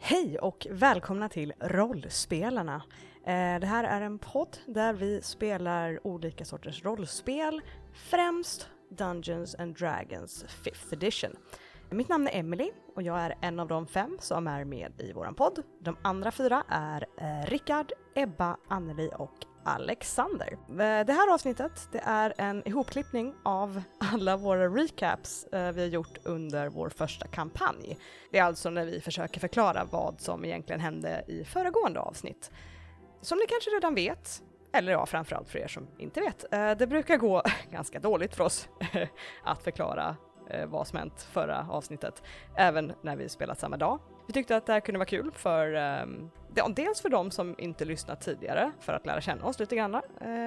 Hej och välkomna till Rollspelarna. Eh, Det här är en podd där vi spelar olika sorters rollspel, främst Dungeons and Dragons 5th edition. Mitt namn är Emily och jag är en av de fem som är med i våran podd. De andra fyra är eh, Rickard, Ebba, Anneli och Alexander. Eh, Det här avsnittet det är en ihopklippning av alla våra recaps eh, vi har gjort under vår första kampanj. Det är alltså när vi försöker förklara vad som egentligen hände i föregående avsnitt. Som ni kanske redan vet, eller ja, framförallt för er som inte vet, eh, det brukar gå ganska dåligt för oss att förklara eh, vad som hänt förra avsnittet, även när vi spelat samma dag. Vi tyckte att det här kunde vara kul för ehm, ja, dels för de som inte lyssnat tidigare för att lära känna oss lite grann eh,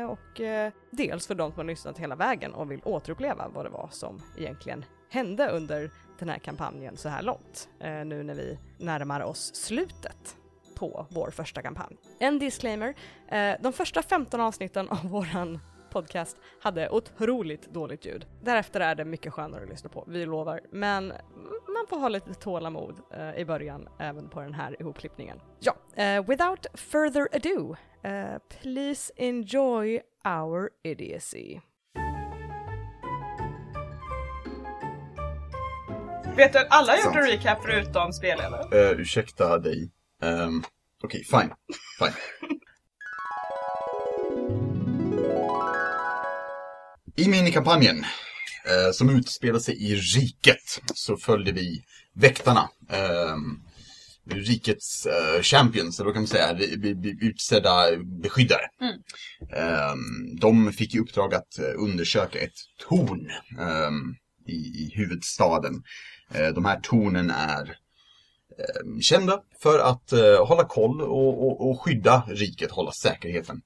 och eh, dels för de som har lyssnat hela vägen och vill återuppleva vad det var som egentligen hände under den här kampanjen så här långt. Eh, nu när vi närmar oss slutet på vår första kampanj. En disclaimer, eh, de första 15 avsnitten av våran podcast hade otroligt dåligt ljud. Därefter är det mycket skönare att lyssna på, vi lovar. Men man får ha lite tålamod eh, i början även på den här ihopklippningen. Ja, eh, without further ado, eh, please enjoy our idiocy. Vet du att alla har gjort Sant. en recap förutom spelledaren? Eh, ursäkta dig. Ehm, Okej, fine. fine. I minikampanjen, eh, som utspelar sig i riket, så följde vi väktarna. ehm, rikets eh, champions, eller vad kan man säga, vi- vi- vi- utsedda beskyddare. Ehm, de fick i uppdrag att eh, undersöka ett torn ehm, i, i huvudstaden. Eh, de här tornen är kända för att eh, hålla koll och, och, och skydda riket, hålla säkerheten.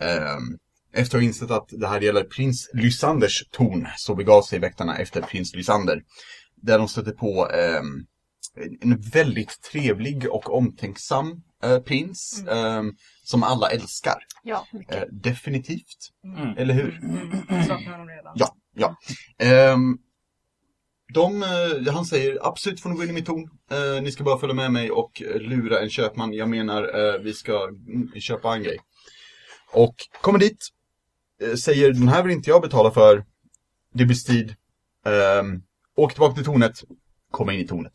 Ehm, efter att ha insett att det här gäller prins Lysanders torn så begav sig väktarna efter prins Lysander. Där de stötte på ehm, en- en väldigt trevlig och omtänksam eh, prins ehm, som alla älskar. Ja, Eh, definitivt, Mm. eller hur? Saknar honom redan. Ja, ja. Ehm, de, eh, han säger absolut får ni gå in i mitt torn. Eh, ni ska bara följa med mig och eh, lura en köpman. Jag menar, eh, vi ska mm, köpa en grej. Och kommer dit, eh, säger den här vill inte jag betala för. Det blir strid. Ehm, åker tillbaka till tornet, kommer in i tornet.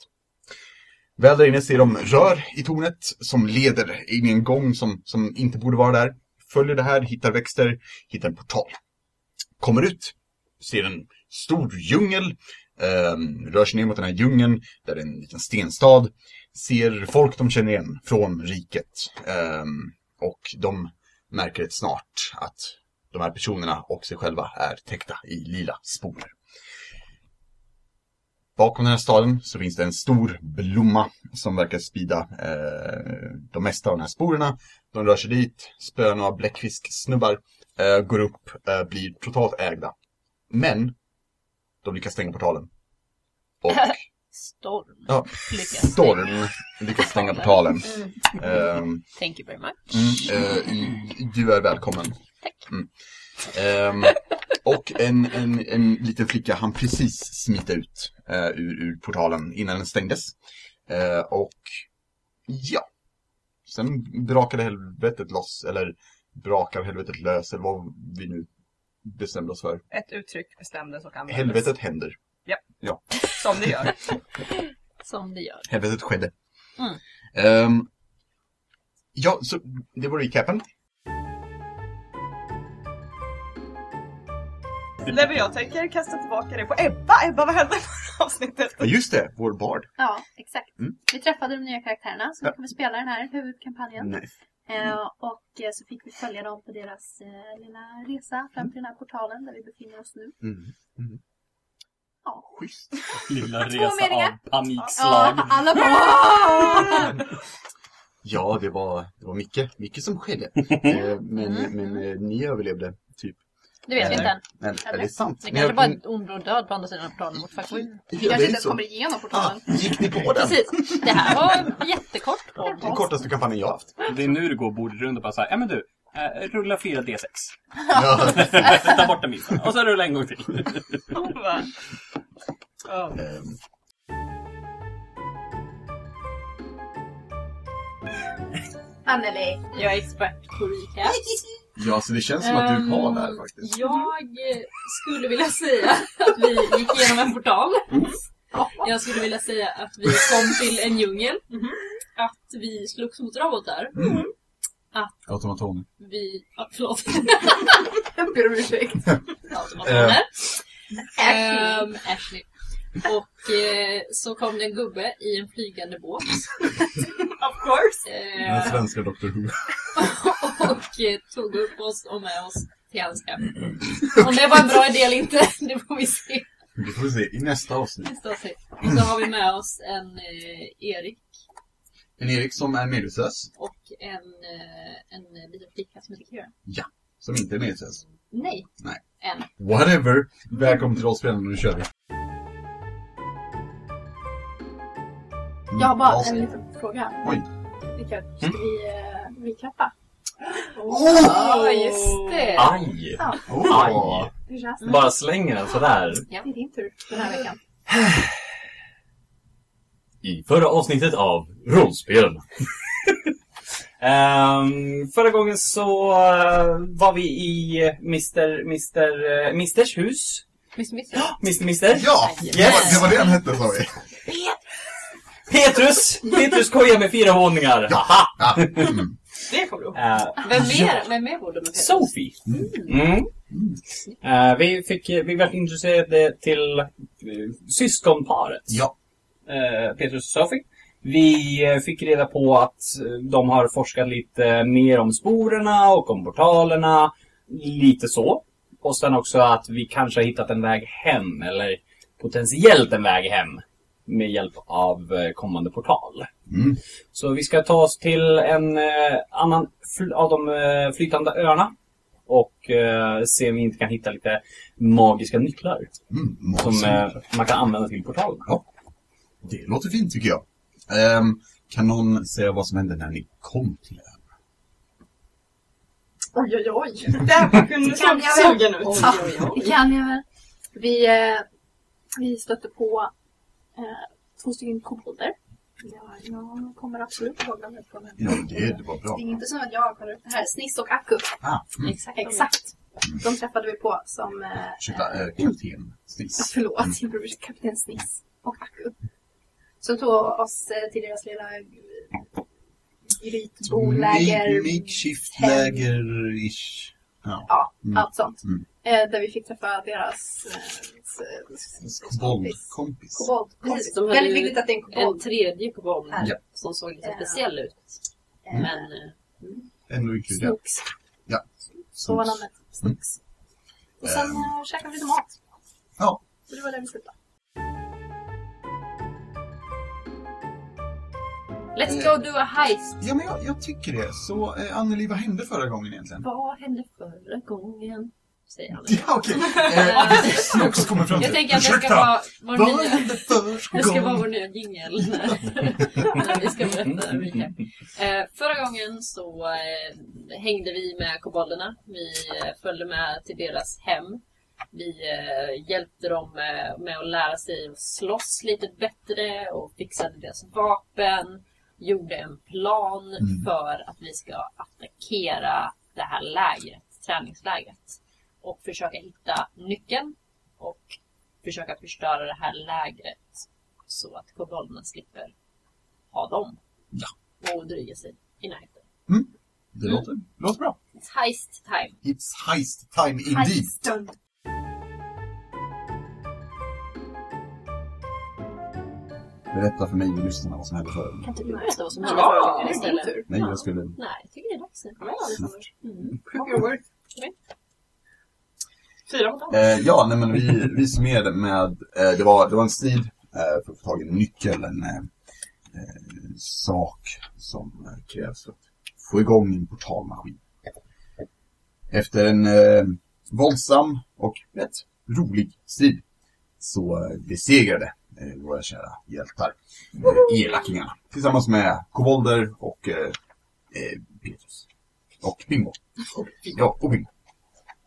Väl där inne ser de rör i tornet som leder in i en gång som, som inte borde vara där. Följer det här, hittar växter, hittar en portal. Kommer ut, ser en stor djungel, ehm, rör sig ner mot den här djungeln där det är en liten stenstad, ser folk de känner igen från riket ehm, och de märker rätt snart att de här personerna och sig själva är täckta i lila sporer. Bakom den här staden så finns det en stor blomma som verkar sprida eh, de mesta av de här sporerna. De rör sig dit, spöar några bläckfisksnubbar, eh, går upp, eh, blir totalt ägda. Men de lyckas stänga portalen. Och Storm. ja, Lyckas Mm. Storm lyckas stänga portalen. Ehm, Thank you very much. Mm, eh, du är välkommen. Tack. Mm. Ehm, och en, en, en liten flicka han precis smita ut eh, ur, ur portalen innan den stängdes. Eh, och ja, sen brakade helvetet loss, eller brakar helvetet lös, eller vad vi nu bestämde oss för. Ett uttryck bestämdes och användes. Helvetet händer. Som det gör. Som det gör. Helvetet skedde. Mm. Ehm, ja, så det var recapen. Nej men jag tänker kasta tillbaka det på Ebba. Ebba vad hände i förra avsnittet? Ja, just det, vår bard. Ja, exakt. Mm. Vi träffade de nya karaktärerna som Ja. Mm. kommer spela den här huvudkampanjen. Nej. Eh, och eh, så fick vi följa dem på deras eh, lilla resa fram till den här portalen där vi befinner oss nu. Mm. Ja. Schysst. Lilla Två resa meningar. av panikslag. Ja, alla bara... Ja, det var, det var mycket, mycket som skedde. Eh, men Mm. men eh, ni överlevde, typ. Det vet vi inte än. Men, är det sant? Det Ni kanske har- bara är ett ond bråd död på andra sidan portalen mot Fakui. Ja, Vi kanske det är inte ens så. kommer igenom ah, portalen. Gick ni på den? Precis. Det här var en jättekort podd. Den kortaste kampanjen jag haft. Det är nu det går bordet runt och bara såhär, ja men du, eh, rulla 4 D6. Ja. Ta bort den minsta. Och så rulla en gång till. Ja. Ehm, Anneli. Jag är expert på recap. Ja, så det känns som att du Ehm, har det här faktiskt. Jag eh, skulle vilja säga att vi gick igenom en portal. Mm. Jag skulle vilja säga att vi kom till en djungel. Mm-hmm. Att vi slogs mot robotar. Mm. Ehm. Automatoner. Vi... Ah, förlåt. Jag ber om ursäkt. Automatoner. Ashley. Ehm, Ashley. Och eh, så kom det en gubbe i en flygande båt. Of course. Eh, Den svenska Dr. Who. och eh, tog upp oss och med oss till hans hem. Om det var en bra idé eller inte, det får vi se Det får vi se i nästa avsnitt. nästa avsnitt. Och så har vi med oss en eh, Erik En Erik som är medelklass, och en, eh, en liten flicka som heter Kira. som inte är medelklass. Nej, Nej. en. Whatever! Välkommen till rollspelen, nu kör vi. Jag har bara en Avsnitt. liten fråga. Oj. Mm. Rickard, ska vi uh, recappa? Ja, just det! Aj! Åh! Hur känns det? Bara slänger den sådär. Det är din tur den Mm. här veckan. I förra avsnittet av Rollspelen. Ehm, förra gången så eh, var vi i eh, Mr. Mr. eh, Misters hus. Miss Miss. Mr. Mister. Ja! Det var- Det var det han hette sa vi. Petrus! Petrus koja med fyra våningar. Haha! Ja. Mm. Det kommer du ihåg. Eh, Vem mer, vem mer bodde med Peter? Sophie. Mm. Eh, vi, fick, vi blev intresserade till eh, syskonparet. Ja. Eh, Petrus och Sophie. Vi eh, fick reda på att eh, de har forskat lite mer om sporerna och om portalerna. Lite så. Och sen också att vi kanske har hittat en väg hem, eller potentiellt en väg hem. Med hjälp av eh, kommande portal. Mm. Så vi ska ta oss till en eh, annan fl- av de eh, flytande öarna. Och eh, se om vi inte kan hitta lite magiska nycklar. Mm. Som eh, man kan använda till portalerna. Ja. Det låter fint tycker jag. Ehm, kan någon säga vad som hände när ni kom till ön? Oj, oj, oj. Där kunde Kan jag väl- sågen ut. Ja, det kan jag väl. Vi, eh, vi stötte på eh, två stycken kobolder. Ja, jag kommer absolut ihåg dem. här från Ja, det, det var bra. Det är inte som att jag kommer upp det här. Sniss och Akku. Ah, mm. Exakt. Exakt. De träffade vi på som... Eh, Ursäkta, eh, kapten ja, Sniss. förlåt, jag bror, kapten Sniss och Akku. Som tog oss eh, till deras lilla eh, grytboläger. Ma- Makeshift-läger-ish. Ja, Mm. allt sånt. Mm. Eh, där vi fick träffa deras eh, s- s- Kompis. Kompis. kobold. Precis, Precis, de hade Väldigt ju viktigt att det är en kobold. En tredje kobold Ja. som såg lite Ja. speciell ut. Mm. Men eh, Ändå inkluderat. Snooks. Ja. Så var namnet. Snooks. Och sen Mm. Ehm. um, käkade vi lite mat. Ja. Så det var där vi slutade. let's go do a heist! Ja, men jag, jag tycker det. Så eh, Anneli, vad hände förra gången egentligen? Vad hände förra gången? Säger han. Ja, okej. Eh, det är Snox kommer fram till. Jag tänker att det ska Ursäkta, vara vår Vad nya... hände förra Det ska vara gången? vår nya jingel. när vi ska berätta en recap. eh, Förra gången så eh, hängde vi med kobolderna. Vi eh, följde med till deras hem. Vi eh, hjälpte dem eh, med att lära sig att slåss lite bättre och fixade deras vapen. Gjorde en plan Mm. för att vi ska attackera det här lägret, träningslägret. Och försöka hitta nyckeln och försöka förstöra det här lägret så att kobolderna slipper ha dem. Ja. Och dryga sig i närheten. Det låter, Mm. låter bra. It's heist time. It's heist time indeed. Stund. Berätta för mig och lyssnarna vad som hände förra gången. Kan inte du berätta vad som hände förra Ja, det gången är din istället? tur. Nej, jag skulle... Nej, jag tycker det är dags nu. Mm. Fyra mot alla. Eh, ja, nej men vi, vi summerade med, eh, det, var, det var en strid eh, för att få tag i en nyckel, en eh, eh, sak som eh, krävs för att få igång en portalmaskin. Efter en eh, våldsam och rätt rolig strid så eh, besegrade eh, våra kära hjältar eh, elakingarna tillsammans med kobolder och eh, eh, Petrus. Och Bingo. Ja, och Bingo.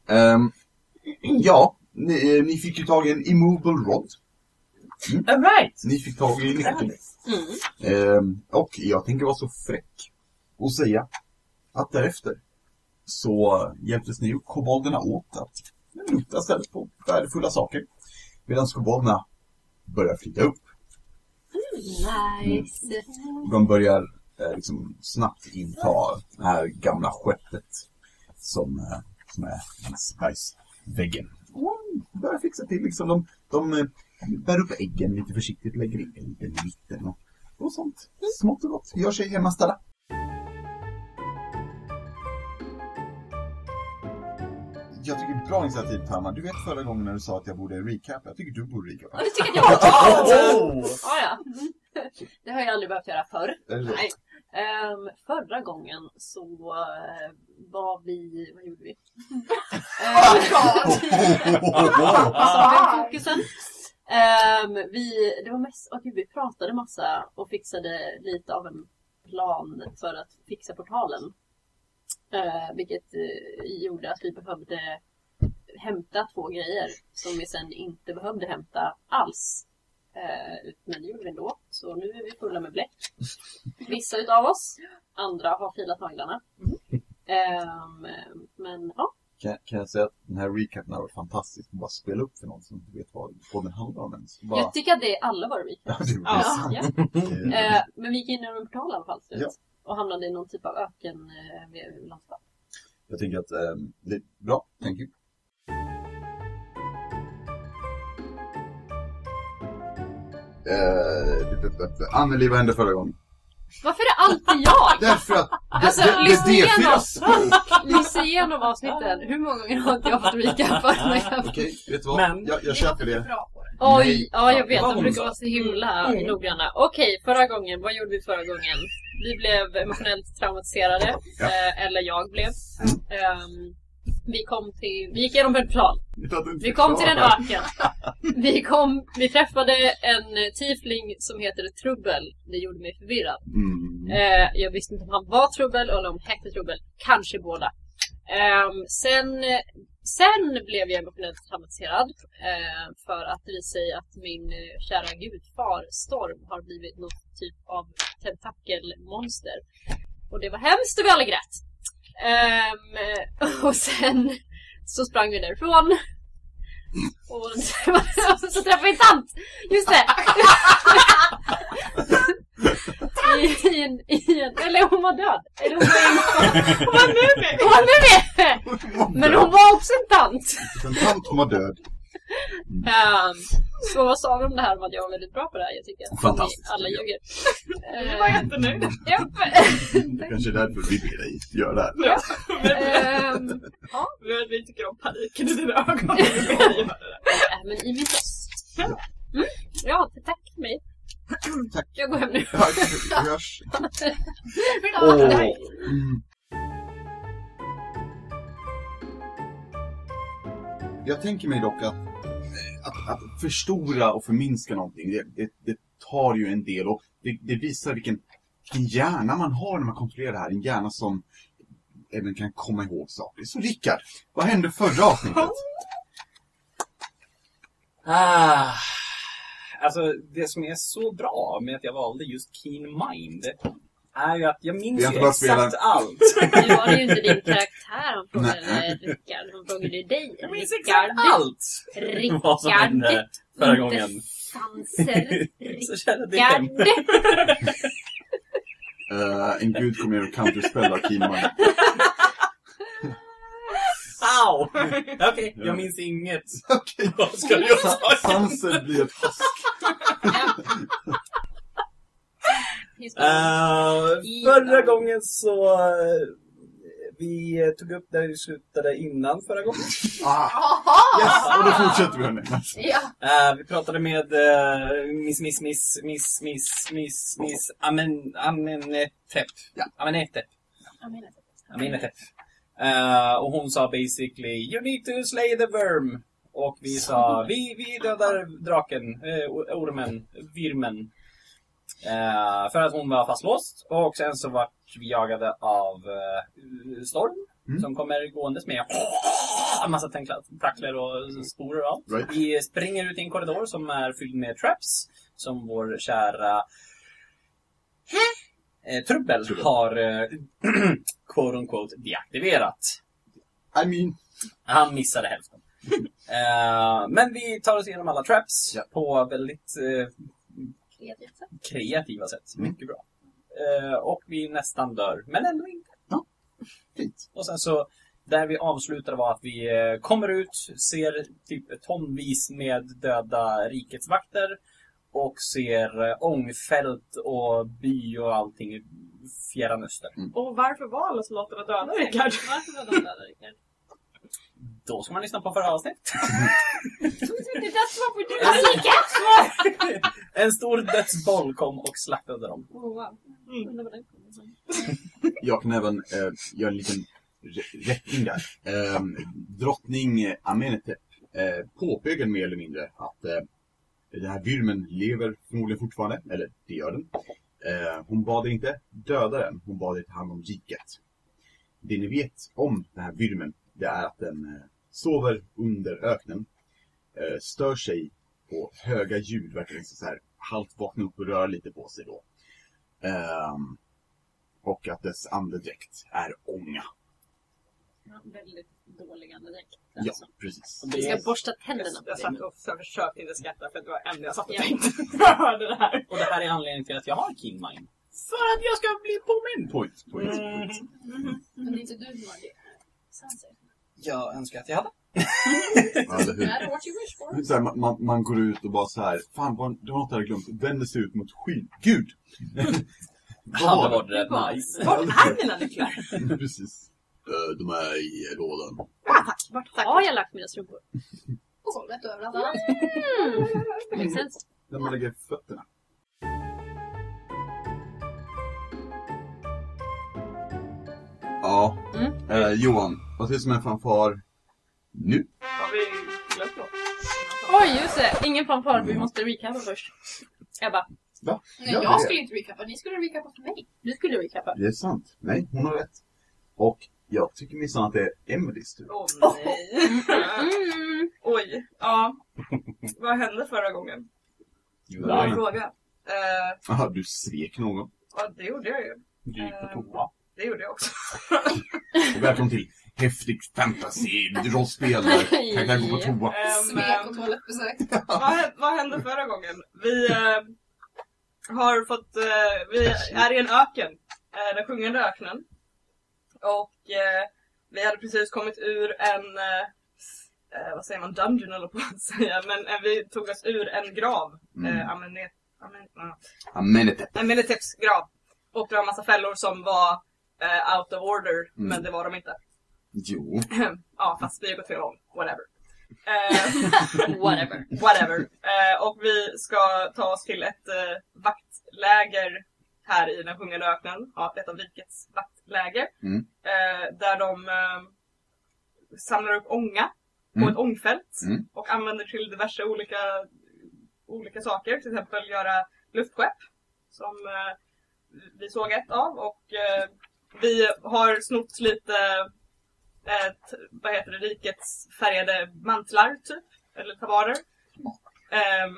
Ehm, Ja, ni, eh, ni fick ju tag i en immobile rod. Mm. All right. Ni fick tag i nyckeln. Mm. Ehm, och jag tänker vara så fräck och säga att därefter så hjälptes ni och kobolderna åt att lukta stället på värdefulla saker. Medan kobolderna börjar flytta upp. Nice. De börjar eh, liksom snabbt inta det här gamla skeppet som, eh, som är bergsväggen. Och de börjar fixa till liksom. De, de eh, bär upp äggen lite försiktigt, lägger in elden i mitten och, och sånt. Smått och gott. Gör sig hemmaställa. Jag tycker bra initiativ Tamma. Du vet förra gången när du sa att jag borde recapa. Jag tycker du borde recapa. Ja, det tycker jag att jag Ja, ja. Mm. Det har jag aldrig behövt göra förr. Är det så? Nej. Ehm, förra gången så eh, var vi... Vad gjorde vi? Ehm, Alltså, vem fokusen? Ehm, vi, det var mest, och gud, vi pratade massa och fixade lite av en plan för att fixa portalen. Eh, vilket eh, gjorde att vi behövde hämta två grejer som vi sen inte behövde hämta alls. Eh, men det gjorde vi ändå, så nu är vi fulla med bläck. Vissa utav oss, andra har filat naglarna. Ehm, men ja, Kan, kan jag säga att den här recapen har varit fantastisk. Bara spela upp för någon som inte vet vad podden handlar om ens. Bara, jag tycker att det är alla våra weekends. ja, det är Ja. sant. Ja. Eh, Eh, men vi gick in genom en portal i alla fall slut. Ja. Och hamnade i någon typ av öken eh, vid landskap. Jag tänker att ehm, det är bra. Thank you. Eh, Anneli, vad hände förra gången? Varför är det alltid jag? Därför att... Alltså, det, det, lyssna det är igenom. D4 språk! Lyssna igenom avsnitten. Hur många gånger har inte jag fått vika för den här jävla- Okej, vet du vad? Men- jag, jag köper det. Oj, ja jag vet. Vad De hon brukar sa. vara så himla noggranna. Okej, förra gången. Vad gjorde vi förra gången? Vi blev emotionellt traumatiserade. Ja. Eh, eller jag blev. Ehm, vi kom till... Vi gick igenom en plan. Vi kom till en öken. Vi, kom, vi träffade en tiefling som heter Trubbel. Det gjorde mig förvirrad. Mm. Eh, jag visste inte om han var Trubbel eller om han hette Trubbel. Kanske båda. Ehm, sen, sen blev jag emotionellt traumatiserad eh, för att det visade sig att min eh, kära gudfar Storm har blivit något typ av tentakelmonster. Och det var hemskt och vi alla grät. Ehm, och sen så sprang vi därifrån. Och så träffade vi tant! Just det! I, i, en, I en... Eller hon var död! Eller hon var en... Hon var mumie! Hon var mumie! Men hon var också en tant! En tant som var död. Ehm, så vad sa vi om det här om att jag var väldigt bra på det här? Jag tycker att Fantastiskt, ni alla tycker ljuger. Ehm, Du var jättenöjd. Japp. Det kanske är därför vi ber dig göra det här. Ehm, Men Vi tycker om paniken i dina ögon. Vi ber ju. äh, men i min röst. Mm. Ja, tack för mig. Tack. Jag går hem nu. Tack. Vi hörs. Åh. Mm. Jag tänker mig dock att, eh, att, att förstora och förminska någonting, det, det, det tar ju en del och det, det visar vilken, vilken hjärna man har när man kontrollerar det här. En hjärna som även kan komma ihåg saker. Så Rickard, vad hände förra avsnittet? Ah, alltså det som är så bra med att jag valde just Keen Mind är ju att jag minns Vi ju har inte bara exakt spelat- allt. Nu var det ju inte din karaktär han frågade eh, Rickard. Han frågade dig. Jag minns Rickard. Allt! Vad som Rickard. hände förra gången. Sanser. Så kära det är Rickard. hem. Eh, en gud kommer ner och counterspellar Kimman. Au! Okej, jag minns inget. Vad ska jag ta? Sansen blir ett hask. Eh, förra gången så... eh, vi eh, tog upp där vi slutade innan förra gången. Ah, yes, och då fortsätter vi hörni. Ja. Eh, vi pratade med eh, Miss, Miss, Miss, Miss, Miss, Miss, Miss, Amen, Amenetep. Ja. Amenetep. Amenetep. Eh, och hon sa basically, you need to slay the worm. Och vi sa, vi, vi dödar draken, eh, o- ormen, virmen. Eh, för att hon var fastlåst. Och sen så vart vi jagade av eh, storm. Mm. Som kommer gåendes med en massa tänkla- tacklor och sporer och allt. Right. Vi springer ut i en korridor som är fylld med traps. Som vår kära eh, Trubbel, Trubbel. har eh, quote unquote deaktiverat. I mean, Han missade hälften. Eh, men vi tar oss igenom alla traps Ja. på väldigt eh, Kreativt sätt. kreativa sätt. Mm. Mycket bra. Eh, och vi nästan dör, men ändå inte. fint. Och sen så, där vi avslutade var att vi eh, kommer ut, ser typ tonvis med döda rikets vakter och ser eh, ångfält och by och allting i fjärran öster. Och varför var alla soldaterna döda Rickard? Varför var de döda Rickard? Då ska man lyssna på förra avsnittet. Det där var på din musik! En stor dödsboll kom och slaktade dem. Oh, wow. Undrar var den kommer ifrån. Jag kan även eh, göra en liten re- rättning där. Eh, drottning Amenhotep eh, påpekade mer eller mindre att eh, den här vyrmen lever förmodligen fortfarande, eller det gör den. Eh, hon bad er inte döda den, hon bad er ta hand om riket. Det ni vet om den här vyrmen, det är att den eh, sover under öknen, eh, stör sig på höga ljud, verkar liksom så här halvt vakna upp och röra lite på sig då. Ehm, och att dess andedräkt är ånga. Ja, Väldigt dålig andedräkt. Ja, Alltså. precis. Vi ska borsta tänderna på Jag dig. satt och så försökte inte skratta för det var det enda jag satt och Ja. tänkte när jag hörde det här. Och det här är anledningen till att jag har King Mind. För att jag ska bli påmind! Point, point, point. Mm. Men det är inte du som har det. Sanser. Jag önskar att jag hade. Ja, eller hur? Är what you wish for? Så här, man- man, man går ut och bara så här, fan vad, det var något jag hade glömt, vänder sig ut mot skyn. Gud! Vad var Hade det? varit rätt nice. Vart är mina nycklar? Precis. Eh, De är i lådan. Vart Tack. Har jag lagt mina strumpor? På golvet och överallt annars. Mm. Makes sense. Där man lägger fötterna. Ja, Mm. eh, Johan, vad sägs om en fanfar nu? Har vi glömt något? Oj, just det. Ingen fanfar. Vi måste recapa först. Ebba. Va? Nej, Ja, jag det- skulle inte recapa. Ni skulle recapa för mig. Du skulle recapa. Det är sant. Nej, hon har rätt. Och jag tycker minsann att det är Emelies tur. Åh nej. Mm. Oj, ja. Vad hände förra gången? Bra Jajamän. fråga. Eh, Jaha, du svek någon. ja, det gjorde jag ju. Du gick på Eh, toa. Det gjorde jag också. Och välkommen till häftig fantasy rollspel där karaktären går på toa. Ehm, Smek och toalettbesök. vad, hä- vad hände förra gången? Vi eh, har fått, eh, vi är i en öken, eh, den sjungande öknen. Och eh, vi hade precis kommit ur en, eh, eh, vad säger man, dungeon eller på att säga, men eh, vi tog oss ur en grav. Mm. Eh, Amene- Amen- ja. Amenete. Ameneteps grav. Och det var en massa fällor som var eh, out of order, Mm. men det var de inte. Jo. ja, fast vi gick åt fel håll. Whatever. Eh, Whatever. Whatever. Eh, och vi ska ta oss till ett eh, vaktläger här i den sjungande öknen. Ja, ett av rikets vaktläger. Mm. Eh, där de eh, samlar upp ånga på Mm. ett ångfält Mm. och använder till diverse olika, olika saker. Till exempel göra luftskepp som eh, vi såg ett av och eh, vi har snott lite eh, t- vad heter det, rikets färgade mantlar typ, eller tabarer. Ehm,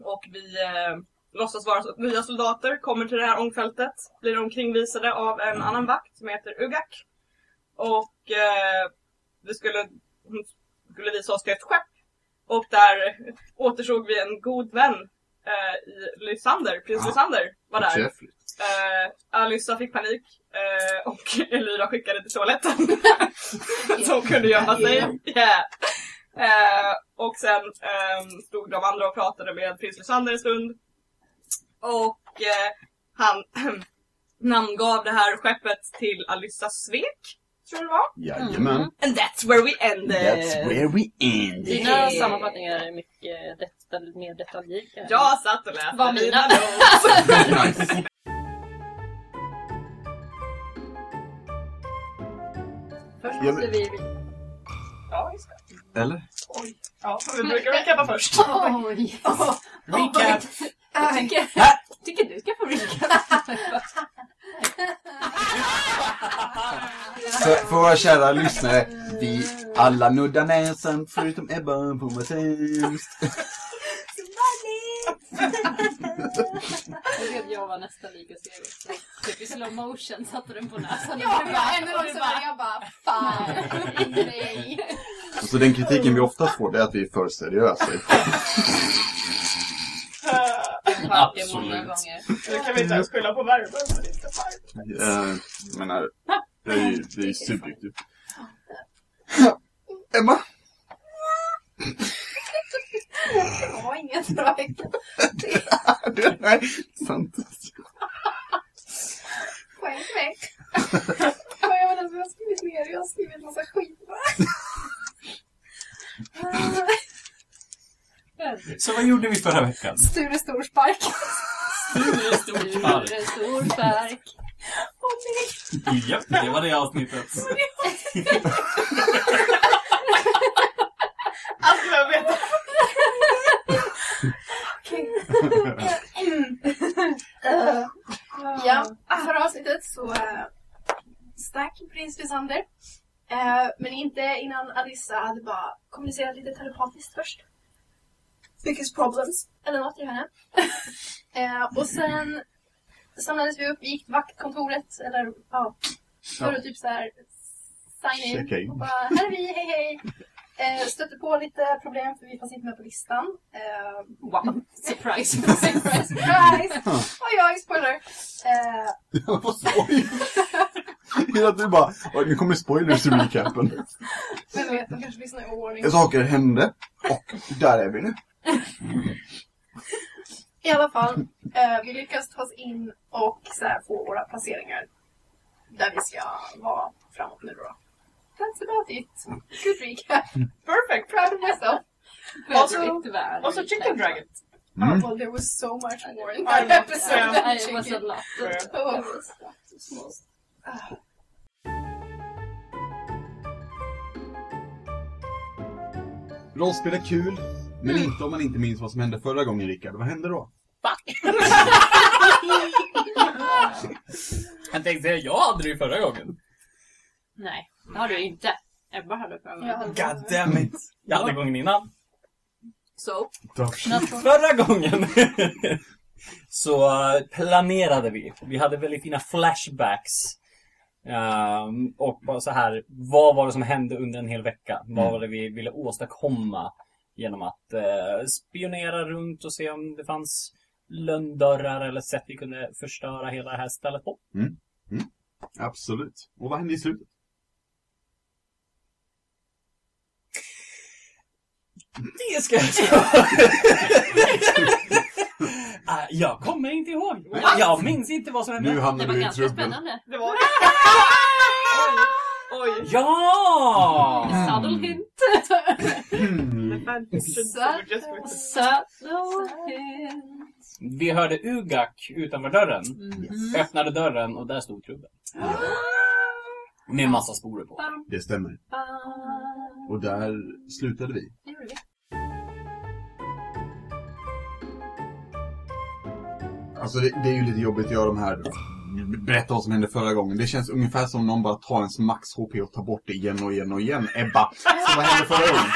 och vi eh, låtsas vara så- nya soldater, kommer till det här ångfältet, blir omkringvisade av en annan vakt som heter Ugak. Och eh, vi skulle, hon skulle visa oss till ett skepp. Och där återsåg vi en god vän, eh, i Lysander, prins Ja. Lysander var där. Förträffligt. Eh, Alyssa fick panik eh, och Elvira skickade till toaletten. Så hon kunde gömma sig. Yeah. Eh, och sen ehm, stod de andra och pratade med prins Lysander en stund. Och eh, han namngav det här skeppet till Alyssa Svek, tror jag det var. Mm. Jajamän. And that's where we ended! That's where we end. Dina Yeah. sammanfattningar är mycket detalj, mer detaljrika. Jag satt och läste Vad mina? notes. nice. Först Ja, måste men- vi... Ja, just det. Eller? Ja, vi brukar recapa först. Oj! Recap! Jag tycker, tycker du ska få recap. För, för våra kära lyssnare, vi alla nuddar näsan förutom Ebba på mig sämst. Jag vet jag var nästan lika seg. typ i slow motion satte den på näsan. Ja, Och du bara- jag ännu och du långsammare. bara, Jag bara, fan. Nej. Så Alltså, den kritiken vi oftast får det är att vi är för seriösa. Jag har hört det många gånger. Nu kan vi inte ens skylla på värmen för det är inte varmt. Eh, Jag menar, det är ju, det är ju subjektivt. Emma? Jag har inget bra äckel. Det- Nej, sant. Poäng till mig. Ja, jag vet inte vad jag har skrivit mer. Jag har skrivit massa skit bara. Eh, Så vad gjorde vi förra veckan? Sture Storspark. Stark. Stor, stor, stark. Åh nej. Japp, det var det avsnittet. Allt jag vet. Eh, ja, förra avsnittet så eh, stack prins Lysander. Eh, men inte innan Alissa hade bara kommunicerat lite telepatiskt först. Biggest problems, eller något till henne. Eh, och sen samlades vi upp, gick till vaktkontoret, eller ja, var det typ så här sign in. Check in. Och bara, här är vi, hej hej! Eh, stötte på lite problem för vi fanns inte med på listan. Eh, Wow. Surprise. Surprise. surprise! Oj oj, spoiler! Eh, Vad skoj! Det är att du bara, "Oj, nu kommer spoilers i recapen. Vem vet, de kanske lyssnar i ordning. Saker hände och där är vi nu. I alla fall, eh, vi lyckas ta oss in och så här, få våra placeringar där vi ska vara framåt nu då. That's about it. Good recap. Perfect. Proud of myself. Och så- Väldigt väl. Och så chicken dragon. Mm. Well, there was so much more in Ja, that det- episode. ja. than It was a chicken. lot. Oh. Rollspel är kul, men inte om man inte minns vad som hände förra gången Rickard. Vad hände då? Jag tänkte säga, jag hade det ju förra gången. Nej, det har du inte. Ebba hade förra Jag gången. hade- God damn it. Jag hade gången innan. So, Förra gången så eh, planerade vi. Vi hade väldigt fina flashbacks. Ehm, och bara så här, vad var det som hände under en hel vecka? Vad var det vi ville åstadkomma genom att eh, spionera runt och se om det fanns lönndörrar eller sätt vi kunde förstöra hela det här stället på? Absolut. Och vad hände i slutet? Det ska jag göra. Ah, Jag kommer inte ihåg. Jag minns inte vad som hände. Nu det hamnar var du i ganska trubbel. Mm. spännande. Det var... Oj! Ja! Subtle hint. Oj! Fanfiction Så- just with- Subtle hint. Vi hörde Ugak utanför dörren. Mm. Mhm. Öppnade dörren och där stod trubbel. Med massa sporer på. Det stämmer. Ah. Och där slutade vi. Alltså det, det är ju lite jobbigt att göra de här Berätta vad som hände förra gången. Det känns ungefär som någon bara tar ens max HP och tar bort det igen och igen och igen. Ebba! Så vad hände förra gången?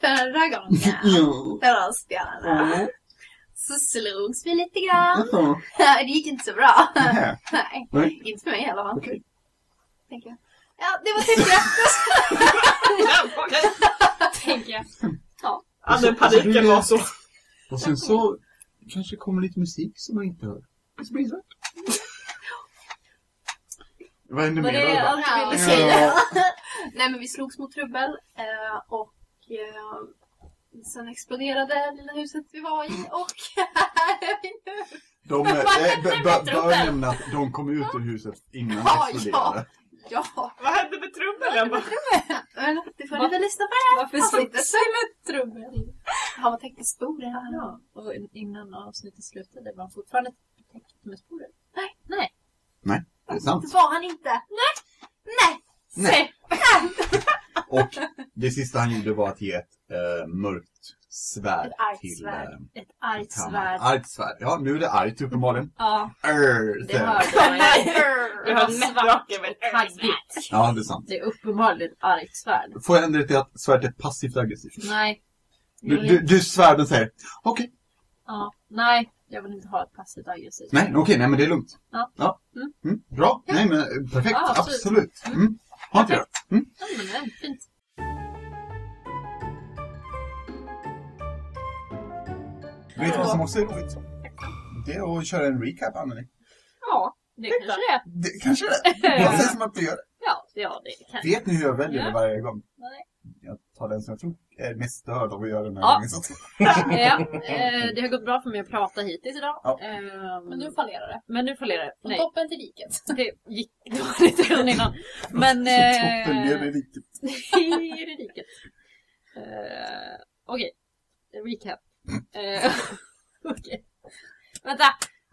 Förra gången, förra spelarna, så slogs vi lite grann. Mm. Det gick inte så bra. Nej, Nej. inte för mig i alla fall. Tänker jag. Ja, det var typ det. Ja, okej. Tänker jag. Ja, Alltså, den paniken var så... Och sen så kanske kommer lite musik som man inte hör. Och så blir det så här. Vad hände Var mer det Ebba? allt du ville säga? säga. Nej men vi slogs mot trubbel eh, och eh, sen exploderade lilla huset vi var i och här är vi nu. De, eh, eh, bör- bör- bör nämna att de kom ut ur huset innan Ja, det exploderade. Ja, Vad hände med trubbel? Ebba? men det får ni väl lyssna på det här Varför avsnittet. slogs vi med trubbel? Har man täckt i sporer? Ja, och innan avsnittet slutade var han fortfarande täckt med sporer. Nej, nej. Det är sant. Det var han inte. Nej. Och det sista han gjorde var att ge ett eh, mörkt svärd Ett argt till... svärd. eh, Ett argt Tamar. svärd. Argt svärd. Ja, nu är det argt uppenbarligen. Ja, Arr, det säger hörde han. jag. Jag Det har var en svart nätdocka med och taggigt. Ja, det är sant. Det är uppenbarligen ett argt svärd. Får jag ändra det till att svärdet är passivt aggressivt? Mm. Nej. Du, du, du svärden säger okej. Ja, nej. Jag vill inte ha ett passivt aggressivt. Nej, okej, nej men det är lugnt. Ja. Mm. Mm, bra, nej men eh, perfekt, Ja, absolut. absolut. Mm. Ha inte det. Mm. Ja, men nej, fint. Vet du vad som också är roligt? Det är att köra en recap, Anneli. Ja, det kanske det är. Det kanske är det. Jag säger som att du gör det. Ja, ja, det kan Vet ni hur jag väljer det varje gång? Nej. Jag tar den som jag tror är mest störd av att göra den här Ja. gången. Så att- ja, eh, det har gått bra för mig att prata hittills idag. Ja. Ehm, Men nu fallerar det. men nu fallerar det. Från Nej, toppen till diket. det gick dåligt redan innan. Men... Toppen ner i Eh, riket. i det diket. Eh, Okej, recap. Eh, Okej. Vänta,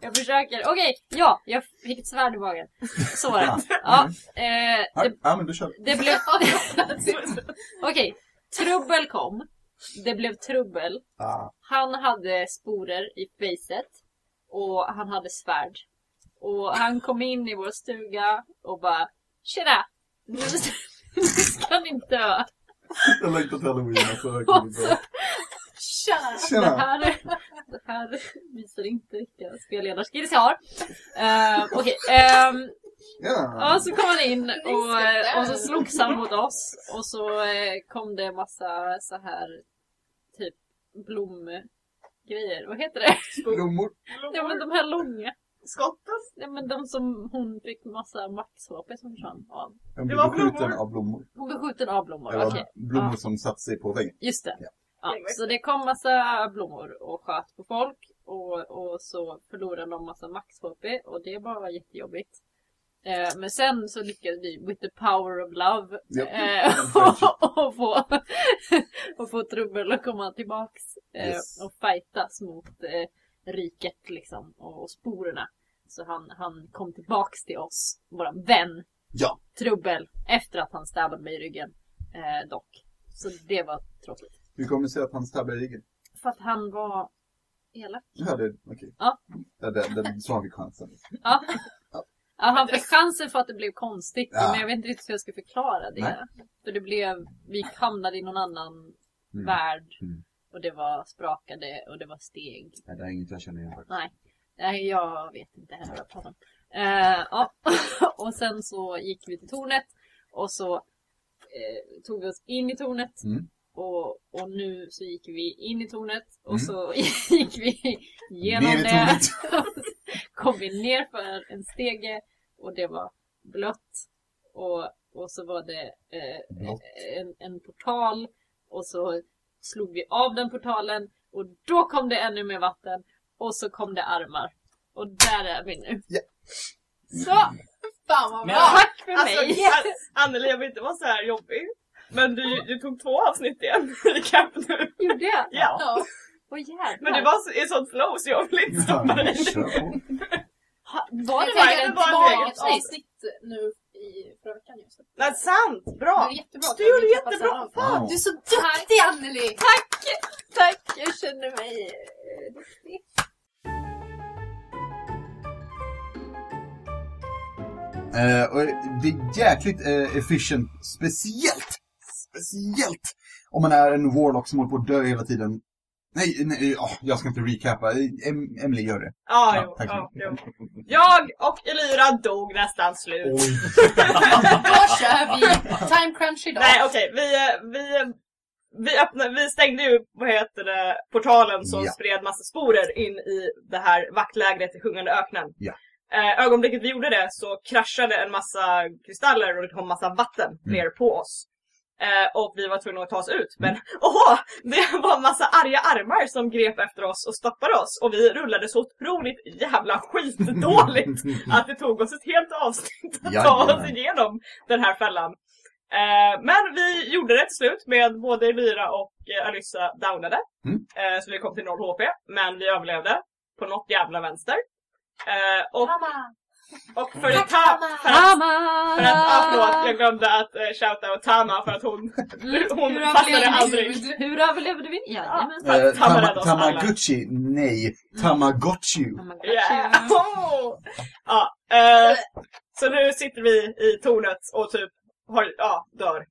jag försöker. Okej, ja, jag fick ett svärd i magen. Så var det. Ja, eh, det, Ja, Ja, men då kör vi. det blev... Okej, trubbel kom. Det blev trubbel. Ah, Han hade sporer i facet och han hade svärd. Och han kom in i vår stuga och bara Tjena! Nu nu ska ni dö! jag längtar till halloween. Alltså, det kommer Och bli så, bra. Tjena! det, Tjena! här, det här visar inte vilka spelledarskills jag har. Eh, Okej, ehm, Ja. ja, så kom han in och, eh, och så slogs han mot oss och så eh, kom det en massa så här typ blomgrejer. Vad heter det? Blommor. Ja men de här långa. Skotten. Ja, men de som hon fick massa max-HP som försvann av. Jag blev Det var beskjuten blommor. av blommor. Hon blev skjuten av blommor, Det okej. var blommor Ja. som satte sig på väggen. Just det. Ja. Ja, så det kom massa blommor och sköt på folk och, och så förlorade de massa max-HP och det bara var jättejobbigt. Eh, men sen så lyckades vi with the power of love Ja. eh, och, och få, och få trubbel att komma tillbaks eh, Yes. och fightas mot eh, riket liksom och, och sporerna. Så han, han kom tillbaks till oss, våran vän, Ja. trubbel, efter att han stabbade mig i ryggen eh, dock. Så det var tråkigt. Hur kommer det sig att han stabbade i ryggen? För att han var elak. Ja, det, okej. Ja. Ja, det, det, så har vi chansen. Ja. Ja, han fick chansen för att det blev konstigt. Ja. Men jag vet inte riktigt hur jag ska förklara det. För det blev, vi hamnade i någon annan Mm. värld. Mm. Och det var sprakade och det var steg. Nej, det är inget jag känner igen faktiskt. Nej, jag vet inte heller vad jag pratar om. Eh, ja. och sen så gick vi till tornet. Och så eh, tog vi oss in i tornet. Mm. Och, och nu så gick vi in i tornet. Och Mm. så gick vi genom Ner i det. tornet. kom vi ner för en stege och det var blött. Och, och så var det eh, Blått. en, en portal och så slog vi av den portalen och då kom det ännu mer vatten och så kom det armar. Och där är vi nu. Ja. Så, Fan vad Men- bra! tack för Alltså, mig! An- Anneli jag vill inte vara så här jobbig. Men du, du tog två avsnitt igen i kapp nu. Gjorde jag? Ja. Ja. Åh jävlar! Men det var så, i sånt flow så jag vill inte Ja, stoppa dig. kör på. Ha- var det Jag tänker verkligen att det var två en egen Ett avsnitt? avsnitt nu i förra veckan just. Nej, sant! Det Bra! är jättebra. Du gjorde Jag passar jättebra. av. Wow. Du är så duktig Anneli! Tack, jag känner mig... eh, duktig. Eh, och det är jäkligt eh, efficient, speciellt, speciellt om man är en warlock som håller på att dö hela tiden. Nej, nej, ah, jag ska inte recapa. Eh, Em, Emily gör det. Ja, Ja, jo, tack så ja, jo. Jag och Elira dog nästan slut. Då kör vi! Time crunch idag. Nej okej, vi, eh, vi, eh, vi, öppnade, vi stängde ju vad heter det, portalen som Ja. spred massa sporer in i det här vaktlägret i Sjungande öknen. Ja. Eh, ögonblicket vi gjorde det så kraschade en massa kristaller och det kom massa vatten Mm. ner på oss. Eh, och vi var tvungna att ta oss ut men åh! Det var en massa arga armar som grep efter oss och stoppade oss och vi rullade så otroligt jävla skitdåligt att det tog oss ett helt avsnitt att ta oss Jajamän. igenom den här fällan. Eh, men vi gjorde det till slut med både Elira och eh, Alyssa downade. Mm. Eh, så vi kom till 0 HP, men vi överlevde på något jävla vänster. Eh, och, Mamma! och för Tama! För att, för att, ah, förlåt, jag glömde att eh, shouta och Tama för att hon, hon Mm, Hur fastnade överlevde aldrig. vi? Hur överlevde vi? Jajamän. För att Tama räddade oss alla. Tamaguchi, Eh, nej. Tamagotchi. Oh my God, Yeah. tjena. Ja, eh, så nu sitter vi i tornet och typ har, ja, dör.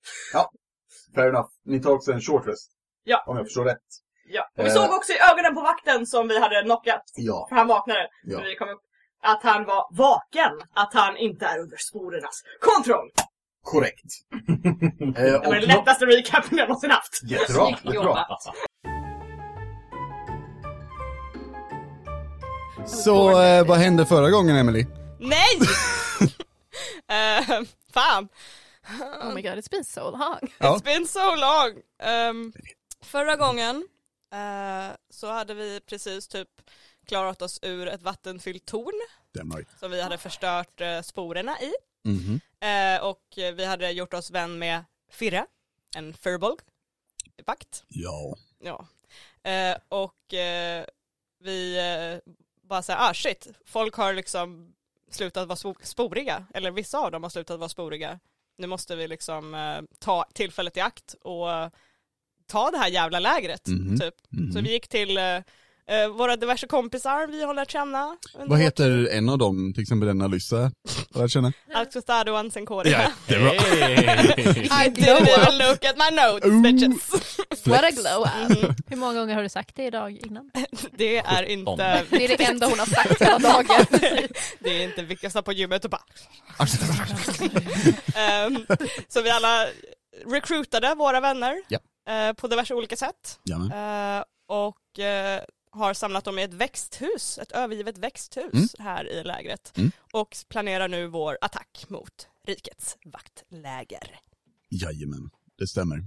Fair enough. Ni tar också en short rest. Ja. Om jag förstår rätt. Ja. Och vi Eh. såg också i ögonen på vakten som vi hade knockat, Ja. för han vaknade Ja. när vi kom upp, att han var vaken. Att han inte är under sporernas kontroll. Korrekt. eh, Det och var den no- lättaste recapen jag någonsin haft. jättebra. Snyggt jättebra. jobbat. Så eh, vad hände förra gången Emily? Nej! Eh, fan. Oh my god, it's been so long. Ja. It's been so long. Ehm, förra gången eh, så hade vi precis typ klarat oss ur ett vattenfyllt torn Stämmer. som vi hade förstört eh, sporerna i. Mhm. Eh, och eh, vi hade gjort oss vän med Firre, en furbolg, vakt. Ja. Ja. Eh, och eh, vi eh, bara säger ah shit, folk har liksom slutat vara spo- sporiga, eller vissa av dem har slutat vara sporiga. Nu måste vi liksom eh, ta tillfället i akt och eh, ta det här jävla lägret, Mhm. typ. Mhm. Så vi gick till eh, eh, våra diverse kompisar vi har lärt känna. under Vad heter en av dem, till exempel den Alyssa? Vad jag känner? Alcostado and Sencori. Jättebra. I didn't even look at my notes bitches. What a glow up. Mm. Hur många gånger har du sagt det idag innan? Det är inte... Det är det enda hon har sagt hela dagen. det är inte vilka som på gymmet och bara... Alltså, Ehm, så vi alla recruitade våra vänner Ja. eh, på diverse olika sätt. Jajamän. Eh, och eh, har samlat dem i ett växthus, ett övergivet växthus Mm. här i lägret. Mm. Och planerar nu vår attack mot rikets vaktläger. Jajamän, det stämmer.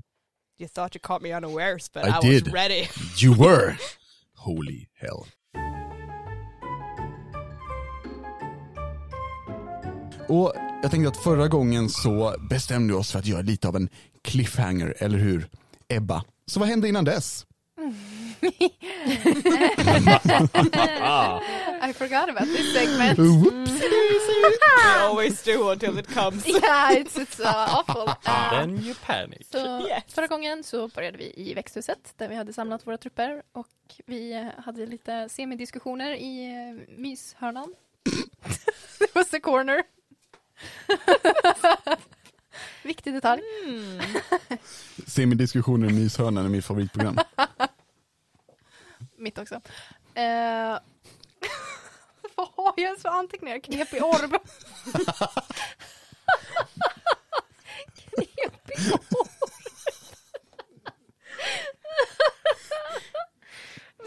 You thought you caught me unawares but I, I was did. ready. You were. Holy hell. Och jag tänkte att förra gången så bestämde vi oss för att göra lite av en cliffhanger, eller hur? Ebba. Så vad hände innan dess? I forgot about this segment. I always do until it comes. yeah, it's, it's uh, awful. Uh, Then you panic. så Yes. Förra gången så började vi i växthuset där vi hade samlat våra trupper och vi eh, hade lite semidiskussioner i eh, myshörnan. It was the corner. Viktig detalj. Semidiskussioner Mm. i myshörnan är mitt favoritprogram. Mitt också. Eh, vad har jag ens för anteckningar? Knepig orb. Knepig orb.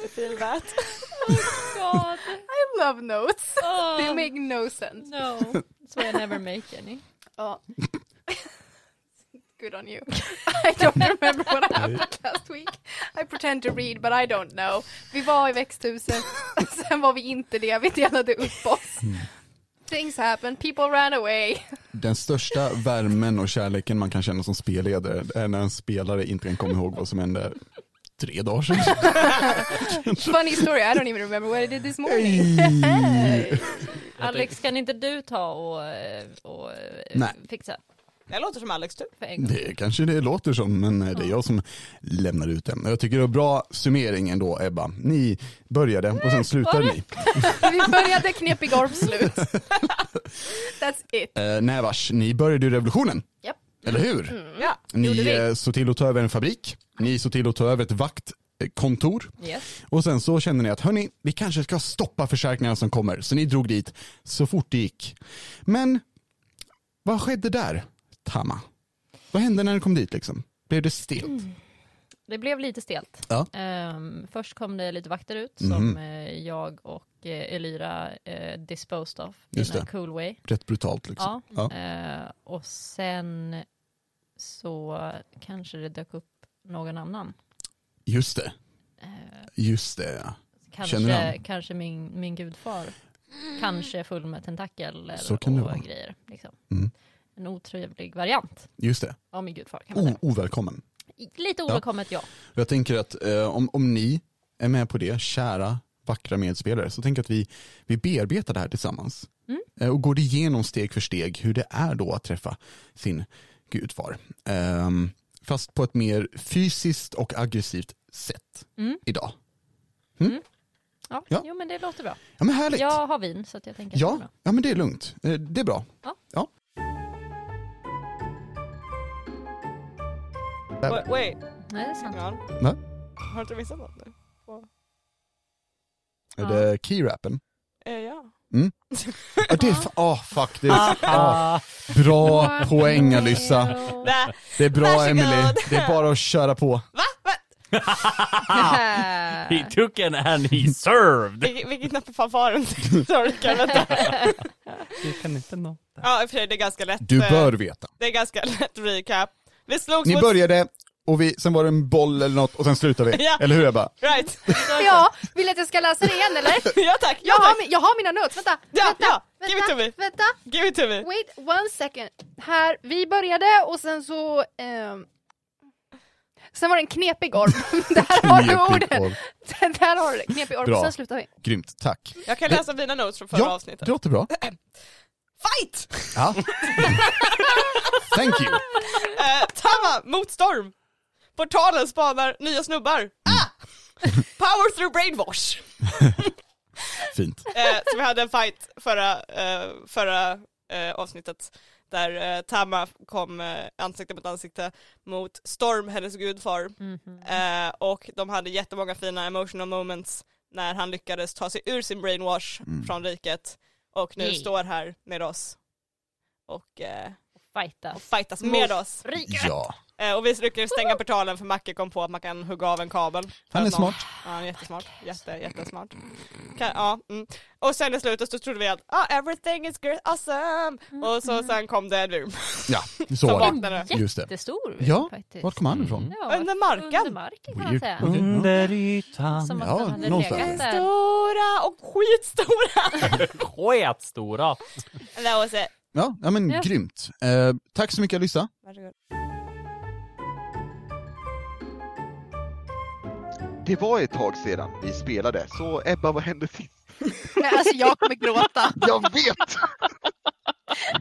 I feel that. God. I love notes. They make no sense. No. So I never make any. Ja. Good on you. I don't remember what happened last week. I pretend to read but I don't know. Vi var i växthuset, sen var vi inte det, vi delade upp oss. Things happened, people ran away. Den största värmen och kärleken man kan känna som spelledare det är när en spelare inte kan komma ihåg vad som hände tre dagar sedan. Funny story, I don't even remember what I did this morning. Hey. Alex, Alex, kan inte du ta och, Nej. fixa? Det låter som Alex typ. tur. För en gång. Det kanske det låter som, men eh, det är jag som lämnar ut den. Jag tycker det var bra summering ändå, Ebba. Ni började och sen slutade ni. vi började knepig orb slut. That's it. Eh, nej vars, ni började ju revolutionen. Japp. Eller hur? Mm. Ja, Ni eh, såg till att ta över en fabrik, ni såg till att ta över ett vaktkontor Yes. och sen så kände ni att hörni, vi kanske ska stoppa försäkringarna som kommer. Så ni drog dit så fort det gick. Men vad skedde där, Tama? Vad hände när ni kom dit liksom? Blev det stelt? Mm. Det blev lite stelt. Ja. Ehm, först kom det lite vakter ut Mhm. som eh, jag och eh, Elyra eh, disposed of Just in a det. cool way. Rätt brutalt liksom. Ja. Eh, och sen så kanske det dök upp någon annan. Just det, Eh, just det. ja. Känner du kanske han? kanske min, min gudfar. Kanske full med tentakel Så kan det och vara. grejer. Liksom. Mm. En otrevlig variant Just det, av min gudfar. Kan man o- säga. ovälkommen. Lite ovälkommet ja. Jag tänker att eh, om, om ni är med på det, kära vackra medspelare, så tänker jag att vi, vi bearbetar det här tillsammans. Mm. Eh, och går det igenom steg för steg hur det är då att träffa sin gudfar. Ehm, fast på ett mer fysiskt och aggressivt sätt Mm. idag. Hm? Ja. Ja. Jo men det låter bra. Ja men härligt. Jag har vin så att jag tänker att det är Ja, bra. ja, men det är lugnt. Eh, Det är bra. Ja. Där. Wait, wait. Nej, det är sant. Ja. Va? Har du inte missat något nu? På- Är det keyrappen? Eh, ja. Mm. Ja, det är, fa- ah fuck, det är, ah, bra poäng Alyssa. Nej, Det är bra varsågod. Emily. det är bara att köra på. He took an and he served! Vilken vilken knapp fan var den? Sorry, kan jag vänta. Det kan inte nå. Ja, i och för sig, det är ganska lätt. Du eh, bör veta. Det är ganska lätt recap. Vi slogs Ni mot... började och vi, sen var det en boll eller något och sen slutade vi. Ja. Eller hur Ebba? Right. Ja, vill du att jag ska läsa det igen eller? ja tack! Jag, har, mi- jag har mina notes, vänta! Ja, vänta, ja. vänta, Give it to me. Vänta! Give it to me. Wait one second. Här, vi började och sen så... ehm, Sen var det en knepig orm. Där har du Knepig orden! orm. Där har du det, knepig orm. Bra. Sen slutar vi. Grymt, tack. Jag kan läsa mina notes från förra ja, avsnittet. det låter bra. Fight! Ja. Thank you. Eh, Tama mot storm. Portalen spanar nya snubbar. Ah! Power through brainwash. Fint. Eh, så vi hade en fight förra, eh, förra eh, avsnittet där eh, Tama kom eh, ansikte mot ansikte mot Storm, hennes gudfar. Eh, och de hade jättemånga fina emotional moments när han lyckades ta sig ur sin brainwash Mm. från riket och nu Yay. står här med oss och, eh, Fightas. och fightas Mot med oss. riket. Ja. Eh, och vi lyckades stänga portalen för Macke kom på att man kan hugga av en kabel. För är att någon- smart. Ja, han är jättesmart. Jätte, jättesmart. Kan, ja, mm. Och sen i slutet så trodde vi att ah, everything is great, awesome! Och så sen kom det en orm. Ja, så Som var vaknade. det. Just det. Jättestor Ja, faktiskt. var kom han ifrån? Ja, Under marken. Under marken kan man Weird. säga. Okej. Under ytan. Som att Ja, han hade någonstans. legat där. Stora och skitstora! Sketstora. That was it. Ja, ja men Ja. grymt. Eh, tack så mycket Alyssa. Varsågod. Det var ett tag sedan vi spelade, så Ebba, vad hände sist? Nej, alltså jag kommer gråta. Jag vet!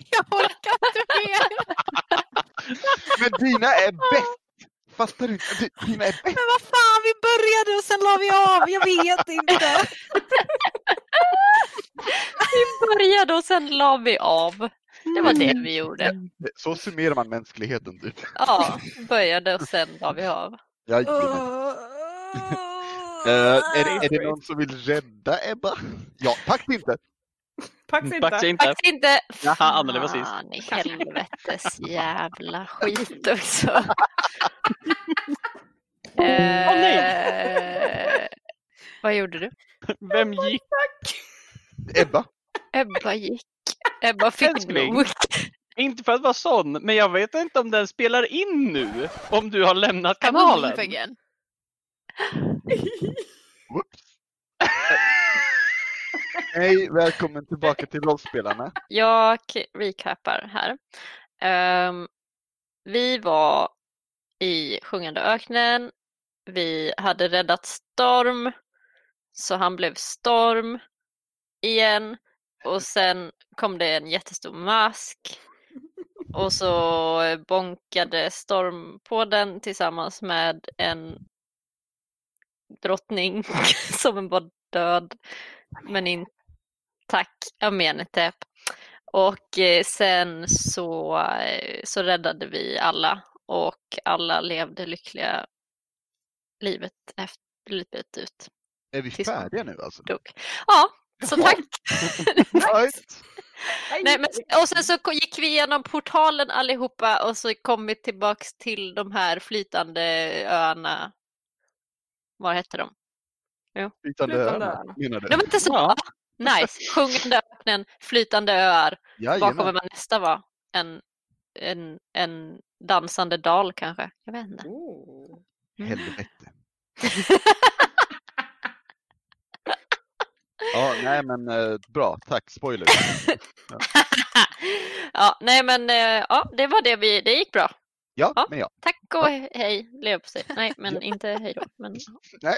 Jag orkar inte mer. Men dina är bäst! Fattar du? inte? Dina är bäst! Men vad fan, vi började och sen la vi av. Jag vet inte. Vi började och sen la vi av. Det var Mm. det vi gjorde. Så summerar man mänskligheten typ. Ja, började och sen la vi av. Jajamän. Eh, är, det- är det någon som vill rädda Ebba? Ja, tack inte! Pax Mm, Pax inte. Pax inte. Jaha, Anneli var sist. Fan i helvetes jävla skit också. Åh nej. Eh, Vad gjorde du? Vem gick? Ebba. Ebba gick. Ebba fick Älskling. nog. Inte för att vara sån, men jag vet inte om den spelar in nu. Om du har lämnat kanalen. Moving. Hej, välkommen tillbaka till rollspelarna. Jag recapar här. Ehm, vi var i Sjungande öknen. Vi hade räddat Storm, så han blev Storm igen. Och sen kom det en jättestor mask. Och så bonkade Storm på den tillsammans med en drottning som var död men intakt Amenetep. Och eh, sen så, eh, så räddade vi alla och alla levde lyckliga livet, efter, livet ut. Är vi färdiga nu alltså? Dog. Ja, så tack! Nice. Nej, men, och sen så gick vi igenom portalen allihopa och så kom vi tillbaks till de här flytande öarna. Vad hette de? Jo. Flytande öarna, menar du? De är inte så bra. Nice. Sjungande öknen, flytande öar. Vad Jajamän. kommer man nästa vara? En, en, en dansande dal kanske? Jag vet inte. Helvete. Ja, nej men eh, bra, tack. Spoiler. Ja, Ja, nej men eh, ja, det var det vi, det gick bra. ja, men ja. Tack och hej, lev på sig. Nej, men inte hej då. Men... Nej.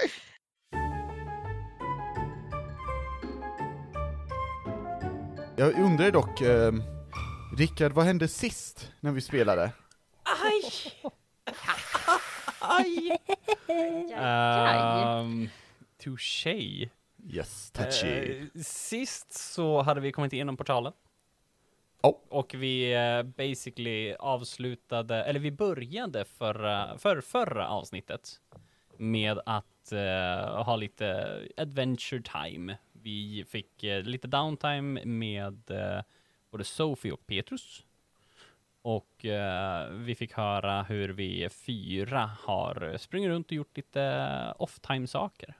Jag undrar dock, eh, Rickard, vad hände sist när vi spelade? Aj! Aj! Ehm, touché. Yes, touché. Eh, sist så hade vi kommit igenom portalen. Och vi eh, basically avslutade, eller vi började förra, för förra avsnittet med att eh, ha lite adventure time. Vi fick eh, lite downtime med eh, både Sophie och Petrus. Och eh, vi fick höra hur vi fyra har sprungit runt och gjort lite off-time saker.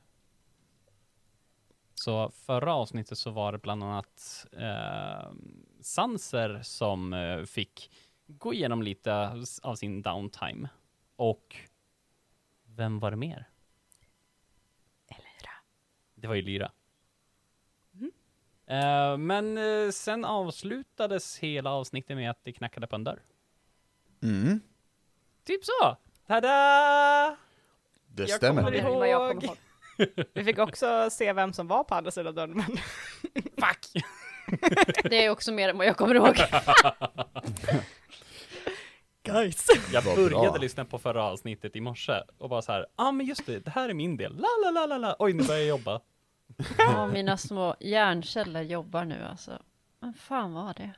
Så förra avsnittet så var det bland annat eh, Sanser som eh, fick gå igenom lite av sin downtime. Och vem var det mer? Elira. Det var ju Lyra. Mm. Eh, men eh, sen avslutades hela avsnittet med att det knackade på en dörr. Mm. Typ så! Tada! Det Jag stämmer. kommer ihåg- Vad jag kommer ihåg. Vi fick också se vem som var på andra sidan dörren, men fuck! Det är också mer än vad jag kommer ihåg. Guys! Jag Vad började bra. lyssna på förra avsnittet i morse och bara så här, ja ah, men just det, det här är min del, la la la la la, oj nu börjar jag jobba. Ja, mina små hjärnceller jobbar nu alltså. Men fan var det?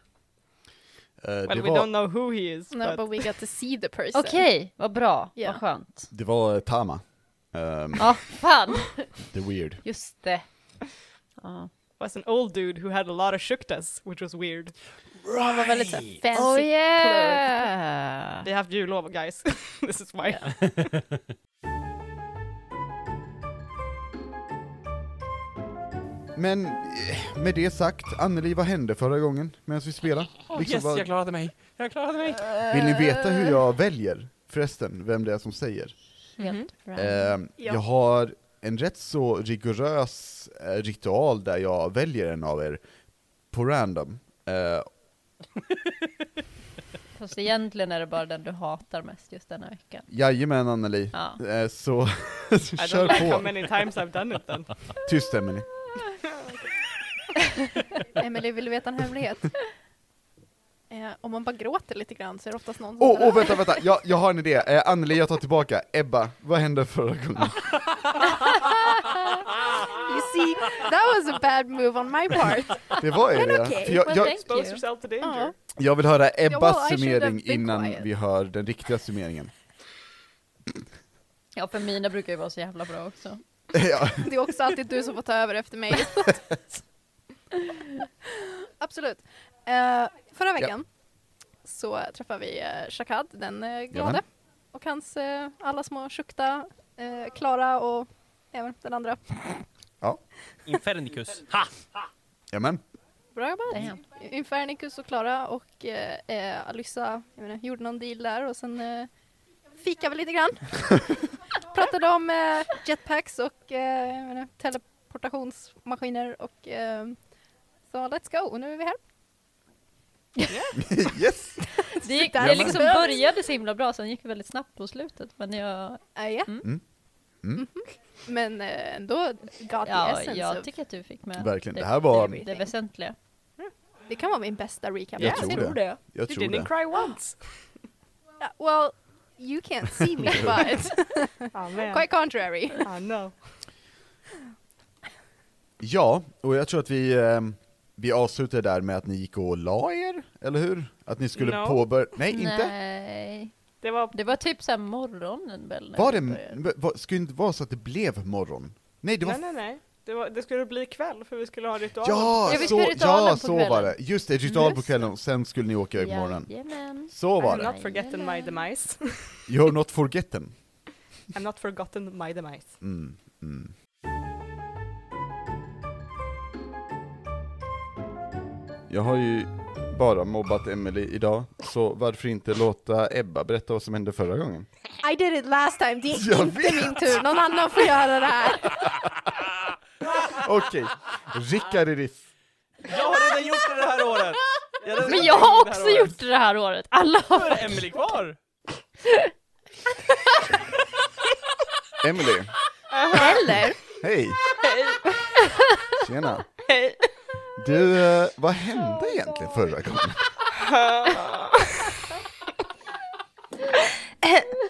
Eh, det, var, know who he is. No, but- but, we got to see the person. Okej, vad bra, vad skönt. det var eh, Tama. Ehm, Ja, fan. The Weird. Just det. Was an old dude who had a lot of shuktas, which was weird. Han var väldigt så här fancy Oh, yeah. Vi har haft jullov guys. This is why. Men eh, med det sagt, Anneli, vad hände förra gången medan vi spelade? Oh, Liksom yes, vad- jag klarade mig, jag klarade mig. Vill ni veta hur jag väljer förresten, vem det är som säger? Helt Ehm, Jag har en rätt så rigorös eh, ritual där jag väljer en av er på random. Eh, Fast egentligen är det bara den du hatar mest just denna veckan. Jajamän Anneli, Ja. Eh, så, så I kör don't like how på. many times I've done it then. Tyst Emelie. Emelie, vill du veta en hemlighet? Eh, om man bara gråter lite grann så är det oftast någon Åh, oh, vänta, vänta, jag, jag har en idé. Eh, Anneli, jag tar tillbaka. Ebba, vad hände förra gången? You see, that was a bad move on my part. Det var ju Men det. okej, För jag, well, jag, thank Expose you. yourself to danger. jag vill höra well, I Ebbas should have summering been innan quiet. vi hör den riktiga summeringen. Ja, för mina brukar ju vara så jävla bra också. Ja. Det är också alltid du som får ta över efter mig. Absolut. Eh, förra veckan så träffade vi eh, Shakad, den eh, glade. Jajamän. Och hans eh, alla små Shukta, eh, Klara och även den andra. Ja, Infernicus, ha! jamen. Bra jobbat! Infernicus och Klara och eh, eh, Alyssa jag menar, gjorde någon deal där och sen eh, fikade vi lite grann. Pratade om eh, jetpacks och eh, jag menar, teleportationsmaskiner och eh, så let's go, nu är vi här. yes! Det, gick, Där det man- liksom började så himla bra, sen gick det väldigt snabbt på slutet. Men jag... Ja, ja. Mm. Mm. Ah, Men eh, ändå got the Ja, essence jag of- tycker att du fick med Verkligen, det här var- det, det väsentliga. Det kan vara min bästa recap. Jag tror det. Jag tror det. cry once. Uh, well, you can't see me but Ah, man. quite contrary. Ah, no. Ja, och jag tror att vi, eh, vi avslutar där med att ni gick och la er, eller hur? Att ni skulle No. påbörja... Nej, inte? Nej. Det var, det var typ såhär morgonen väl? när Var vi det... började. va- va- Skulle det inte vara så att det blev morgon? Nej, det var... Nej, nej, nej. Det, var, det skulle bli kväll för vi skulle ha ritualen. Ja, så, ja, så var det. Just det, ritual på kvällen och sen skulle ni åka iväg på morgonen. Jajamän. Så var I det. have not forgotten my demise. You have not forgotten. I'm not forgotten my demise. Mm, mm. Jag har ju bara mobbat Emily idag, så varför inte låta Ebba berätta vad som hände förra gången? I did it last time, det är Jag inte min tur. Någon annan får göra det här. Okej, Rickard är ditt. Jag har redan gjort det det här året! redan Men jag har det här också året. gjort det det här året! Alla har Då är det varit- Emily kvar! Emily, Eller? hej! Hej! Tjena! Hej! Du, eh, vad hände egentligen förra gången?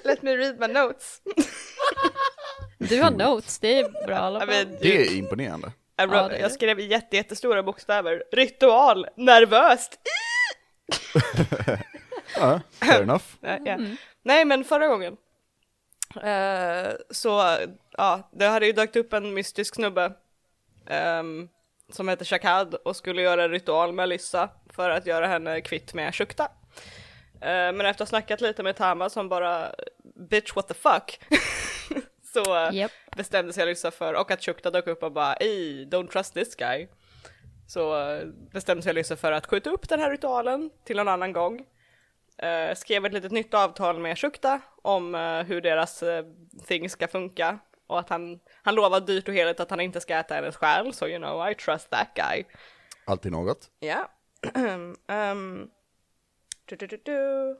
Let me read my notes. Du har notes, det är bra i alla fall. Det är imponerande. I wrote, det är jag skrev i jätte, jättestora bokstäver. Ritual, nervöst. Ja, fair enough. Eh, Nej, ja. Nej men förra gången Eh, så ja, det hade ju dökt upp en mystisk snubbe ehm, som heter Shakad och skulle göra en ritual med Lyssa för att göra henne kvitt med Shukta. Eh, men efter att ha snackat lite med Tama som bara bitch what the fuck så eh, bestämde sig Lyssa för och att Shukta dök upp och bara ey don't trust this guy. Så eh, bestämde sig Lyssa för att skjuta upp den här ritualen till en annan gång. Eh, skrev ett litet nytt avtal med Shukta om eh, hur deras eh, thing ska funka och att han, han lovar dyrt och heligt att han inte ska äta hennes själ, so you know I trust that guy. Alltid något. Ja. Ehm, du, du, du, du.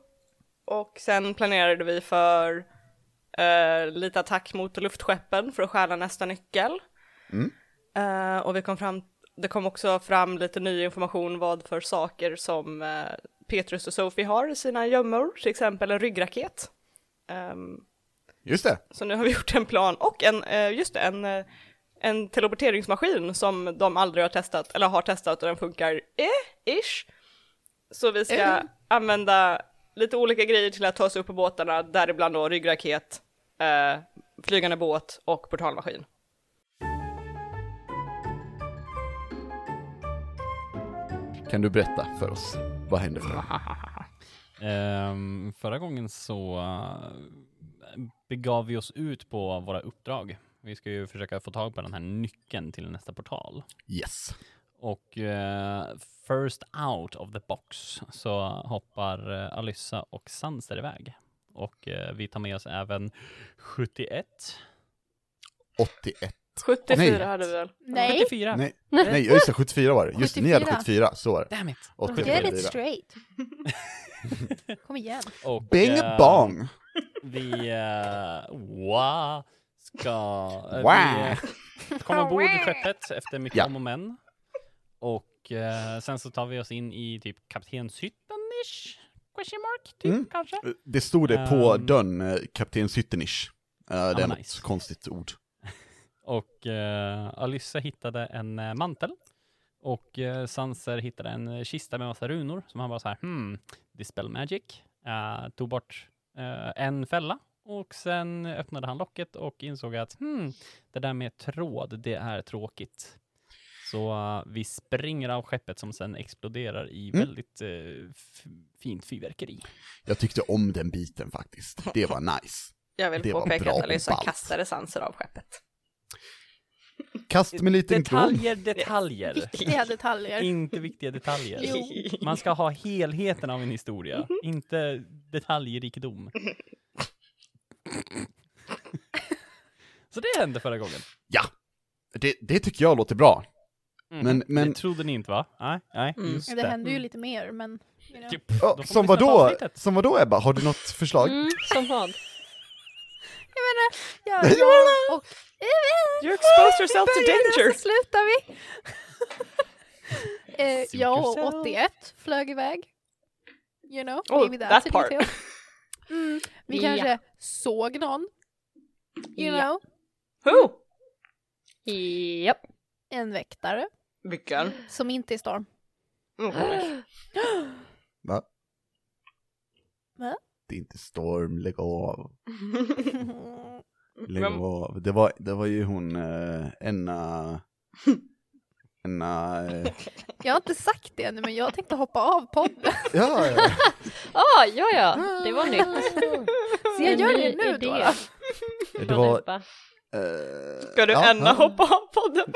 Och sen planerade vi för eh, lite attack mot luftskeppen för att stjäla nästa nyckel. Mm. Eh, och vi kom fram, det kom också fram lite ny information vad för saker som eh, Petrus och Sophie har i sina gömmor, till exempel en ryggraket. Ehm, Just det. så nu har vi gjort en plan och en, eh, just det, en, eh, en teleporteringsmaskin som de aldrig har testat, eller har testat och den funkar eh-ish. Så vi ska Eh. använda lite olika grejer till att ta oss upp på båtarna, däribland då ryggraket, eh, flygande båt och portalmaskin. Kan du berätta för oss? Vad händer för Ehm, förra gången så eh, begav vi oss ut på våra uppdrag. Vi ska ju försöka få tag på den här nyckeln till nästa portal. Yes. Och eh, first out of the box så hoppar eh, Alyssa och Sanser iväg. Och eh, vi tar med oss även 71. 81. 74 Nej. hade vi väl? Nej. 74. Nej, nej just det, 74 var det. Just det, ni hade 74, så var det. Damn it. Och Get 74. it straight. Kom igen. Och, Bing eh, bong! Vi eh, wa, ska... eh, Wa. Vi eh, kommer ombord i skeppet efter mycket Ja. om och men. Och eh, sen så tar vi oss in i typ kaptenshytten-ish? Question mark, typ Mm. kanske? Det stod det på Ehm. dörren, eh, kapten Syttenish. Eh, det är något konstigt ord. Och eh, Alyssa hittade en eh, mantel. Och eh, Sanser hittade en eh, kista med massa runor som han bara så här, hmm, dispel magic. Eh, tog bort eh, en fälla och sen öppnade han locket och insåg att hmm, det där med tråd, det är tråkigt. Så eh, vi springer av skeppet som sen exploderar i Mm. väldigt eh, f- fint fyrverkeri. Jag tyckte om den biten faktiskt. Det var nice. Jag vill det var påpeka bra att Alyssa ballt. kastade sanser av skeppet. Kast med liten kron. Detaljer, detaljer. Viktiga detaljer. Inte viktiga detaljer. Jo. Man ska ha helheten av en historia, Mhm. inte detaljrikedom. Så det hände förra gången. Ja, det, det tycker jag låter bra. Mm. Men, men Det trodde ni inte va? Nej, nej Mm. just Det det. händer Mm. ju lite mer, men... you know. Ja, som var då, som var då Ebba, har du något förslag? Mm, som vad? Jag menar, jag, Nej, jag och... eh, You exposed yourself to danger. så slutar vi. eh, Suit jag och yourself. 81 flög iväg. You know, Oh, maybe that's that a part. detail. Mm, vi Ja. kanske såg någon. You Ja. know, Who? Japp. en väktare Vilken? som inte är Storm. Mm. Va? Va? Det är inte Storm, lägg av. Lägg Vem? av. Det var, det var ju hon, eh, Enna... Enna... Eh, Jag har inte sagt det ännu men jag tänkte hoppa av podden. ja, ja. Ah, Ja, ja, det var nytt. Ah. Så jag gör En det ny nu idé. då. Det var... Ebba. eh, Ska du ja, Enna ja. hoppa av podden?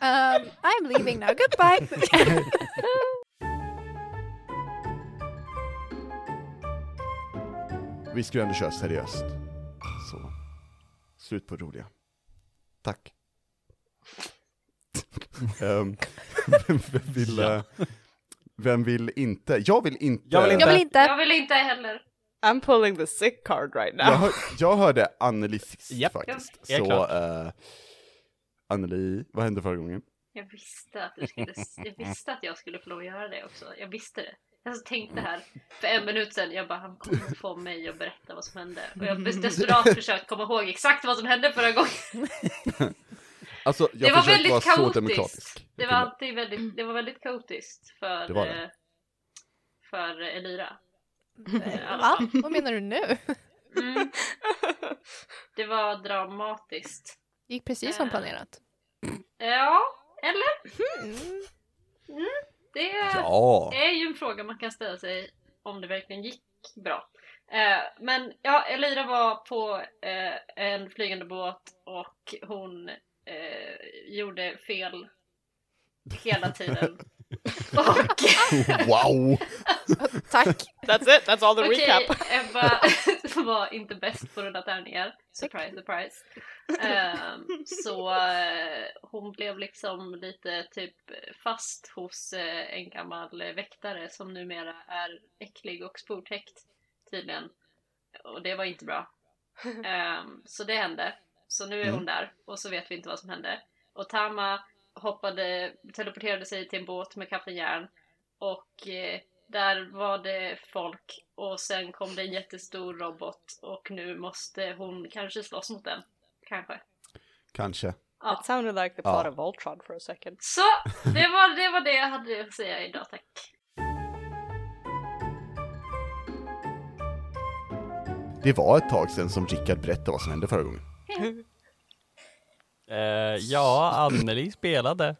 Um, I'm leaving now, goodbye! Vi skulle ändå köra seriöst. Så. Slut på roliga. Tack. Ehm, vem, vem, vill, eh, vem vill inte? Jag vill inte. Jag vill inte heller. I'm pulling the sick card right now. Jag, hör, jag hörde Anneli sist faktiskt. Ja, Så, klart. eh, Anneli, vad hände förra gången? Jag visste, att du skulle, jag visste att jag skulle få lov att göra det också. Jag visste det. Jag tänkte här för en minut sedan, jag bara han kommer att få mig att berätta vad som hände. Och jag har desperat försökt komma ihåg exakt vad som hände förra gången. Alltså, det jag var försökte väldigt vara så kaotiskt. demokratisk. Det var alltid väldigt, det var väldigt kaotiskt för, Det var eh, det. för Elira. Eh, Va? Vad menar du nu? Mm. Det var dramatiskt. Gick precis som planerat. Ja, eller? Mm. Det Ja. är ju en fråga man kan ställa sig om det verkligen gick bra. Eh, Men ja, Elira var på eh, en flygande båt och hon eh, gjorde fel hela tiden. och... Wow! Tack! That's it, that's all the Okej, recap. Ebba var inte bäst på rulla tärningar. Surprise, surprise. Ehm, så eh, hon blev liksom lite typ fast hos eh, en gammal eh, väktare som numera är äcklig och spordtäckt tydligen. Och det var inte bra. Ehm, så det hände. Så nu är hon Mm. där och så vet vi inte vad som hände. Och Tama hoppade, teleporterade sig till en båt med Kapten Järn och eh, där var det folk och sen kom det en jättestor robot och nu måste hon kanske slåss mot den. Kanske. Kanske. Ja. That sounded like the Ja. plot of Voltron for a second. Så det var, det var det jag hade att säga idag tack. Det var ett tag sedan som Rickard berättade vad som hände förra gången. Eh, ja, Anneli spelade.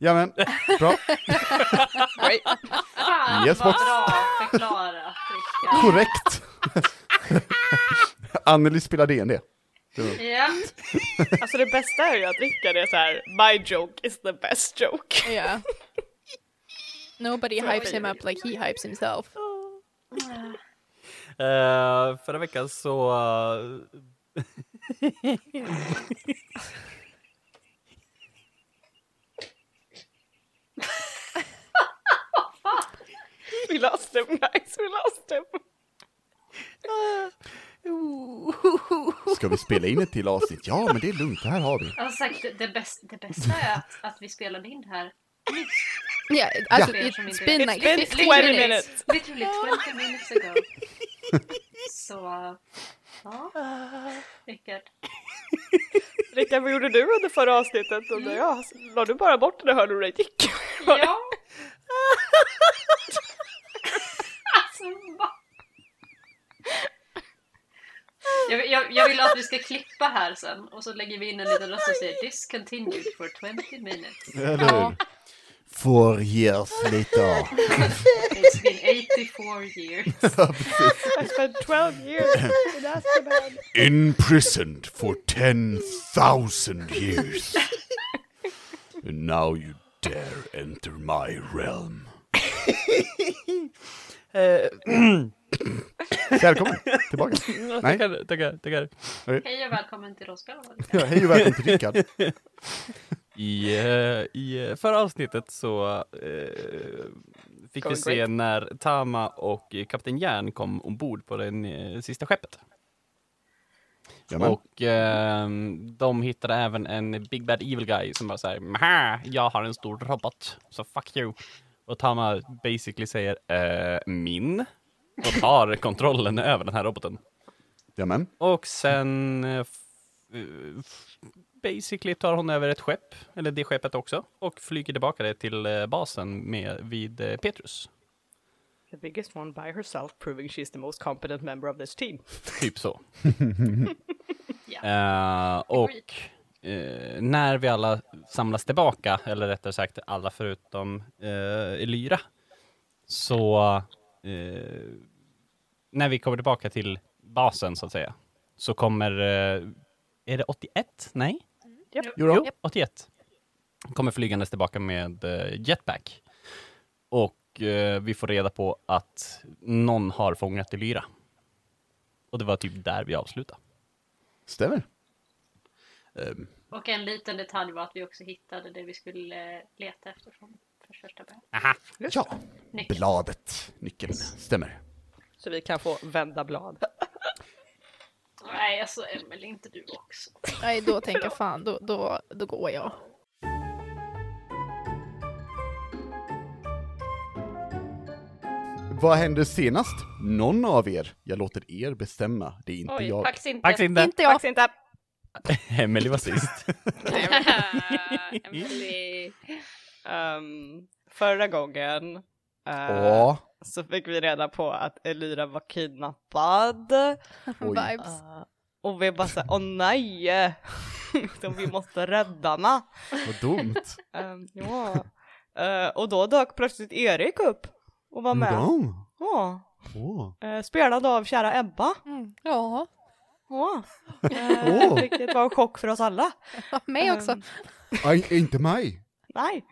Jamen, bra. Fan Yes, vad box. bra förklarat Rickard. Korrekt! Anneli spelar D&D. Det var- Ja. alltså det bästa är ju att Rickard är så här: my joke is the best joke. Yeah. Nobody Sorry. hypes him up like he hypes himself. Eh, förra veckan så... eh, We lost him guys, we lost him. Ska vi spela in ett till avsnitt? Ja, men det är lugnt, det här har vi. Jag har Alltså, sagt det, det, bästa, det bästa är att, att vi spelade in det här nyss. Yeah, alltså, För er it's som inte been vet. like It's been 15 literally- minutes. Literally 20 minutes ago. Så, ja. Rickard. Rickard, vad gjorde du under förra avsnittet? Och mm. ja, la du bara bort när hörde du dig gick? Ja. Alltså, va? Jag, jag, jag vill att vi ska klippa här sen och så lägger vi in en liten röst och säger discontinued for 20 minutes. Eller hur? Four years later. It's been 84 years. Ja, precis. I spent 12 years in Azkaban. Imprisoned for 10,000 years. And now you dare enter my realm. Eh, Välkommen tillbaka. Nej. Tackar, tackar, tackar. Hej och välkommen till Rollspelarna. Ja, hej och välkommen till Rickard. I, eh, I eh, förra avsnittet så eh, fick Going vi se great. när Tama och eh, Kapten Järn kom ombord på det eh, sista skeppet. Jamen. Och eh, de hittade även en Big Bad Evil Guy som bara såhär Maha, jag har en stor robot, så fuck you. Och Tama basically säger eh, min och tar kontrollen över den här roboten. Jamen. Och sen eh, f- eh, f- basically tar hon över ett skepp, eller det skeppet också, och flyger tillbaka det till eh, basen med, vid eh, Petrus. The biggest one by herself proving she's the most competent member of this team. Typ så. Eh, och eh, när vi alla samlas tillbaka, eller rättare sagt alla förutom eh, Elyra, så eh, när vi kommer tillbaka till basen så att säga, så kommer, eh, är det 81? Nej? Japp. Jo, 81. Kommer flygandes tillbaka med eh, jetpack. Och eh, vi får reda på att någon har fångat Elyra. Och det var typ där vi avslutade. Stämmer. Och en liten detalj var att vi också hittade det vi skulle eh, leta efter från från första början. Aha. Ja. Nyckeln. Bladet. Nyckeln. Stämmer. Så vi kan få vända blad. Nej, alltså Emelie, inte du också. Nej, då tänker jag fan, då, då, då går jag. Vad hände senast? Någon av er? Jag låter er bestämma. Det är inte Oj, jag. pax inte. Pax inte. Inte jag. Pax inte. Emelie var sist. Ehm, förra gången Eh, Ja. Så fick vi reda på att Elira var kidnappad. Vibes. Eh, och vi bara såhär, åh nej! Så vi måste rädda henne. Vad dumt. Eh, ja. Eh, och då dök plötsligt Erik upp och var med. Då? Ja. Åh. Eh, spelad av kära Ebba. Mm. Ja. Ja. Eh, Åh. Vilket var en chock för oss alla. Mig också. Nej, inte mig. Nej.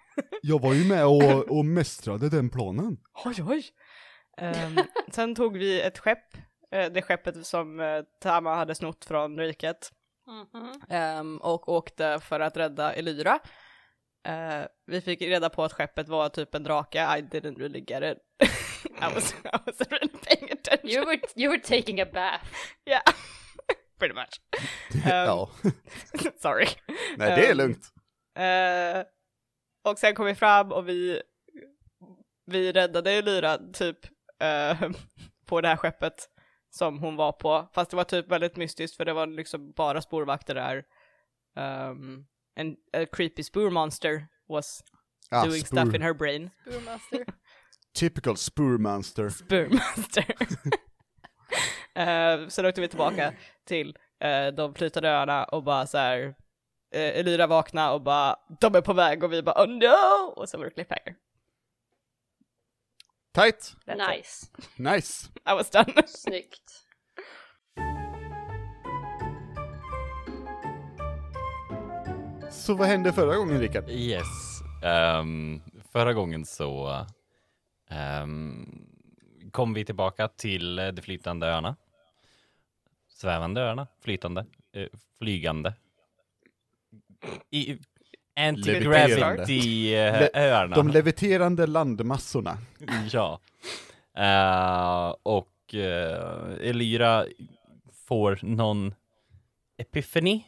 Jag var ju med och, och mästrade den planen. Oj, oj. Ehm, sen tog vi ett skepp, eh, det skeppet som eh, Tama hade snott från riket. Mm-hmm. Ehm, och åkte för att rädda Elyra. Eh, vi fick reda på att skeppet var typ en drake, I didn't really get it. I was, I was really paying attention. You were, you were taking a bath. Yeah, pretty much. Um, Ehm, ja. Sorry. Nej, det är Ehm, lugnt. Eh, och sen kom vi fram och vi, vi räddade ju Lyra typ eh, på det här skeppet som hon var på. Fast det var typ väldigt mystiskt för det var liksom bara spårvakter där. Um, and a creepy spoor monster was Ah, doing spoor. stuff in her brain. Spoormaster. Typical spoormonster. Spoormaster. Eh, sen åkte vi tillbaka till eh, de flytande öarna och bara så här, eh, Elira vakna och bara de är på väg och vi bara oh no! Och så var det cliffhanger. Tight. Nice. Nice. I was done. Snyggt. Så vad hände förra gången Rickard? Yes. Ehm, förra gången så ehm, kom vi tillbaka till eh, de flytande öarna. Svävande öarna, flytande, eh, flygande. I, eh, Leviterande. Le- Anti-gravity-öarna. De leviterande landmassorna. Ja. Eh, och eh, Elira får någon epiphany.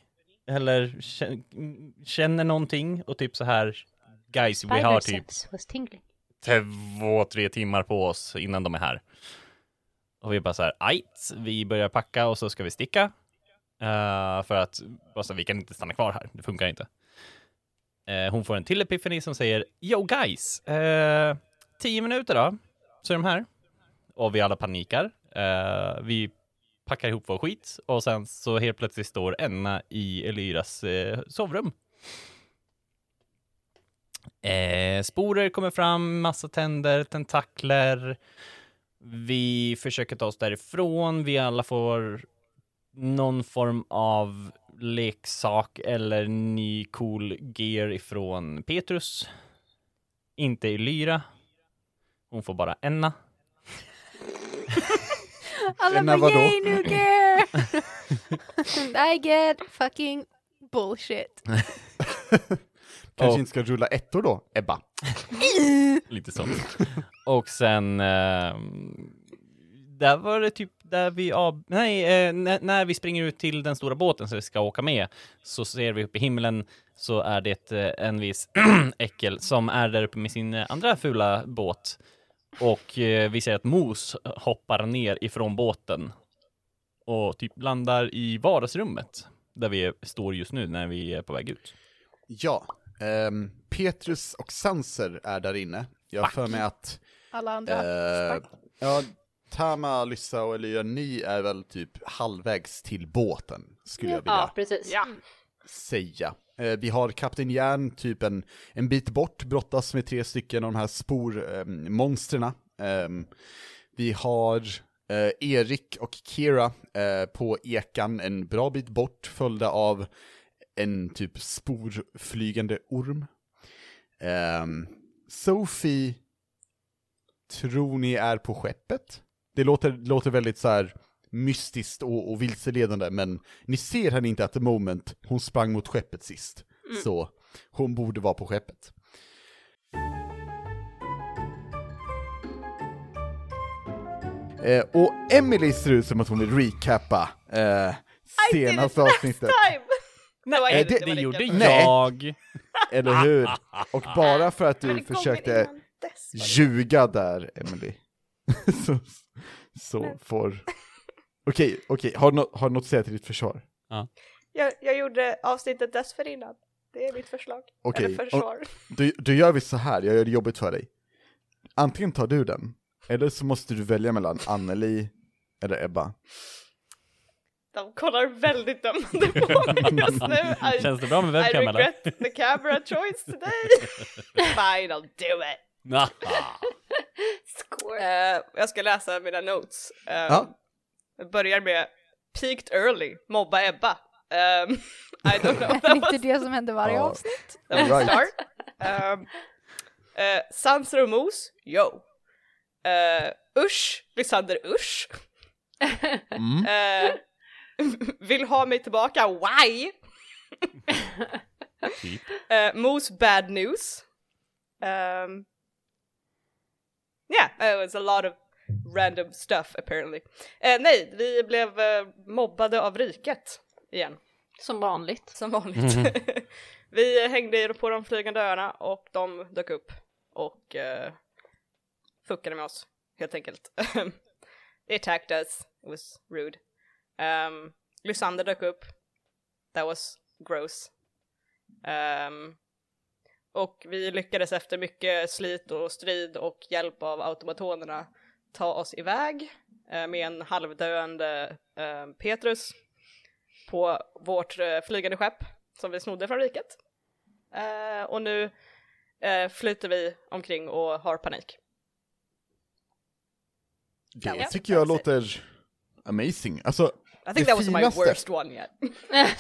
Eller kä- känner någonting och typ så här. Guys, vi har typ was tingling. två, tre timmar på oss innan de är här. Och vi bara så här, ajt, vi börjar packa och så ska vi sticka. Eh, för att bara så, här, vi kan inte stanna kvar här, det funkar inte. Eh, hon får en till epiphany som säger, yo guys, eh, tio minuter då, så är de här. Och vi alla panikar. Eh, vi packar ihop vår skit och sen så helt plötsligt står Enna i Elyras eh, sovrum. Eh, sporer kommer fram, massa tänder, tentakler. Vi försöker ta oss därifrån. Vi alla får någon form av leksak eller ny cool gear ifrån Petrus. Inte Lyra. Hon får bara Enna. Alla Enna, bara vadå? yay new gear! And I get fucking bullshit. Kanske Och- inte ska rulla ettor då, Ebba? Lite så. Och sen... Eh, där var det typ där vi av... Nej, eh, när, när vi springer ut till den stora båten så vi ska åka med så ser vi uppe i himlen så är det eh, en viss äckel som är där uppe med sin eh, andra fula båt. Och eh, vi ser att Mos hoppar ner ifrån båten och typ landar i vardagsrummet där vi är- står just nu när vi är på väg ut. Ja. ehm, Petrus och Sanser är där inne. Jag har för mig att... Alla andra. eh, ja, Tama, Lyssa och Elia, ni är väl typ halvvägs till båten, skulle jag vilja Ja, precis. Ja. säga. Eh, Vi har Kapten Järn typ en, en bit bort, brottas med tre stycken av de här spormonstren. Ehm, vi har eh, Erik och Kira eh, på ekan en bra bit bort, följda av en typ sporflygande orm. Ehm, Sophie tror ni är på skeppet? Det låter, låter väldigt så här mystiskt och, och vilseledande, men ni ser henne inte at the moment. Hon sprang mot skeppet sist, Mm. så hon borde vara på skeppet. Eh, och Emily ser ut som att hon vill recappa eh, senaste avsnittet. Nej, Eh, det, det, gjorde Nej. jag. Eller hur? Och bara för att Men du det kom försökte ljuga där, Emily. så så får... Okej, okej, har du nå- har du något att säga till ditt försvar? Jag, jag gjorde avsnittet dessförinnan. Det är mitt förslag. Okej, Eller försvar. och- du, du gör vi så här, jag gör det jobbigt för dig. antingen tar du den, eller så måste du välja mellan Anneli eller Ebba. De kollar väldigt dömande på mig just nu. I, Känns det bra med webcam, I eller? regret the camera choice today. Fine, I'll do it. Eh, jag ska läsa mina notes. Eh, Ja. Jag börjar med peaked early, mobba Ebba. Ehm, I don't know. That was, Det är det som händer varje Ja. avsnitt. that was a start. Um, uh, Sanser och Mos, yo. Eh, usch, Lysander usch. Mm. Eh, vill ha mig tillbaka, why? Typ. Eh, Moose bad news. Um, yeah, it was a lot of random stuff apparently. Eh, nej, vi blev eh, mobbade av riket igen. Som vanligt. Som vanligt. Mhm. vi hängde på de flygande öarna och de dök upp och eh, fuckade med oss helt enkelt. They attacked us, it was rude. Um, Lysander dök upp, that was gross. Ehm, och vi lyckades efter mycket slit och strid och hjälp av automatonerna ta oss iväg eh, med en halvdöende eh, Petrus på vårt eh, flygande skepp som vi snodde från riket. Eh, och nu eh, flyter vi omkring och har panik. Det Ja, tycker jag låter amazing. Alltså, I det think that was finaste- my worst one yet. Ja,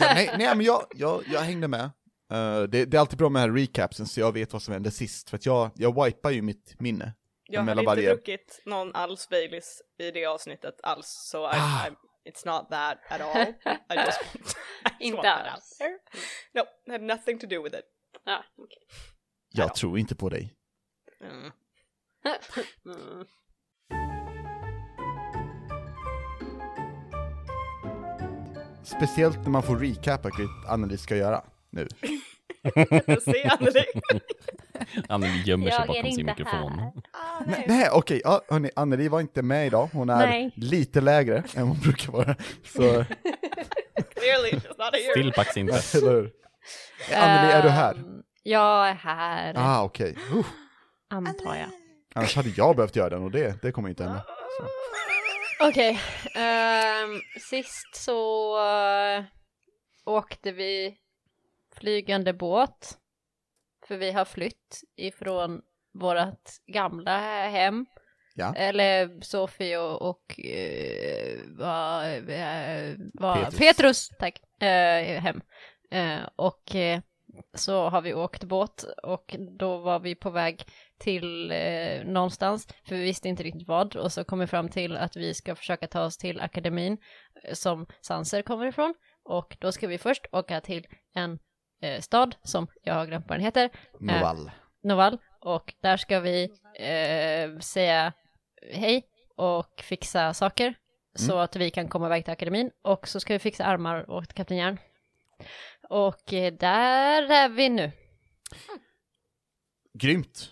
nej, nej, men jag, jag, jag hängde med. Eh, det, det är alltid bra med den här recapsen så jag vet vad som hände sist, för att jag, jag wipar ju mitt minne. Jag hade inte druckit någon alls Baileys i det avsnittet alls, så I, Ah. I, it's not that at all. I just, I just want Inte that out alls. there. No, had nothing to do with it. Ja, okej. Jag tror inte på dig. Mm. Mm. Speciellt när man får recapa vilket Anneli ska göra nu. Se Anneli! Anneli gömmer sig Jag är bakom sin inte mikrofon. Nej, nej okej, ja, hörni, Anneli var inte med idag, hon är Nej. lite lägre än hon brukar vara. Så, Clearly, she's not here. Stillbacks inte. eller hur? Eh, Anneli, är du Eh, här? Ehm, jag är här, Ah, okej. Uh, antar jag. annars hade jag behövt göra den och det, det kommer inte Eh. hända. Okej, ehm, sist så eh, åkte vi flygande båt. För vi har flytt ifrån vårt gamla hem. Ja. Eller Sofie och, och eh, var, eh, var Petrus. Petrus. tack, eh, hem. Eh, och eh, så har vi åkt båt och då var vi på väg till eh, någonstans, för vi visste inte riktigt vad, och så kom vi fram till att vi ska försöka ta oss till akademin eh, som Sanser kommer ifrån, och då ska vi först åka till en eh, stad som jag har glömt vad den heter. Novall. Novall, och där ska vi eh, säga hej och fixa saker Mm. så att vi kan komma iväg till akademin och så ska vi fixa armar åt Kapten Järn. Och eh, där är vi nu. Grymt!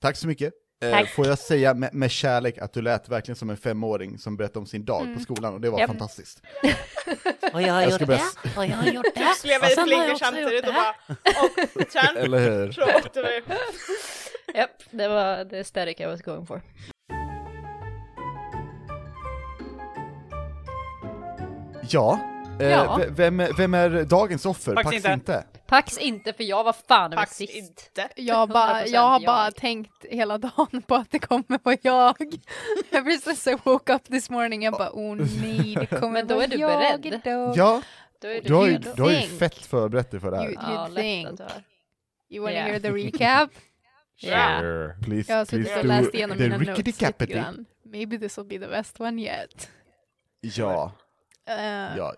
Tack så mycket. Eh, Tack. Får jag säga med, med kärlek att du lät verkligen som en femåring som berättade om sin dag Mm. på skolan och det var Japp. fantastiskt. Och jag har Jag gjort ska det, börja- och jag har gjort det. Du slevar och i sen har jag flingor också gjort samtidigt det och här. bara och kärn. Eller hur? Så åkte vi. Japp, det var the aesthetic I was going for. Ja, eh, Ja. v- Vem, vem är dagens offer? Pax Pax inte. inte. Pax inte för jag var fan över sist. Inte. Jag, bara, 100% jag har jag. bara tänkt hela dagen på att det kommer vara jag. Ever since I woke up this morning, jag bara oh nej, det kommer Men då vara är du jag beredd. idag. Ja, Då är du har, ju, redo. du har ju fett förberett dig för det You, här. you Ja, lätt think. att höra. You wanna Yeah. hear the recap? Sure. Please, jag har suttit please och do läst igenom the mina notes rickety lite cappity. grann. Maybe this will be the best one yet. Ja, Eh, ja.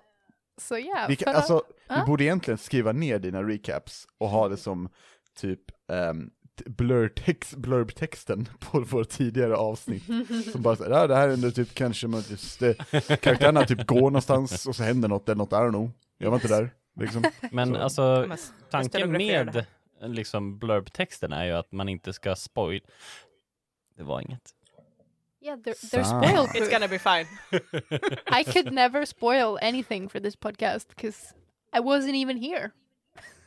Så ja, Vi, kan, förra- alltså, Ja. vi borde egentligen skriva ner dina recaps och ha det som typ um, blurtext, blurbtexten på vår tidigare avsnitt. Som bara såhär, "Ja, det här händer typ kanske, man just, eh, karaktärerna typ går någonstans och så händer något eller något, I don't know. Jag var inte där. Liksom. Men så. alltså, Jag måste tanken stenografera det med liksom blurbtexten är ju att man inte ska spoil... Det var inget. yeah, they're, they're Sa. spoiled. It's proof. gonna be fine. I could never spoil anything for this podcast because I wasn't even here.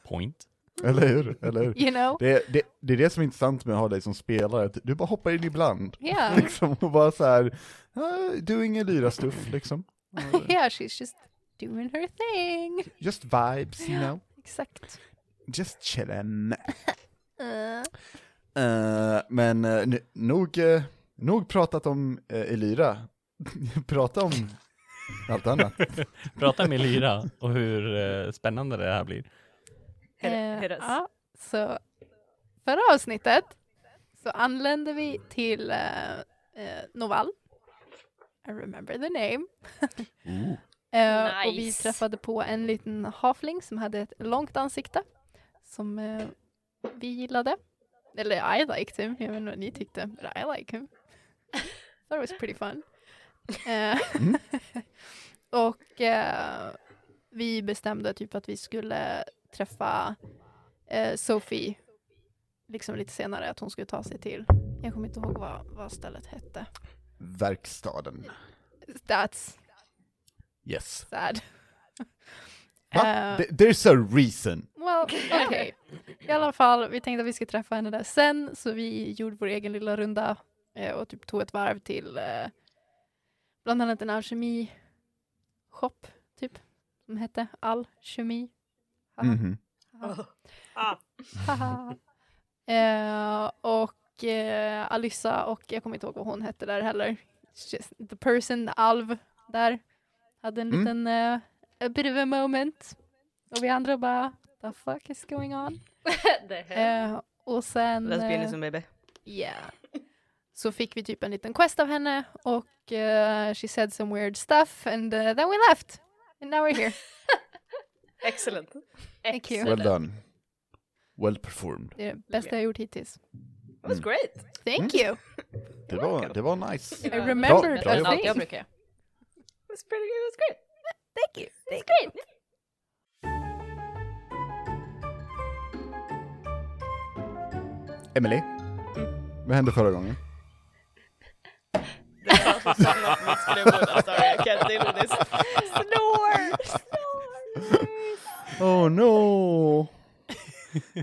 Point. Eller hur? Eller hur? You know? det, det, det är det som är intressant med att ha dig som spelare, att du bara hoppar in ibland. Ja. Liksom, och bara så här, eh, doing a lyra stuff liksom. yeah, she's just doing her thing. Just vibes, you know. Exakt. Just chillin'. Eh. Eh, men eh, nu- nog, eh, nog pratat om eh, Elira. Prata om allt annat. Prata med Lyra och hur eh, spännande det här blir. Eh, ja, så förra avsnittet så anlände vi till eh, eh, Noval. I remember the name. Eh, Och vi Nice. träffade på en liten hafling som hade ett långt ansikte som eh, vi gillade. Eller I liked him, jag vet inte vad ni tyckte, but I like him. That was pretty fun. Eh, och eh, vi bestämde typ att vi skulle träffa eh, Sophie liksom lite senare, att hon skulle ta sig till, jag kommer inte ihåg vad, vad stället hette. Verkstaden. That's Yes. sad. Va? Eh, Th- There's a reason. Well, okej. I alla fall, vi tänkte att vi skulle träffa henne där sen, så vi gjorde vår egen lilla runda eh, och typ tog ett varv till eh, bland annat en alkemi-shop, typ, som hette Alkemi. Haha. Mhm. Haha. Haha. Eh, och eh, Alyssa och jag kommer inte ihåg vad hon hette där heller. It's Just the person, Alv, där. Hade en Mm. liten, eh, a bit of a moment. Och vi andra bara, the fuck is going on? Eh, och sen... Lesbianism eh, baby. Yeah. Så fick vi typ en liten quest av henne och eh, she said some weird stuff and eh, then we left. And now we're here. Excellent. Thank you. Well done. Well performed. Det är det bästa jag gjort hittills. That was great. Thank you. Det var, Mm. det var nice. I remembered Bra- bra a jobbat. thing. It's pretty good, it's great. Thank you. It's great. Emily, vad hände förra gången? Oh no!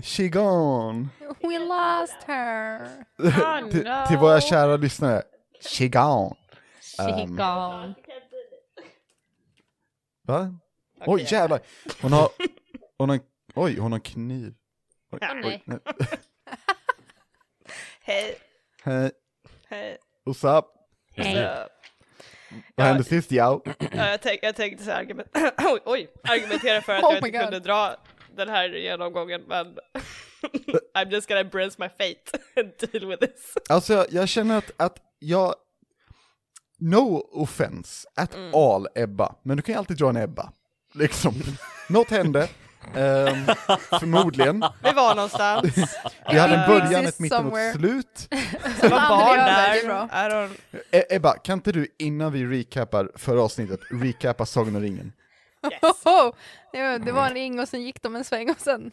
She gone! We lost her. Ah, till, till våra kära lyssnare, she gone! Ehm, gone. va? Oj jävlar! Hon har, hon har, oj hon har kniv. Oj, Åh, nej. Hej. Hej, Hej. what's up? What's up? Vad hände sist, ja? Ja, jag, tänk, jag tänkte så här, argument, oj, oj, argumentera för att Oh jag my inte God. kunde dra den här genomgången, men I'm just gonna embrace my fate and deal with this. Alltså jag, jag känner att, att jag, no offense at all Ebba, men du kan ju alltid dra en Ebba. Liksom, något hände, ehm, förmodligen. Vi var någonstans. Vi hade en Eh, början, ett exist mitten och somewhere. ett slut. Det var barn Andreas, där. det är bra. I don't... E Ebba, kan inte du innan vi recapar förra avsnittet, recapa Sagan om ringen? Oho! Det, det var en ring och sen gick de en sväng och sen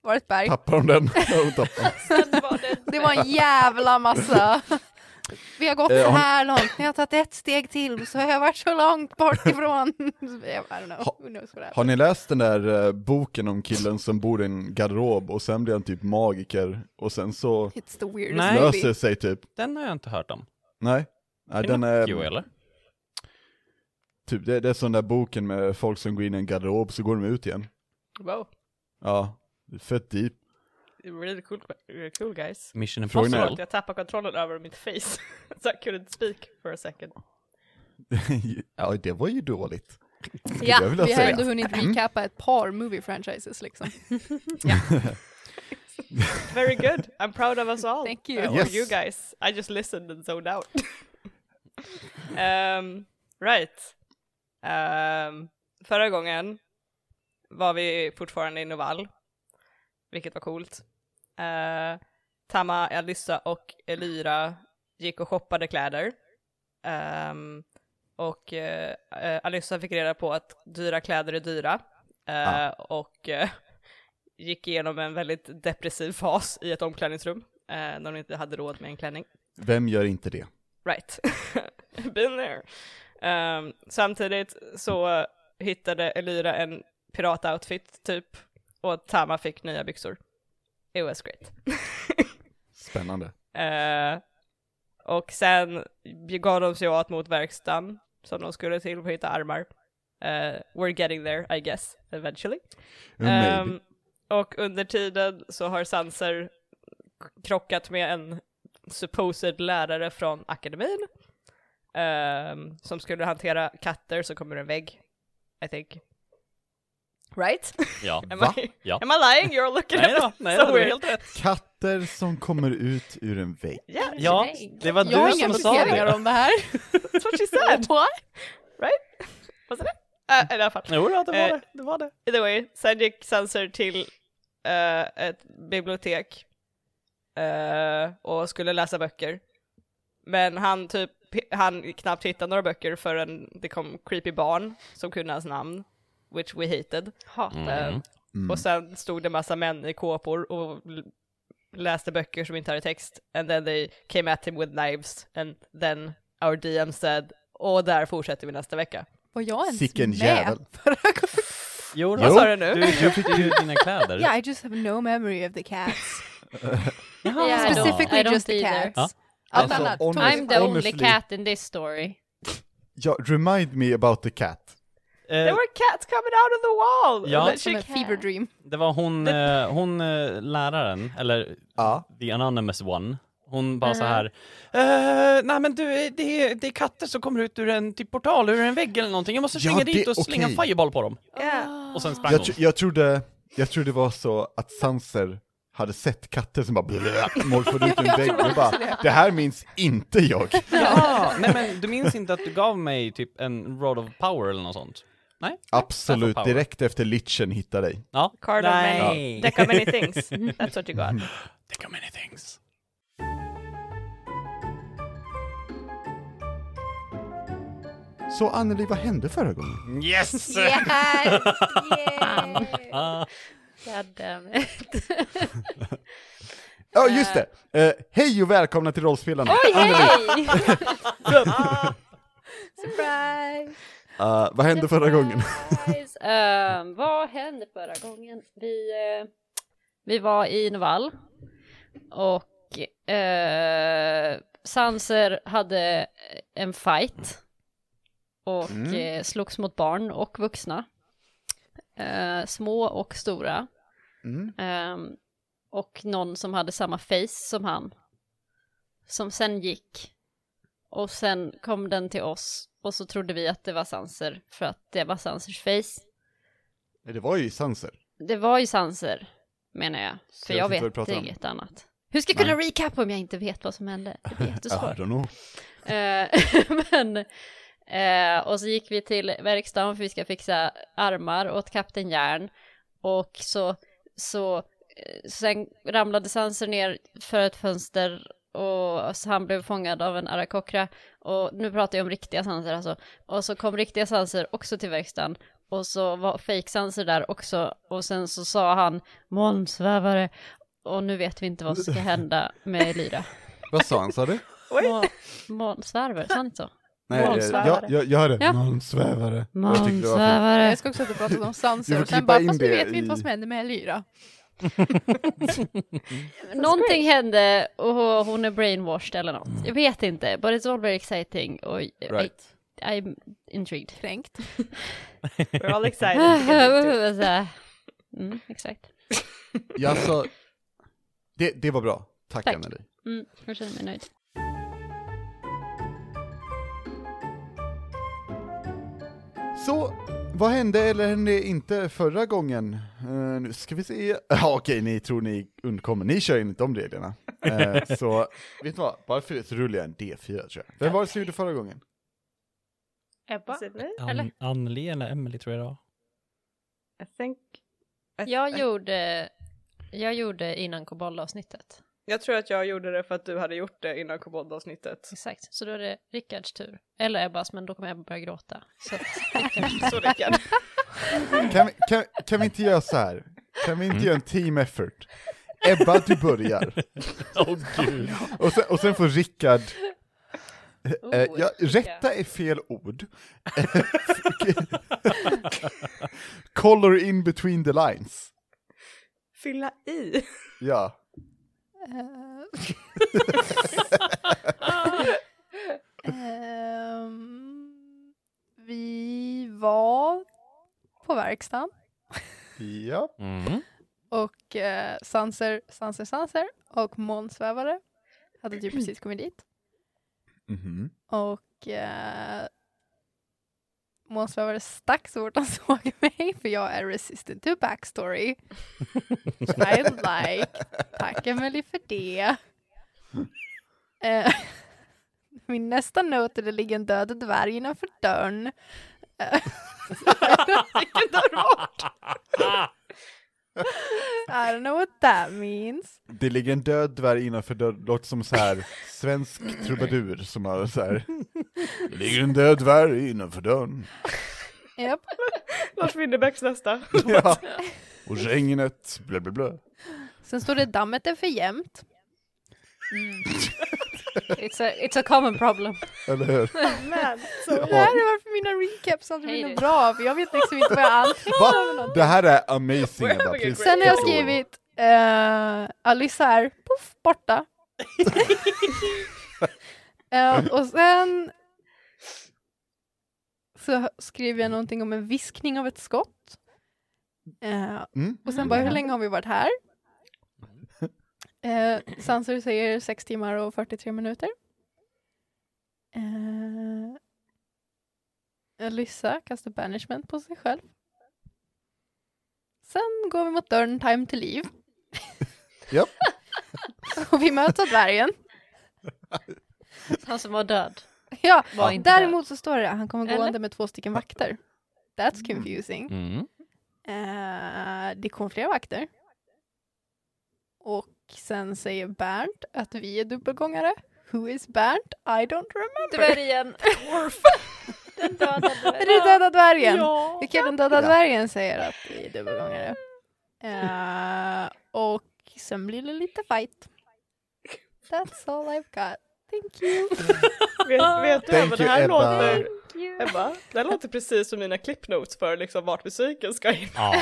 var det ett berg. Tappar hon den? Ja, hon tappar den. Det var en jävla massa. Vi har gått Eh, så har- här långt, jag har tagit ett steg till, så har jag varit så långt bort ifrån. I don't know, who knows what Har happened. ni läst den där eh, boken om killen som bor i en garderob och sen blir han typ magiker och sen så It's the weirdest Nej. löser det sig typ? Den har jag inte hört om. Nej, Nej den Pinocchio, är... eller? Typ, det, det är sån där boken med folk som går in i en garderob så går de ut igen. Wow, Ja, det är fett deep. really cool, really cool guys. Mission Frågan är- Impossible. Jag tappade kontrollen över mitt face. so I couldn't speak for a second. ja, det var ju dåligt. skulle Ja, jag vilja vi har säga. ändå hunnit Mm. recapa ett par movie franchises liksom. Very good. I'm proud of us all. Thank you. Uh, Yes. Or you guys. I just listened and zoned out. um, right. Um, förra gången var vi fortfarande i Novall, vilket var coolt. Eh, Tama, Alyssa och Elira gick och shoppade kläder. Ehm, och eh, eh, Alyssa fick reda på att dyra kläder är dyra. Eh, Och eh, gick igenom en väldigt depressiv fas i ett omklädningsrum eh, när hon inte hade råd med en klänning. Vem gör inte det? Right. Been there. Ehm, samtidigt så hittade Elira en piratoutfit typ Och Tama fick nya byxor. It was great. Spännande. Eh, och sen gav de sig åt mot verkstaden som de skulle till för att hitta armar. Eh, we're getting there, I guess, eventually. Uh, maybe. Ehm, och under tiden så har Sanser krockat med en supposed lärare från akademin ehm, som skulle hantera katter så kommer en vägg, I think. Right? Ja. am, Va? I, Ja. am I lying? You're looking Nej at då, me nej so då, du är weird. helt rätt. Katter som kommer ut ur en vägg. Yeah, Ja, det var Jag har du inga som sa funderingar det. om det här. That's what she said. What? Right? Vad sa det? Äh, I alla fall. Jo, ja, det var Eh, det. det, var det. Either way, sen gick Sensor till eh, ett bibliotek eh, och skulle läsa böcker. Men han typ, han knappt hittade några böcker förrän det kom creepy barn som kunde hans namn, which we hated. Hatar. Eh, Mm. Och sen stod det massa män i kåpor och l- läste böcker som inte hade text, and then they came at him with knives, and then our DM said, och där fortsätter vi nästa vecka. Var jag ens Sicken med? jävel. Jo, Vad sa du nu? Du köpte ju dina kläder. Yeah, I just have no memory of the cats. Jaha. Yeah, I don't- Specifically I don't just the either. cats. cats. Ja. Allt Alltså, annat. honest- I'm the only honestly- cat in this story. Ja, remind me about the cat. There were cats coming out of the wall! Ja. And then Som she- en Fever dream. Det var hon, eh, hon eh, läraren, eller the anonymous one. Hon bara Mm. så här. "Eh, nej men du, eh, det är, det är katter som kommer ut ur en typ portal, ur en vägg eller någonting. Jag måste Ja, springa dit det- och slänga en okej. fireball på dem. Ah. Och sen sprang Jag, hon. tro- jag, trodde, jag trodde det var så att Sanser hade sett katter som bara blö, morfade ut ur en Jag vägg tror och bara, också det. det här minns inte jag. Jaha, nej men du minns inte att du gav mig typ en rod of power eller något sånt? Nej? Absolut, Power. direkt efter Lichen hittade dig. Ja. Card of many, Ja. deck of many things. That's what you got. Deck of many things. Så Anneli, vad hände förra gången? Yes! Fan. God damn it. Ja, just det! Eh, hej och välkomna till Rollspelarna! Oj, Anneli. hej! Surprise! Eh, vad hände förra gången? Guys, ehm, vad hände förra gången? Vi, eh, vi var i Novall och eh, Sanser hade en fight och Mm. eh, slogs mot barn och vuxna. Eh, små och stora. Mm. Ehm, och någon som hade samma face som han. Som sen gick. Och sen kom den till oss. Och så trodde vi att det var Sanser. För att det var Sansers face. Nej, Det var ju Sanser. Det var ju Sanser. Menar jag. Så För jag jag vet inte vet vad du pratar om. inget annat. Hur ska jag kunna recap om jag inte vet vad som hände? Det blir I jättesvårt. don't know. Eh, men, eh, och så gick vi till verkstaden för vi ska fixa armar åt Kapten Järn. Och så, så eh, sen ramlade Sanser ner för ett fönster och så han blev fångad av en arakokra. Och nu pratar jag om riktiga Sanser alltså. Och så kom riktiga Sanser också till verkstaden. Och så var fake Sanser där också. Och sen så sa han månsvävare. Och nu vet vi inte vad som ska hända med Lyra. Vad sa han, sa du? Må- Månsvärvare, sa han inte så? Nej, eh, jag, jag, jag hörde Ja. månsvävare. Jag tyckte det var fint. Månsvävare. Jag ska också att du pratade om Eh. Du sanser får och sen klippa bara, in fast nu det vet vi inte i- vad som hände med Lyra. Någonting hände och hon är brainwashed eller Mm. något. Jag vet inte, but it's all very exciting. Och Right. I, I'm intrigued. Typ. Kränkt. We're all excited. to get into it. Så här. mm, exakt. Ja, alltså, det, det var bra. Tack, Tack. Anneli. Mm, jag känner mig nöjd. Så, vad hände eller hände inte förra gången? Eh, nu ska vi se. Ja, okej, ni tror ni undkommer. Ni kör ju inte om reglerna. Eh, så, vet ni vad? Bara för det så rullar jag en D4 tror jag. Vem var det som gjorde förra gången? Ebba? An- Anneli eller Emily tror jag det var. I think... Jag gjorde, jag gjorde innan koboldavsnittet. Jag tror att jag gjorde det för att du hade gjort det innan koboldavsnittet. Exakt, så då är det Rickards tur. Eller Ebbas, men då kommer Ebba börja gråta. Så, Så Rickard. Kan vi, kan, kan vi inte göra så här? Kan vi inte Mm. göra en team effort? Ebba, du börjar. Åh gud. Och sen, och sen får Rickard... Oh, Eh, ja, Rickard. rätta är fel ord. Color in between the lines. Fylla i. Ja. Eh. Ehm, vi var på verkstaden Ja. och eh, Sanser, Sanser, Sanser och molnsvävare hade typ precis kommit dit. Mhm. Och eh, molnsvävare stack så fort han såg mig för jag är resistant to backstory. Child like. Tack Emelie för det. Eh, Min nästa not är det ligger en död dvärg innanför dörren. Eh, Vilken dörr var I don't know what that means. Det ligger en död dvärg innanför dörren, låter som så här svensk trubadur som har så här. Det ligger en död dvärg innanför dörren. Japp. Lars Winnerbäcks nästa. Ja. Och regnet, blö blö blö. Sen står det dammet är för jämnt. It's a, it's a common problem. Eller hur? Man, så- Det här är varför mina recaps aldrig blir något bra, för jag vet liksom inte vad jag antecknar över något. Det här är amazing Ebba, please Sen har jag keep going. skrivit uh, Alice är poff, borta. Eh, och sen så skrev jag någonting om en viskning av ett skott. Eh, Mm. Och sen bara, hur länge har vi varit här? Uh, Sanser säger 6 timmar och 43 minuter. Uh, Alyssa kastar banishment på sig själv. Sen går vi mot dörren Time to Leave. Japp. och vi möts av dvärgen. Han som var död. Ja, Var inte däremot så står det att han kommer Eller? Mm. gående med två stycken vakter. That's confusing. Eh, det kom fler vakter. Och sen säger Bernt att vi är dubbelgångare. Who is Bernt? I don't remember. Dvärgen. den döda dvärgen. Är det döda dvärgen? Ja. Okej, den döda Ja. dvärgen säger att vi är dubbelgångare. Eh, och sen blir det lite fight. That's all I've got. Thank you. Vet, vet du Thank Ebba, det you, här Ebba. låter... Ebba, det här låter precis som mina clipnotes för liksom vart musiken ska in. Ja.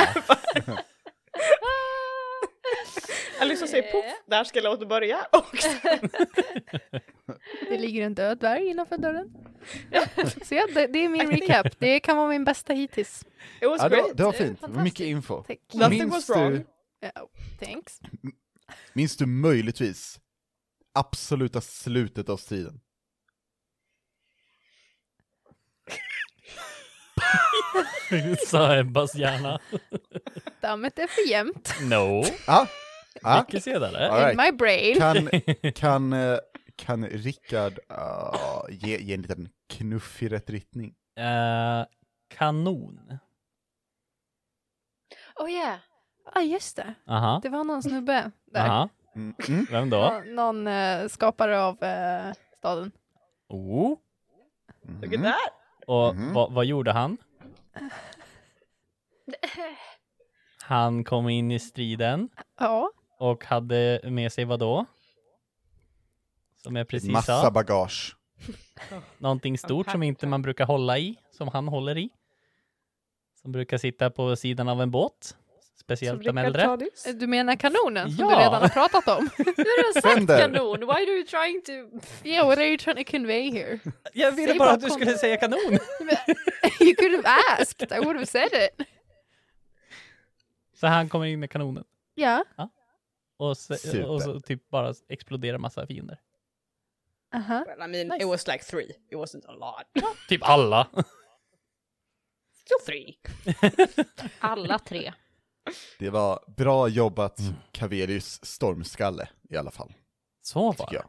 Alice säger poff, där ska låten börja. Och sen- Det ligger en död dvärg innanför dörren. Så ja, det, det är min recap. Det kan vara min bästa hittills. It Ja, det, var, det var fint, det var mycket info. Tack. Minns du, Ja, thanks. minns du möjligtvis absoluta slutet av striden? Sa Ebbas hjärna. Dammet är för jämnt. No. Ah? Ah? Mycket senare. All right. In my brain. Kan, kan, eh, kan Rickard ah, ge, ge en liten knuff i rätt riktning? Eh, kanon. Oh yeah. Ja, ah, just det. Aha. Det var någon snubbe där. Aha. Mm, Vem då? Nå- någon eh, skapare av eh, staden. Oh. Vilket där? mm. Och vad, vad gjorde han? Han kom in i striden Ja. och hade med sig vad då? Som jag precis Massa sa. bagage. Någonting stort som inte man brukar hålla i, som han håller i. Som brukar sitta på sidan av en båt. Speciellt de äldre. Du menar kanonen som Ja. du redan har pratat om? du har redan sagt Fender. kanon. Why are you trying to... Yeah, what are you trying to convey here? Jag ville Säg bara att du kon- skulle säga kanon. you could have asked. I would have said it. Så han kommer in med kanonen. Ja. Och, se, Super. och så typ bara exploderar massa fiender. Uh-huh. Well, I mean, it was like three. It wasn't a lot. Typ alla. Still three. Alla tre. Det var bra jobbat Mm. Cavelius stormskalle i alla fall. Så var det.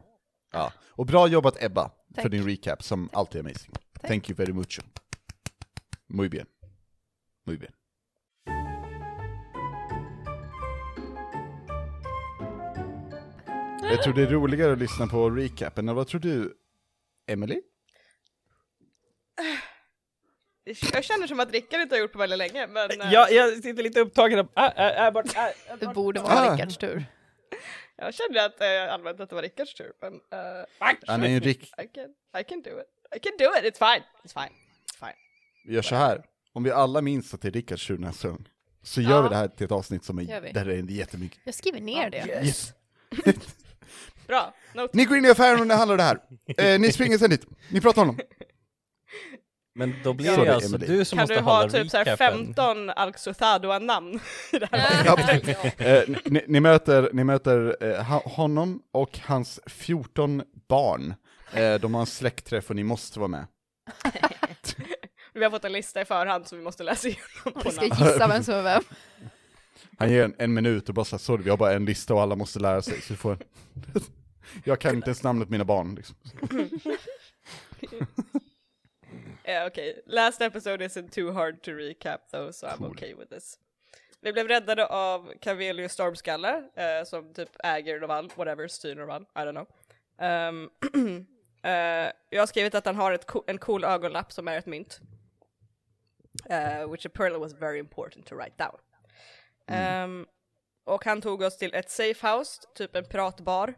Ja. Och bra jobbat Ebba för Tack. din recap som alltid är amazing. Thank you very much. Muy bien. Muy bien. Jag tror det är roligare att lyssna på recapen, eller vad tror du, Emily? Jag känner som att Rickard inte har gjort på väldigt länge, men... eh, Ja, jag sitter lite upptagen av... Ah, ah, ah, bort, ah, ah, Det bort. borde vara Ah. Rickards tur. Jag kände att eh, allmänt att det var Rickards tur, men... eh, Han är ju Rick- I can, I can do it. I can do it, it's fine. It's fine. It's fine. Vi gör så här. Om vi alla minns att det är Rickards tur nästa gång, Så Ja. gör vi det här till ett avsnitt som Gör vi. är, där det är jättemycket. Jag skriver ner det. Yes. Bra. Not- Ni går in i affären och ni handlar det här. Eh, ni springer sen dit. Ni pratar om dem. Men då blir Sorry, det alltså Emily. du som Kan måste du ha hålla typ så här recapen. 15 Alxothadua-namn i det här? Eh, ni, ni möter, ni möter eh, ha- honom och hans 14 barn. Eh, de har en släktträff och ni måste vara med. Vi har fått en lista i förhand som vi måste läsa igenom. Vi ska namn. gissa vem som är vem. Han ger en, en minut och bara såhär, sorry vi har bara en lista och alla måste lära sig, så du får en... Jag kan inte ens namnet på mina barn liksom. Eh, Okej, last episode isn't too hard to recap though, so I'm okay with this. Vi blev räddade av Cavelius Stormskalle, eh, som typ äger Noval, whatever, styr Noval, I don't know. Ehm, eh, jag har skrivit att han har ett co- en cool ögonlapp som är ett mynt. Eh, which apparently was very important to write down. Ehm, och han tog oss till ett safe house, typ en pratbar.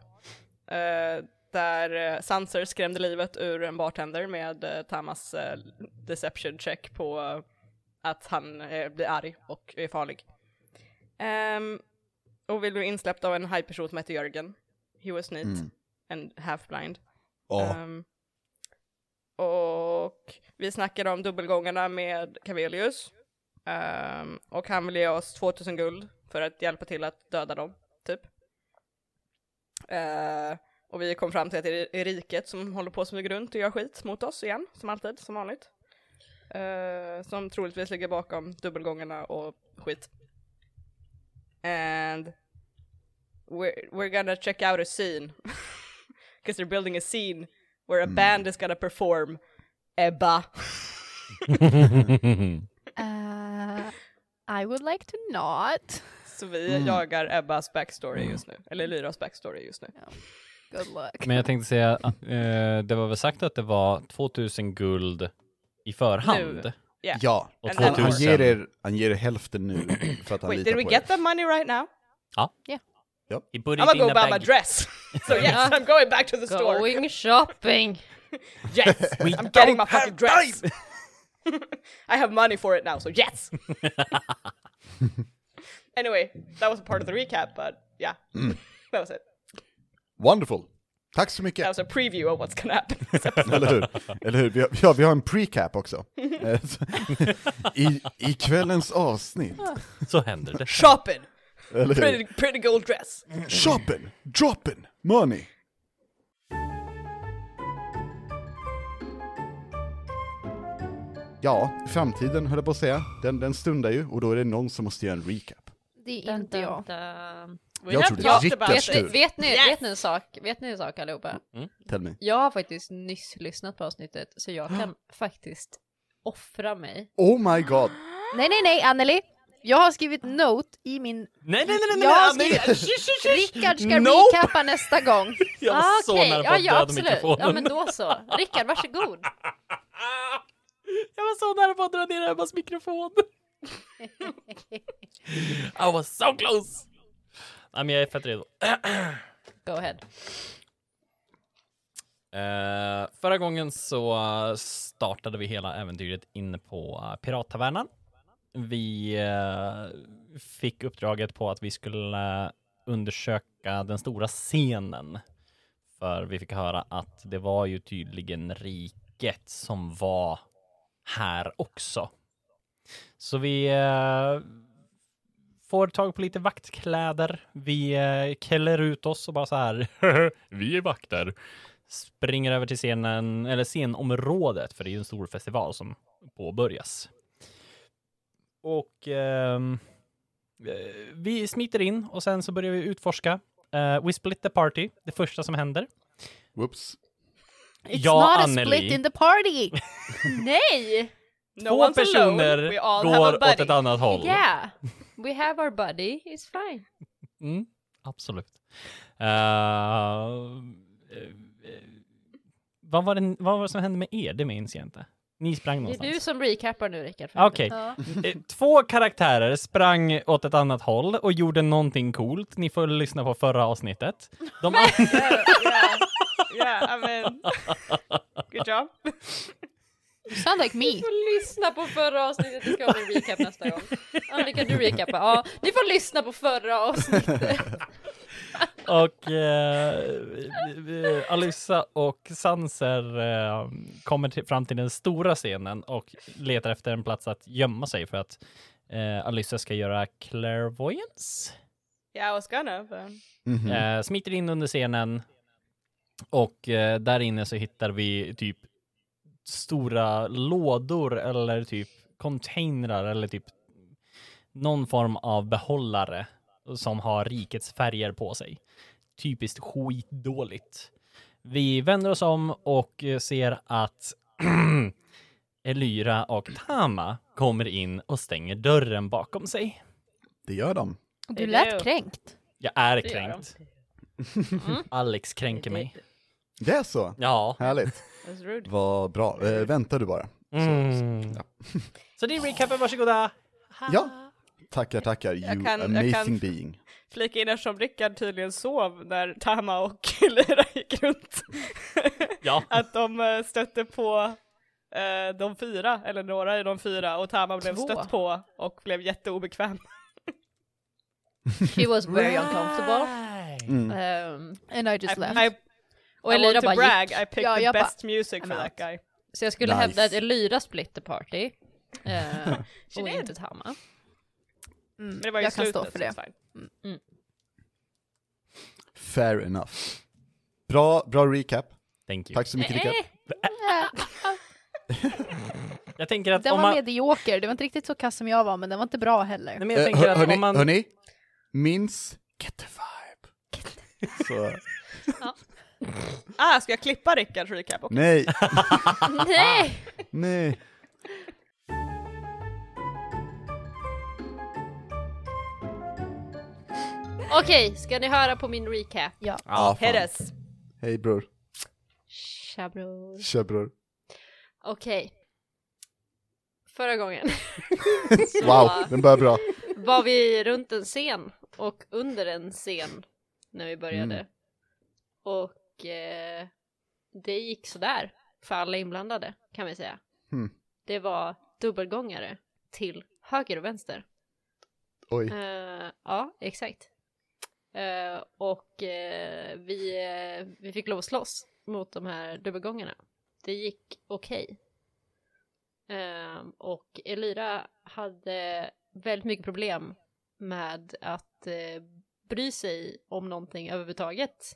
eh, där eh, Sanser skrämde livet ur en bartender med eh, Tamas eh, deception check på eh, att han eh, blir arg och är farlig. Ehm, och vi blev insläppta av en hajperson som hette Jörgen. He was neat Mm. and half blind. Ja. Ehm, och vi snackade om dubbelgångarna med Cavelius. Ehm, och han ville ge oss 2000 guld för att hjälpa till att döda dem, typ. Eh, och vi kom fram till att det är riket som håller på och smyger runt och gör skit mot oss igen, som alltid, som vanligt. Eh, som troligtvis ligger bakom dubbelgångarna och skit. And we're, we're gonna check out a scene. Because they're building a scene where a Mm. band is gonna perform Ebba. Eh, I would like to not. Så vi Mm. jagar Ebbas backstory just nu, eller Lyras backstory just nu. Good luck. Men jag tänkte säga, eh, det var väl sagt att det var 2000 guld i förhand? Nu, yeah. Ja, Och And han, 2000. han, ger er, han ger er hälften nu för att han Wait, litar did på we er. get the money right now? Ja. Yeah. Ja. I'm gonna go buy my dress. So yes, I'm going back to the store. Going shopping! yes, We I'm getting my don't fucking dress. I have money for it now, so yes. anyway, that was a part of the recap, but yeah, Mm. that was it. Wonderful! Tack så mycket! That was a preview of what's gonna happen. Eller hur? Eller hur? Vi har, ja, vi har en precap också. Eh, så- I, I kvällens avsnitt. Ah. Så händer det. Shopping! Eller hur? Pretty, pretty gold dress. Shopping, dropping, money. Ja, framtiden höll jag på att säga. Den, den stundar ju och då är det någon som måste göra en recap. Det är inte jag. Jag have tror det är talked about Rickards vet, it. tur. vet, ni, vet ni en sak? Vet ni en sak allihopa? Mm. Tell me. Jag har faktiskt nyss lyssnat på avsnittet så jag kan faktiskt offra mig. Oh my god. Nej, nej, nej, Anneli. Jag har Ah. skrivit note i min... Nej, nej, nej, nej, Jag har nej, skrivit... nej, shh, shh, shh. Rickard ska Nope. recappa nästa gång. Jag var så Ah, okej. nära på ja, att ja, döda absolut. mikrofonen. Ja, men då så. Rickard, varsågod. Ah! Jag var så nära på att dra ner Emmas mikrofon. I was so close! Nej, men jag är fett redo. Go ahead. Eh, förra gången så eh, startade vi hela äventyret inne på eh, Pirattavernan. Vi eh, fick uppdraget på att vi skulle eh, undersöka den stora scenen. För vi fick höra att det var ju tydligen riket som var här också. Så vi eh, får tag på lite vaktkläder. Vi eh, klär ut oss och bara så här. vi är vakter. Springer över till scenen, eller scenområdet, för det är ju en stor festival som påbörjas. Och ehm, eh, vi smiter in och sen så börjar vi utforska. Eh, we split the party, det första som händer. Whoops. It's Jag, not a split Anneli, in the party! nej! två personer går åt ett annat håll. Yeah. We have our buddy, it's fine. Mm, absolut. Eh, eh, eh, vad, var det, vad var det som hände med er? Det minns jag inte. Ni sprang Det någonstans. är du som recappar nu, Rickard. för Okej. helvete. Eh, Två karaktärer sprang åt ett annat håll och gjorde någonting coolt. Ni får lyssna på förra avsnittet. De andra... yeah, I mean, good job. Sound like me. Ni får lyssna på förra avsnittet, det ska vara en recap nästa gång. Annika, du recapar. Ja, ni får lyssna på förra avsnittet. Och eh, eh, Alyssa och Sanser eh, kommer till, fram till den stora scenen och letar efter en plats att gömma sig för att eh, Alyssa ska göra clairvoyance. Yeah, I was gonna. But... Eh, smiter in under scenen och eh, där inne så hittar vi typ stora lådor eller typ containrar eller typ någon form av behållare som har rikets färger på sig. Typiskt skitdåligt. Vi vänder oss om och eh, ser att Elyra och Tama kommer in och stänger dörren bakom sig. Det gör de. Du lät kränkt. Jag är Det gör de. Mm. kränkt. Alex kränker mig. Det är så? Ja. Härligt. That's rude. Vad bra. Eh, vänta du bara. Mm. Så det är recapen, varsågoda! Ja. Tackar, tackar. You Jag kan- jag amazing kan- being. Flika in eftersom Rickard tydligen sov när Tama och Lyra gick runt. Ja. Att de eh, stötte på eh, de fyra, eller några i de fyra, och Tama blev Två. stött på och blev jätteobekväm. She was very uncomfortable. Mm. Um, And I just I- left. I- och I Elira want to bara brag, gick. I picked the jag bara, best music "I'm for that out." guy. Så jag skulle Nice. hävda att Elira split the party. eh, She och did. inte Tama. Men det var ju Mm, jag kan slutet, stå för så det. it's fine. Mm. Fair enough. Bra, bra recap. Thank you. Tack så Eh, mycket Rickard. Jag tänker att Eh, Den om var man... medioker, det var inte riktigt så kass som jag var men den var inte bra heller. Nej, men Eh, hör- hörni, hörni, minns get the vibe. Så, Ah, ska jag klippa Rickards recap också? nej. Nej! nej. Okej, ska ni höra på min recap? Ja. Ja, Ah, fan. Hit us. Hej bror. Tja bror. Tja bror. Okej. Förra gången. så Wow, den börjar bra. Var vi runt en scen och under en scen när vi började. Mm. Och eh, det gick sådär för alla inblandade kan vi säga. Hmm. Det var dubbelgångare till höger och vänster. Oj. Eh, ja, exakt. Eh, och eh, vi, eh, vi fick lov att slåss mot de här dubbelgångarna. Det gick okej. Eh, och Elira hade väldigt mycket problem med att uh, bry sig om någonting överhuvudtaget.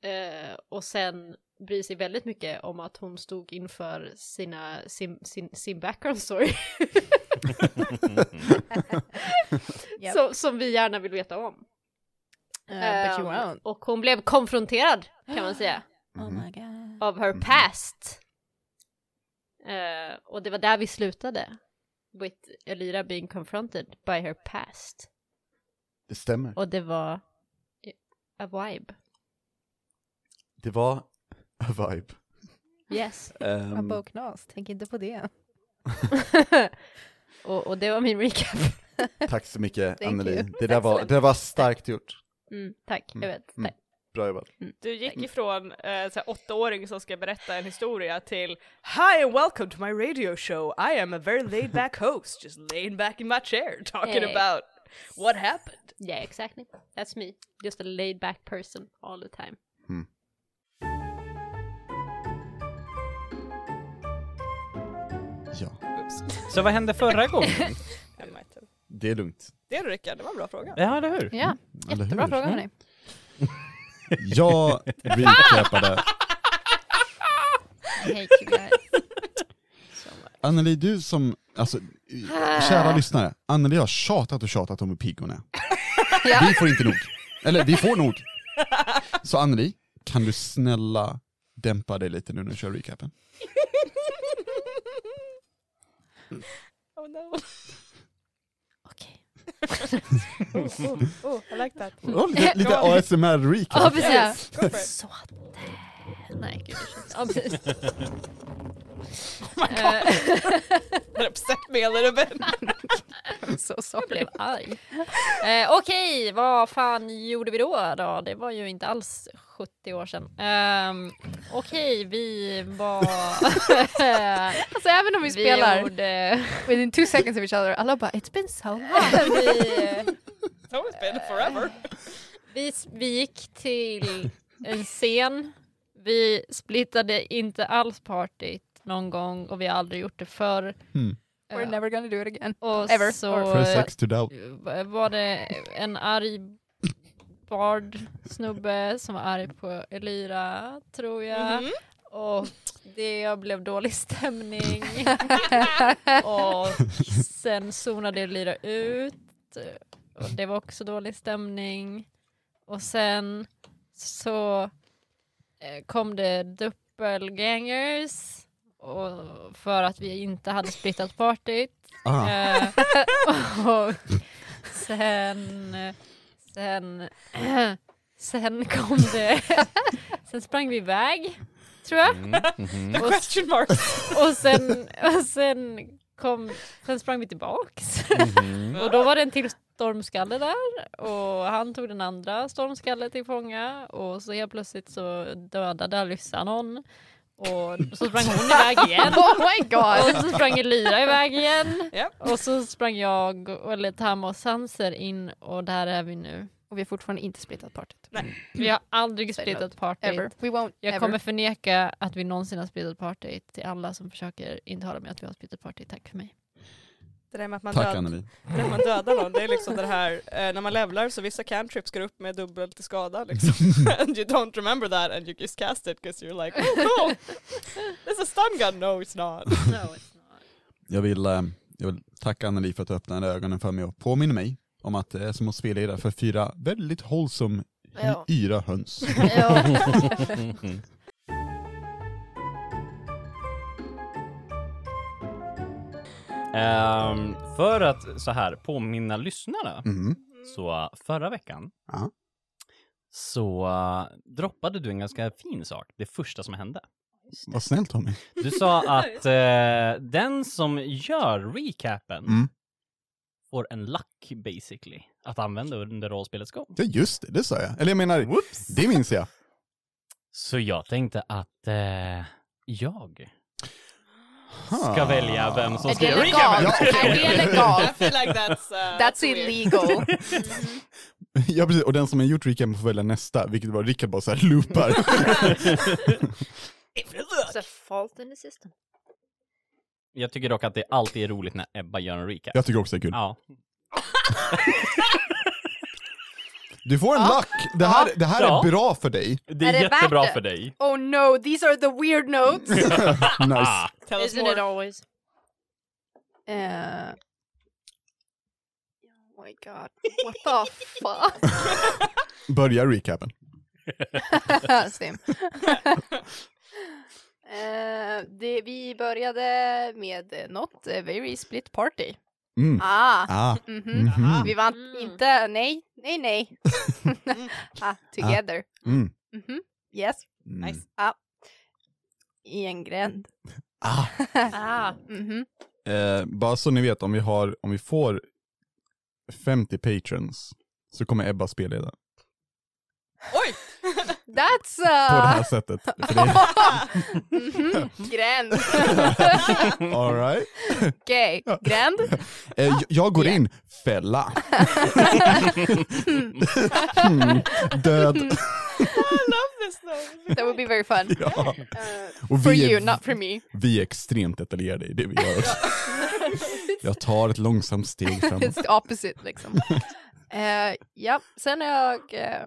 Eh, och sen bryr sig väldigt mycket om att hon stod inför sina, sin, sin, sin background story. Yep. som, som vi gärna vill veta om. Uh, but you Ehm, won't. och hon blev konfronterad kan man säga. Oh Mm-hmm. my god. Of Mm. her past. Eh, och det var där vi slutade. With Elira being confronted by her past. Det stämmer. Och det var a vibe. Det var a vibe. Yes. Ehm. Um... Boknas, tänk inte på det. och, och det var min recap. Tack så mycket Thank Anneli. you. Det där, var, det där var starkt gjort. Mm, tack, jag vet. Mm. Bra jobbat. Du gick ifrån eh, såhär, åttaåring som ska berätta en historia till Hi and welcome to my radio show. I am a very laid back host, just laying back in my chair talking Eh. about what happened. Yeah, exactly. That's me. Just a laid back person all the time. Ja. Så vad hände förra gången? Det är lugnt. Det är du Rickard, det var en bra fråga. Ja, eller Mm, hur? Ja, Eller jättebra hur? fråga hörni. Jag recapade. I hate you guys. Anneli, du som, alltså, kära lyssnare. Anneli har tjatat och tjatat om hur pigg hon är. Vi får inte nog. Eller vi får nog. Så Anneli, kan du snälla dämpa dig lite nu när du kör recapen? Oh no. oh, oh, I like that. lite lite ASMR-recap. Ja, precis. Go for it. Så att... Nej, gud. Ja, precis. Eh, Oh my god. An upset me a little bit. Så sorry. Jag blev arg. Eh, Okej, vad fan gjorde vi då? då? Det var ju inte alls 70 år sedan. Ehm, Okej, vi var... alltså även om vi spelar- Gjorde... Within two seconds of each other, alla bara it's been so long. vi, It's always been forever. vi, vi gick till en scen. Vi splittade inte alls partyt någon gång och vi har aldrig gjort det förr. Eh, Hmm. We're never gonna do it again. Och Ever. så Or- For a sex to doubt. eh, var det en arg bard snubbe som var arg på Elira, tror jag. Mhm. Och det blev dålig stämning. och sen zonade Elira ut. Och det var också dålig stämning. Och sen så eh, kom det doppelgangers. Och för att vi inte hade splittat partyt. Ah. Eh, och sen, sen, sen kom det, sen sprang vi iväg, tror jag. Mm, mhm. The question mark. Och sen, och sen kom, sen sprang vi tillbaks. Mhm. Och då var det en till stormskalle där och han tog den andra stormskallen till fånga och så helt plötsligt så dödade Alyssa någon. Och så sprang hon iväg igen. Oh my God. Och så sprang Elira iväg igen. Japp. Och så sprang jag, och- eller Tama och Sanser in och där är vi nu. Och vi har fortfarande inte splittat partyt. Vi har aldrig Say splittat no. partyt. Ever. We won't jag ever. kommer förneka att vi någonsin har splittat partyt till alla som försöker intala mig att vi har splittat partyt. Tack för mig. Det där med att man, Tack, död, Anneli. det där man dödar någon, det är liksom det här, eh, när man levlar så vissa cantrips går upp med dubbel till skada liksom. and you don't remember that and you just cast it because you're like, oh no, it's a stun gun, no it's not. No, it's not. Jag vill, eh, jag vill tacka Anneli för att du öppnade ögonen för mig och påminner mig om att det är som att spela i det för fyra väldigt hållsom Mm. hy- Ja. yra höns. Ja. Ehm, för att så här påminna lyssnarna. Mm. Så eh, förra veckan så eh, droppade du en ganska fin sak. Det första som hände. Vad snällt Tommy. Du sa att eh, den som gör recapen Mm. får en lack basically att använda under rollspelets gång. Ja just det, det sa jag. Eller jag menar, det minns jag. Så jag tänkte att eh, jag ska välja vem som Är ska det göra recapen. legalt? Är det legalt? I feel like that's, uh, That's illegal. Ja precis, och den som har gjort Rickard får välja nästa, vilket var Rickard bara såhär loopar. It's a fault in the system. Jag tycker dock att det alltid är roligt när Ebba gör en recap. Jag tycker också det är kul. Ja. Du får en lack, det här, det här Ja. är bra för dig. Det Är det värt jättebra det? för dig. Oh no, these are the weird notes. Ah, nice. Tell us Isn't more. it always? Eh, oh my god, what the fuck? Börja recapen. Same. Eh, det, vi började med eh, något eh, very split party. Mm. Ah, Ah. mhm. Mhm. vi var inte, nej, nej, nej. ah, together. Mm. Mhm. Yes. Mm. Nice. Ah. I en gränd. Ah. ah. Mhm. Eh, bara så ni vet, om vi, har, om vi får 50 patrons så kommer Ebba spelleda. That's... På det här Uh... sättet. För det är- Mhm. Gränd. All right. Okej, gränd. Eh, jag- jag går in, fälla. Mm. Död. I love this though. That would be very fun. Ja. Eh, Och for vi är- you, not for me. Vi är extremt detaljerade i det vi gör också. Jag tar ett långsamt steg framåt. It's the opposite liksom. Eh, ja, sen har jag... eh,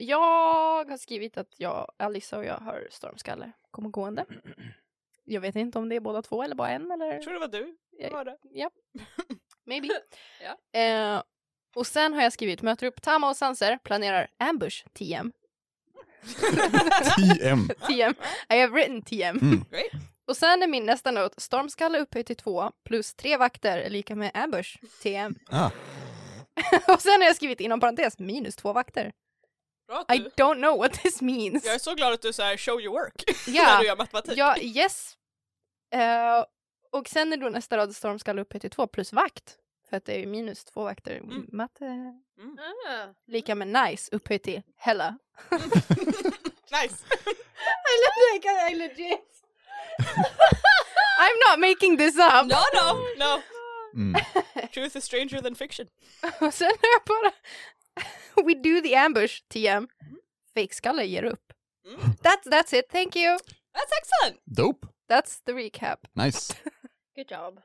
jag har skrivit att jag, Alissa och jag har stormskalle kommer gående. Jag vet inte om det är båda två eller bara en eller... Jag tror det var du som var det. Ja. Maybe. Eh, och sen har jag skrivit möter upp Tama och Sanser, planerar ambush TM. TM. TM. I have written TM. Mm. Och sen är min nästa not stormskalle upphöjt till två plus tre vakter är lika med ambush TM. Ah. och sen har jag skrivit inom parentes minus två vakter. Bra att I du- don't know what this means. Jag är så glad att du säger show your work Ja. när du gör matematik. Ja, yes. Eh, och sen är då nästa rad stormskalle upphöjt till två plus vakt. För att det är ju minus två vakter. Mm. Mm, Matte. Lika med nice upphöjt till hella. nice! I look like I legit. I'm not making this up. No, no, no. Mm. Truth is stranger than fiction. Och sen är jag bara... We do the ambush, TM. Mm. Fejkskalle ger upp. That's, that's it, thank you. That's excellent! Dope. That's the recap. Nice. Good job.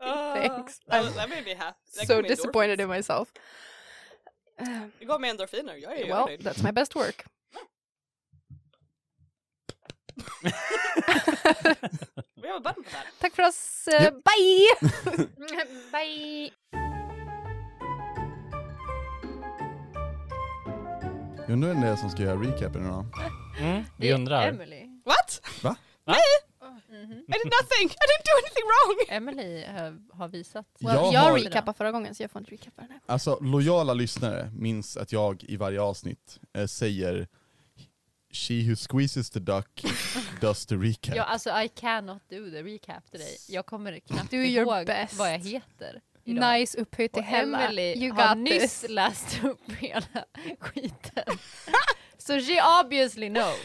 Ah, Thanks. That, was- that made me happy. That so gave me disappointed in myself. endorphins. Det gav mig endorfiner, jag är Well, nöjd. that's my best work. Vi har button på det här. Tack för oss, eh, bye! Bye! Jag undrar vem det är som ska göra recapen idag. Mm, vi undrar. Emily. What? Va? Nej! I did nothing! I didn't do anything wrong! Emily eh, har visat. Well, Jag jag har- recappade förra gången så jag får inte recappa den här. Alltså, lojala lyssnare minns att jag i varje avsnitt eh, säger She who squeezes the duck does the recap. Ja, alltså I cannot do the recap till dig. Jag kommer knappt Do your ihåg best. vad jag heter. Nice upphöjt till Och hella. Emily You har got nyss this. läst upp hela skiten. so she obviously knows.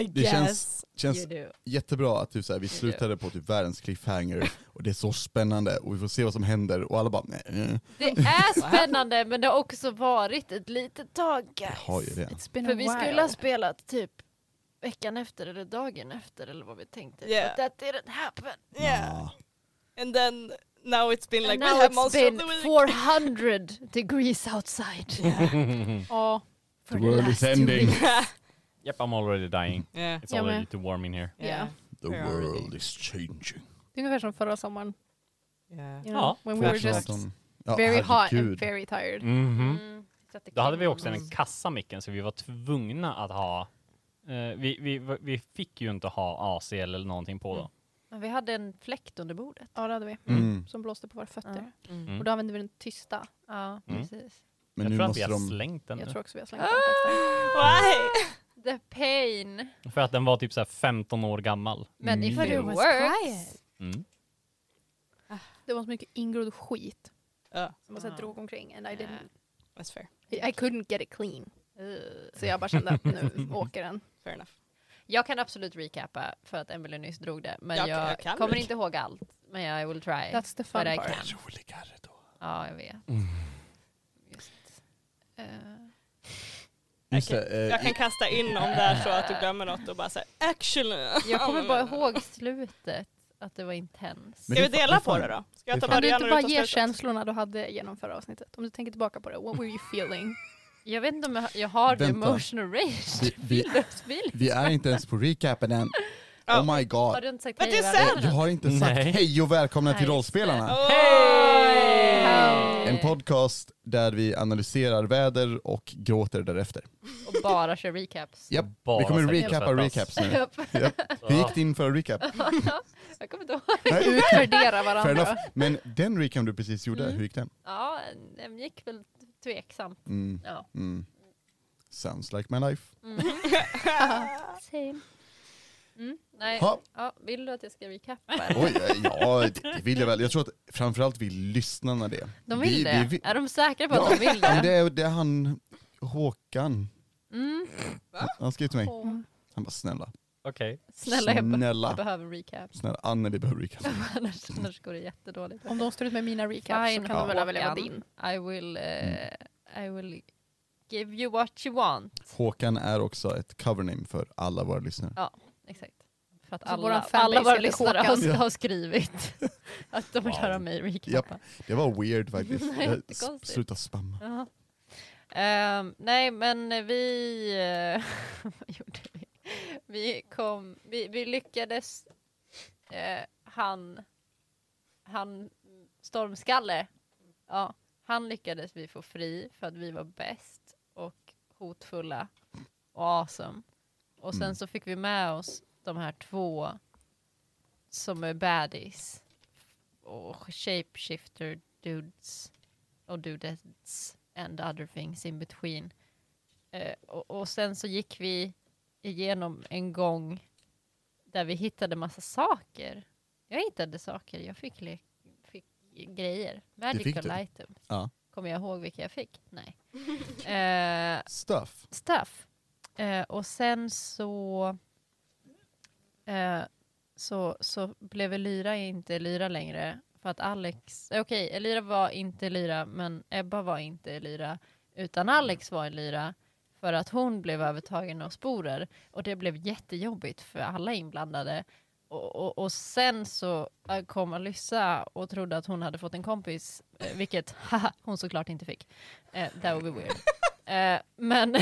I Det känns, känns you do. jättebra att typ, såhär, vi slutade på typ världens cliffhanger och det är så spännande och vi får se vad som händer och alla bara nej, nej. Det är spännande men det har också varit ett litet tag guys. har ju det. been För a vi skulle while. ha spelat typ veckan efter eller dagen efter eller vad vi tänkte. Yeah. But that didn't happen. Yeah. Ah. And then now it's been like And we now have it's monster of been the week. 400 degrees outside. Ja, för The det world is last two ending. weeks. Yep, I'm already dying. Yeah. It's Ja, men- already too warm in here. Yeah. The world is changing. Det är ungefär som förra sommaren. Yeah. You know, Ja, when we were just 2018. Ja, very hot and herregud. very tired. Mhm. det Då hade vi klingar också en kassa micken så vi var tvungna att ha eh, vi, vi, vi fick ju inte ha AC eller någonting på Mm. då. Men vi hade en fläkt under bordet. Ja, det hade vi. Mm. Som blåste på våra fötter. Mm. Och då använde vi den tysta. Ja, Mm. precis. Men jag nu tror att måste vi har de- slängt den Jag nu. tror också vi har slängt den faktiskt. Why? The pain. För att den var typ så här 15 år gammal. Men Mm. if But it it was works. Mm. Det var så mycket ingrodd skit Ja. som jag så här drog omkring. And I, didn't, That's fair. I I couldn't get it clean. Så jag bara kände att nu åker den. Fair enough. Jag kan absolut recappa för att Emily nyss drog det. Men Jag jag, kan- jag kan kommer recap- inte ihåg allt. Men jag will try. That's the fun but I part. can. Roligare då. Ja, jag vet. Just det, eh, Jag kan kasta in om där så att du glömmer något och bara säga actually. Jag kommer bara ihåg slutet. Att det var intens. Ska vi dela på det då? Ska jag ta Kan du början inte och bara ta ge slutet? känslorna du hade genom förra avsnittet? Om du tänker tillbaka på det, what were you feeling? Jag vet inte om jag, jag har the Vänta. emotional rage. Vi, vi, vi är inte ens på recapen än. Oh my god. Har du inte sagt Men hej? det är va? sant! Jag har inte sagt Nej. hej och välkomna till Rollspelarna. En podcast där vi analyserar väder och gråter därefter. Och bara kör recaps. Japp, Bara vi kommer säkert recappa svettas. recaps nu. Japp. Japp. Hur gick din förra recap? jag kommer inte ihåg. Nej. Utvärdera Fair enough. varandra. Men den recap du precis gjorde, Mm. hur gick den? Ja, den gick väl tveksamt. Mm. Ja. Mm. Sounds like my life. Same. Mm, nej. Ha. Ja, vill du att jag ska recappa? Oj, eh, ja det det vill jag väl. Jag tror att framförallt vill lyssnarna det. De vill Vi- det? vi- vi- Är de säkra på Ja, att de vill men det? det är, det är han Håkan. Mm. Han- Han skrev till mig. Åh. Han bara snälla. Okej. Snälla, jag, be- Snälla. jag behöver recap. Snälla Anneli behöver recap. annars, annars går det jättedåligt. Om de står ut med mina recaps så kan de väl Håkan. överleva din. I will, eh, I will give you what you want. Håkan är också ett covername för alla våra lyssnare. Ja, exakt. För att Så våran alla, fanbase alla våra heter lyssnare Håkan. har, Ja. har skrivit att de vill Wow. höra mig Japp, recappa. det var weird faktiskt. Nej, Jag- jättekonstigt. Sluta spamma. Jaha. Ehm, nej, men vi... eh, vad gjorde vi? Vi kom... Vi, vi lyckades... eh, han... Han... Stormskalle. Ja, han lyckades vi få fri för att vi var bäst och hotfulla och awesome. Och sen Mm. så fick vi med oss de här två som är baddies och shapeshifter dudes och dudettes and other things in between. Eh, och, och sen så gick vi igenom en gång där vi hittade massa saker. Jag hittade saker, jag fick, le- fick grejer. fick Magical du. item. Ja. Kommer jag ihåg vilka jag fick? Nej. Eh, Stuff. stuff. Eh, och sen så, eh, så, så blev Lyra inte Lyra längre. För att Alex, eh, okej, Lyra var inte Lyra, men Ebba var inte Lyra. Utan Alex var Lyra. För att hon blev övertagen av sporer. Och det blev jättejobbigt för alla inblandade. Och, och, och sen så eh, kom Alyssa och trodde att hon hade fått en kompis. eh, Vilket haha, hon såklart inte fick. Eh, that would be weird. Eh, men...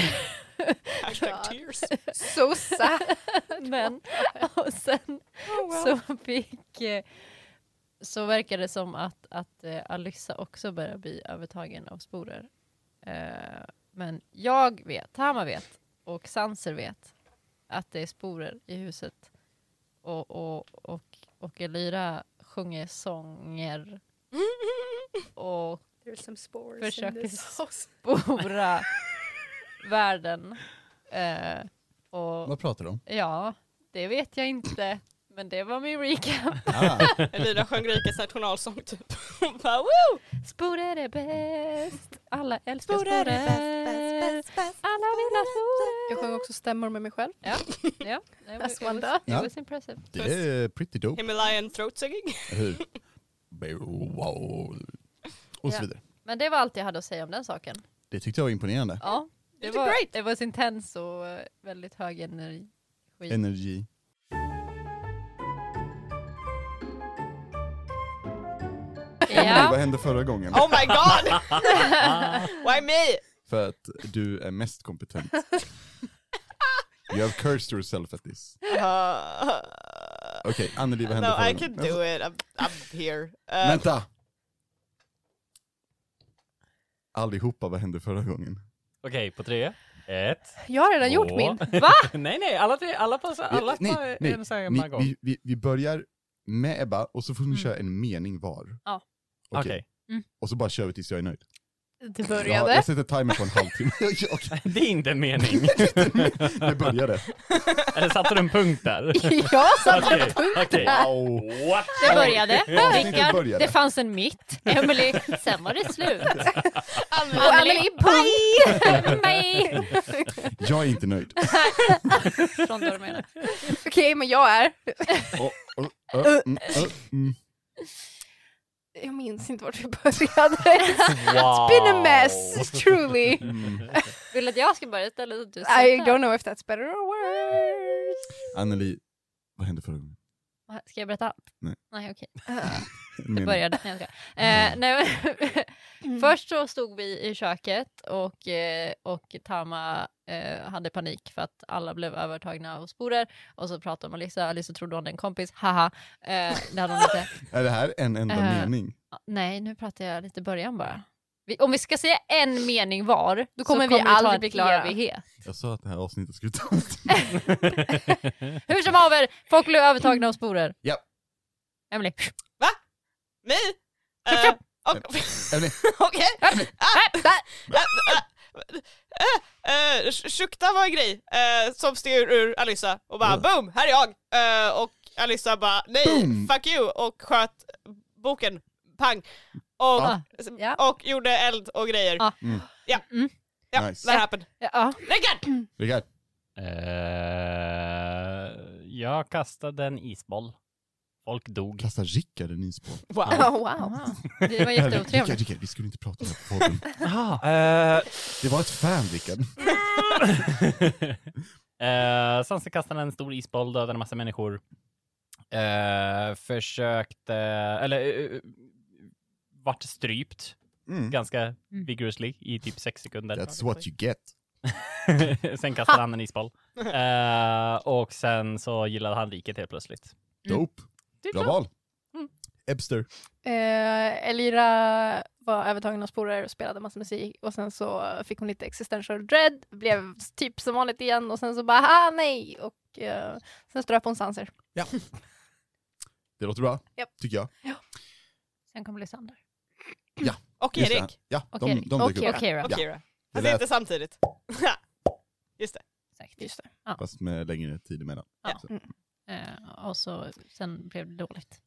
Hashtag tears. Så sad. men, och sen Oh, well. så fick... eh, Så verkar det som att, att eh, Alyssa också börjar bli övertagen av sporer. Eh, Men jag vet, Tama vet och Sanser vet att det är sporer i huset. Och, och, och, och Elira sjunger sånger. Och There's some spores in försöker this house. spora världen. Eh, och, Vad pratar du om? Ja, det vet jag inte. Men det var min recap. Ah. Elira sjöng rikets nationalsång typ. Hon bara, Woo! Sporer är bäst. Alla älskar Sporer är sporer. bäst, Alla vill ha sporer. Jag sjöng också stämmor med mig själv. Ja, ja. It was, That's it was, Wanda. it was impressive. Det är pretty dope. Himalayan throat singing. Hur? Wow. Och Ja. så vidare. Men det var allt jag hade att säga om den saken. Det tyckte jag var imponerande. Ja, det did var, det var intens och eh, väldigt hög energi. Energi. Emily, Vad hände förra gången? Oh my god! Why me? För att du är mest kompetent. You have cursed yourself at this. Uh, Okej, Anneli vad hände no, förra I gången? can do it. I'm, I'm here. Uh, Vänta! Allihopa, vad hände förra gången? Okej, på tre. Ett. Jag har redan två. gjort min. Va? nej, nej, alla tre, alla passar, alla nej, tar nej, en sån här Mm. ni, gång. vi, vi, vi börjar med Ebba och så får ni köra en mening var. Ja. Okej. Mm. Och så bara kör vi tills jag är nöjd. Det Jag, har- jag sätter timer på en halvtimme. Det är inte en mening. det började. Eller satte du en punkt där? Jag satte en Okej, punkt okej. där. Wow. What? Det började, Ja. Rickard, det fanns en mitt, Emily, sen var det slut. Och Emily, bye! bye! bye. Jag är inte nöjd. Sånt var det menar. Okej, men jag är... Och, och, ö, mm, ö, mm. Jag minns inte vart vi började. It's been a mess, truly. mm. Vill att jag ska börja istället? så att Du I slutar? don't know if that's better or worse. Anneli, vad hände förra gången? Ska jag berätta allt? Nej. Nej okej. Mening. Det började. Nej, jag skojar. eh, nej, men Först så stod vi i köket och, eh, och Tama eh, hade panik för att alla blev övertagna av sporer. Och så pratade om Alissa, Alissa trodde hon hade en kompis, haha. Eh, det hade hon inte. Är det här en enda Eh, mening? Nej, nu pratar jag lite början bara. Vi, om vi ska säga en mening var, Då så kommer vi det ta aldrig en bli klara. evighet. Jag sa att det här avsnittet skulle ta Hur som haver, folk blev övertagna av sporer. Ja. Emily. me? Uh, och- Emily. Okej. Ah. Eh, Sh- Shukta var en grej eh, som steg ur, ur Alissa och bara boom, här är jag! Eh, och Alissa bara nej, Boom. fuck you och sköt boken, pang! Och, Ah. och gjorde eld och grejer. Ja, Mm. ja, Mm. ja Nice. that happened. Ja. Rickard! Rickard. Eh, jag kastade en isboll. Folk dog. Kasta Rickard en isboll. Wow. Oh, wow. Ah. Det var jätteotrevligt. Rickard, Rickard, vi skulle inte prata om det på podden. Ah. Det var ett fan, Rickard. Eh, sen så kastade han en stor isboll, dödade en massa människor. Eh, försökte, eller eh, eh, vart strypt Mm. ganska vigorously i typ sex sekunder. That's what you get. sen kastade han en isboll. Eh, och sen så gillade han riket helt plötsligt. Dope. Det är Bra bra. val. Ebster. Eh, Elira var övertagen av sporer och spelade massa musik och sen så fick hon lite existential dread, blev typ som vanligt igen och sen så bara ah nej och eh, sen ströp hon Sanser. Ja. Det låter bra, Japp. tycker jag. Sen kom Lysander. Ja. Och just det. Erik. Ja, Och de, Erik. de Och dyker upp. Kira. Och Kira. Ja. Och Kira. Det Alltså lät, inte samtidigt. Just det. Just det. fast med längre tid emellan. Ja. Eh, och så, sen blev det dåligt.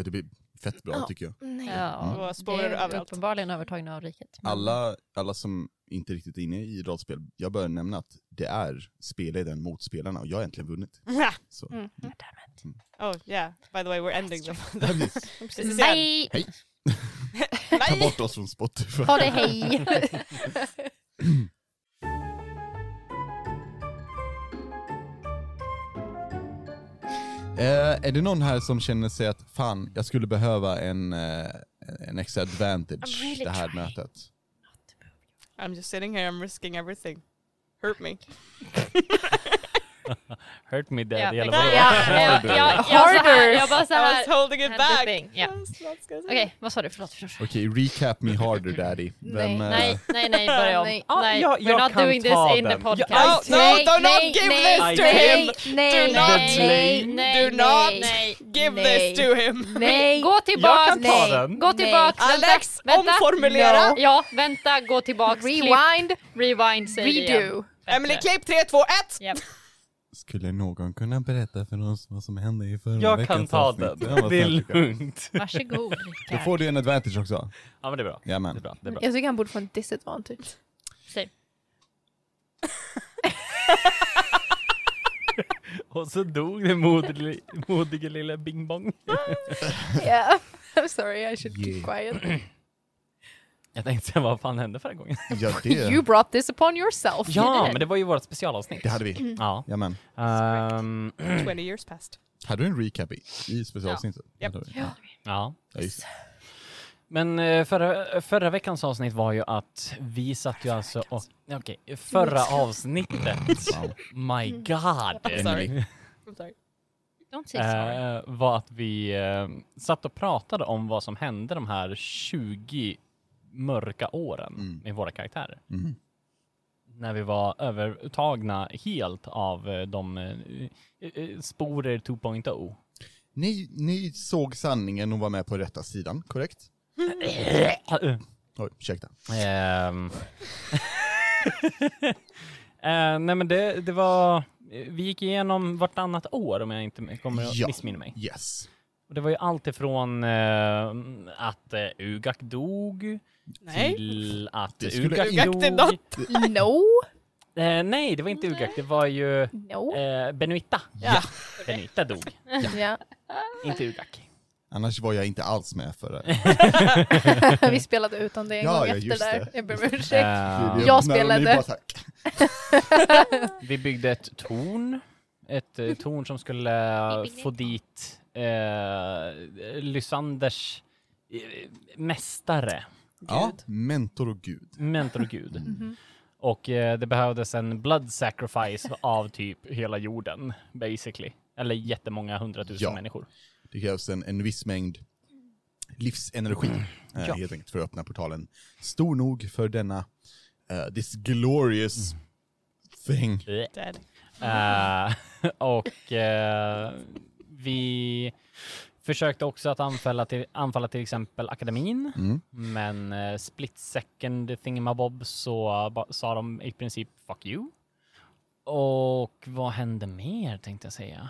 Det blir Fett bra Ja. tycker jag. Nej. Eh, Mm. Ja, det spårar är överallt. uppenbarligen övertagna av riket. men- Alla, alla som inte riktigt är inne i rollspel, jag bör nämna att det är spelledaren mot spelarna och jag har äntligen vunnit. Ja. Så. Mm. Oh yeah, by the way we're ending them. Precis. Vi ses igen. Hej! Hej! Ta bort oss från Spotify. Ha det, hej! Eh, är det någon här som känner sig att fan, jag skulle behöva en, eh, en extra advantage I'm really det här trying. mötet? I'm just sitting here, I'm risking everything. Hurt me. Hurt me dead Ja, i alla exakt. fall. Ja, ja, Harder. ja, Jag var så här, jag var så I was här. holding it Had back. the uh, thing, ja. Okej, vad sa du? Förlåt. förlåt. Okej, recap me harder daddy. Vem, eh, Nej, nej, nej, börja om. Nej. Ah, nej, jag- jag we're not kan doing this ta in den. the Ja, podcast. I take- No, do not give this to him. Nej, Do nej, not- nej, Do nej, not nej, give nej. this to him. Nej, gå tillbaks. Jag kan ta nej, den. Gå tillbaks. Nej. vänta, Alex, vänta. omformulera. No. Ja, vänta, gå tillbaks. klipp. Rewind. Rewind säger det igen. Redo. Bättre. Emily, klipp 3, 2, 1! Skulle någon kunna berätta för oss vad som hände i förra Jag veckans kan ta avsnitt? den. Ja, vad snällt Det är du kan. lugnt. Varsågod, Då Rickard. får du en advantage också. Ja men det är bra. Jajamän. Det är bra. Det är bra. Jag tycker han borde få en disadvantage. Säg. Och så dog den modig, modige lilla Bing Bong. Yeah, I'm sorry I should keep Yeah. quiet. Jag tänkte säga, vad fan hände förra gången? Ja, You brought this upon yourself. Ja, men det var ju vårt specialavsnitt. Det hade vi. Mm. Ja. Jajamän. Ehm, 20 years past. Hade du en recap i, i specialavsnittet? Ja. Ja. Ja. ja. Ja, just det. Men eh, förra, förra veckans avsnitt var ju att vi satt ju alltså och... ja, Okej, förra avsnittet. My god. I'm sorry. I'm sorry. Don't say sorry. eh, var att vi eh, satt och pratade om vad som hände de här 20 mörka åren med våra karaktärer. Mm. När vi var övertagna helt av eh, de eh, eh, sporer oh. 2.0. Ni, ni såg sanningen och var med på rätta sidan, korrekt? Oj, ursäkta. Eh, Ehm. Eh, nej men det, det var, vi gick igenom vartannat år om jag inte kommer att Ja. missminna mig. Yes. Och det var ju allt ifrån eh, att eh, Ugak dog Nej. till att Det skulle- Ugak, Ugak dog. did not. No. Eh, nej, det var inte Ugak, det var ju eh, Benuita. Ja. Benuita dog, Ja. inte Ugak. Annars var jag inte alls med för Vi spelade utan det en Ja, gång ja, efter just där. det. Jag ber om Just det. ursäkt. Eh, Jag spelade. Vi byggde ett torn. Ett eh, torn som skulle få dit eh, Lysanders eh, mästare. Ja, mentor och gud. Mentor och gud. Mhm. Och eh, det behövdes en blood sacrifice av typ hela jorden, basically. Eller jättemånga hundratusen Ja. människor. Det krävs en, en viss mängd livsenergi eh, Ja. helt enkelt för att öppna portalen. Stor nog för denna, eh, this glorious thing. Dead. Eh, och eh, vi försökte också att anfalla till, anfalla till exempel akademin. Mm. Men eh, split second thingamabob så ba- sa de i princip fuck you. Och vad hände mer tänkte jag säga?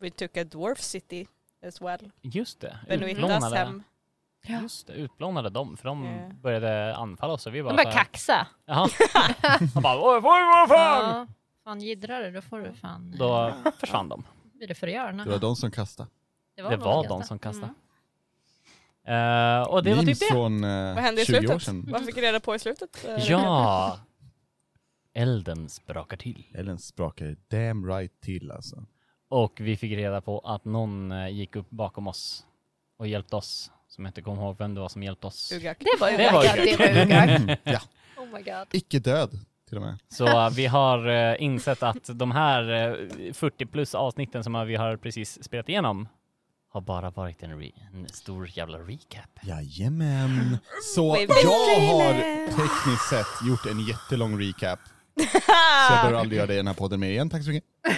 We took a dwarf city as well. Just det, Benuitas hem. Just det, utplånade dem för de Ja. började anfalla oss. och Vi De bara började så här- kaxa. Ja. De bara oj, oj, vad fan! Ja, fan jiddrar du, då får du fan... Då försvann de. blir det för hjärnan. Det var de som kastade. Det Det någon var som de kastade. som kastade. Eh, och det var Memes typ det. från eh, Vad hände i 20 år slutet? sedan. Vad fick vi reda på i slutet? Eh, typ- Ja! Elden sprakar till. Ellen sprakade damn right till alltså. Och vi fick reda på att någon eh, gick upp bakom oss och hjälpte oss. Som jag inte kommer ihåg vem det var som hjälpte oss. Ugak. Det var Det Ugak. var ja, Ugak. Det var Ugak. Mm, ja. Oh my god. Icke död till och med. Så eh, vi har eh, insett att de här eh, 40 plus avsnitten som vi har precis spelat igenom har bara varit en, re- en stor jävla recap. Mm. Jajamän. Så We've been jag har dreaming. tekniskt sett gjort en jättelång recap. så jag behöver aldrig göra det i den här podden mer igen. Tack så mycket. Jag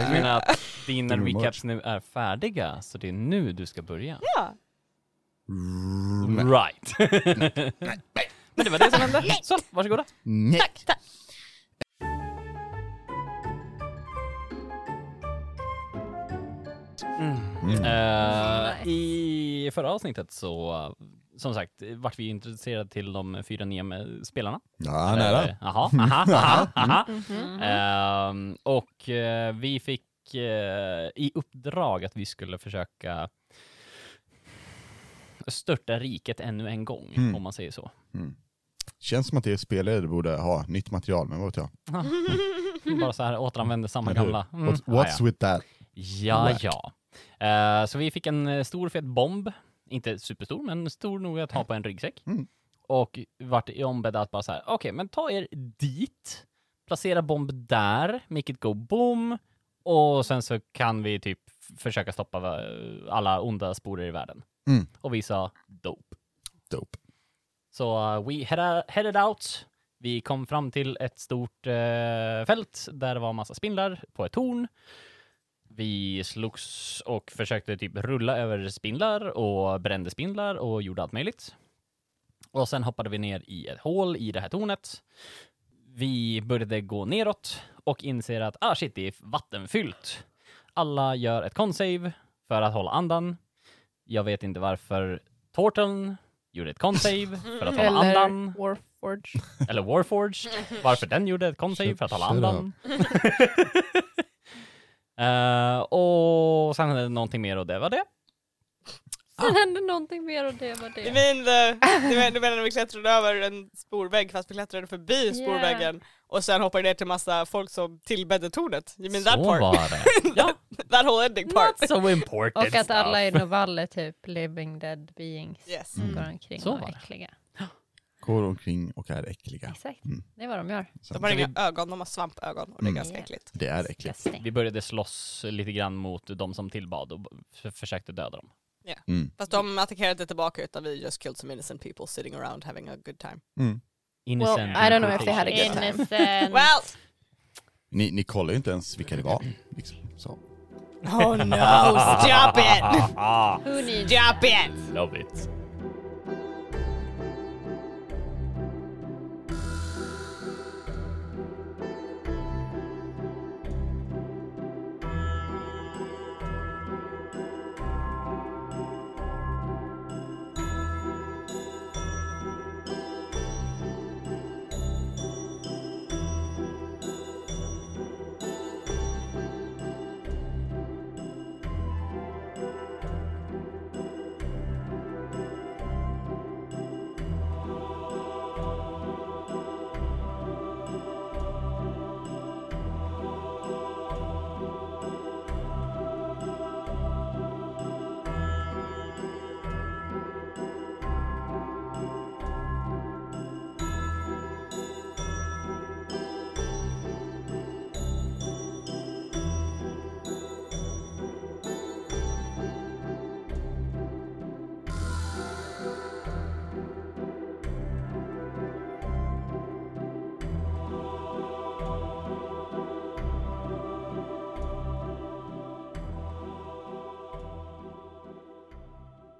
Tack. menar att dina Thank you very much. recaps nu är färdiga, så det är nu du ska börja. Ja. Right. Men det var det som hände. Så, varsågoda. Nej. Tack, tack. Mm. Eh, I förra avsnittet så, eh, som sagt, vart vi introducerade till de fyra nya med- spelarna. Ja, nära. Eh, Jaha, aha, aha, aha. Mhm. Ehm, och eh, vi fick eh, i uppdrag att vi skulle försöka störta riket ännu en gång, Mm. om man säger så. Mm. Känns som att det är spelare du borde ha nytt material, men vad vet jag. Bara så här återanvänder samma Eller hur? gamla. Mm. What's, Ja, what's ja. with that? Ja, Whack. ja. Eh, så vi fick en eh, stor fet bomb. Inte superstor, men stor nog att ha på en ryggsäck. Och vart ombedda att bara så här, okej, men ta er dit. Placera bomb där, make it go boom. Och sen så kan vi typ f- försöka stoppa va- alla onda sporer i världen. Mm. Och vi sa dope. Dope. Så eh, we heada- headed out. Vi kom fram till ett stort eh, fält där det var massa spindlar på ett torn. Vi slogs och försökte typ rulla över spindlar och brände spindlar och gjorde allt möjligt. Och sen hoppade vi ner i ett hål i det här tornet. Vi började gå neråt och inser att ah shit, det är vattenfyllt. Alla gör ett consave för att hålla andan. Jag vet inte varför Torteln gjorde ett consave för att hålla Eller andan. Warforge. Eller Warforge. Varför den gjorde ett consave för att hålla Shut up. andan. Eh, och sen hände det någonting mer och det var det. Sen hände någonting mer och det var det. Du menar, eh, du men- du menar när vi klättrade över en sporvägg fast vi klättrade förbi sporväggen och sen hoppade ner till massa folk som tillbedde tornet? You mean Så that part? var det. that whole ending part. Not so important Och att alla är stuff. novaller typ living dead beings Yes. som Mm. går omkring Så och var är det. äckliga. Går omkring och är äckliga. Exakt. Mm. Det är vad de gör. De har inga ögon, de har svampögon och det är Mm. ganska äckligt. Det är äckligt. Vi började slåss lite grann mot de som tillbad och b- f- försökte döda dem. Yeah. Mm. Fast de attackerade inte tillbaka utan vi just killed some innocent people sitting around having a good time. Mm. Innocent I don't know if they had a good time. Innocent. Well! Ni, ni kollar ju inte ens vilka det var. Mm. Liksom, så. Oh no, stop it! Who needs stop it! Love it.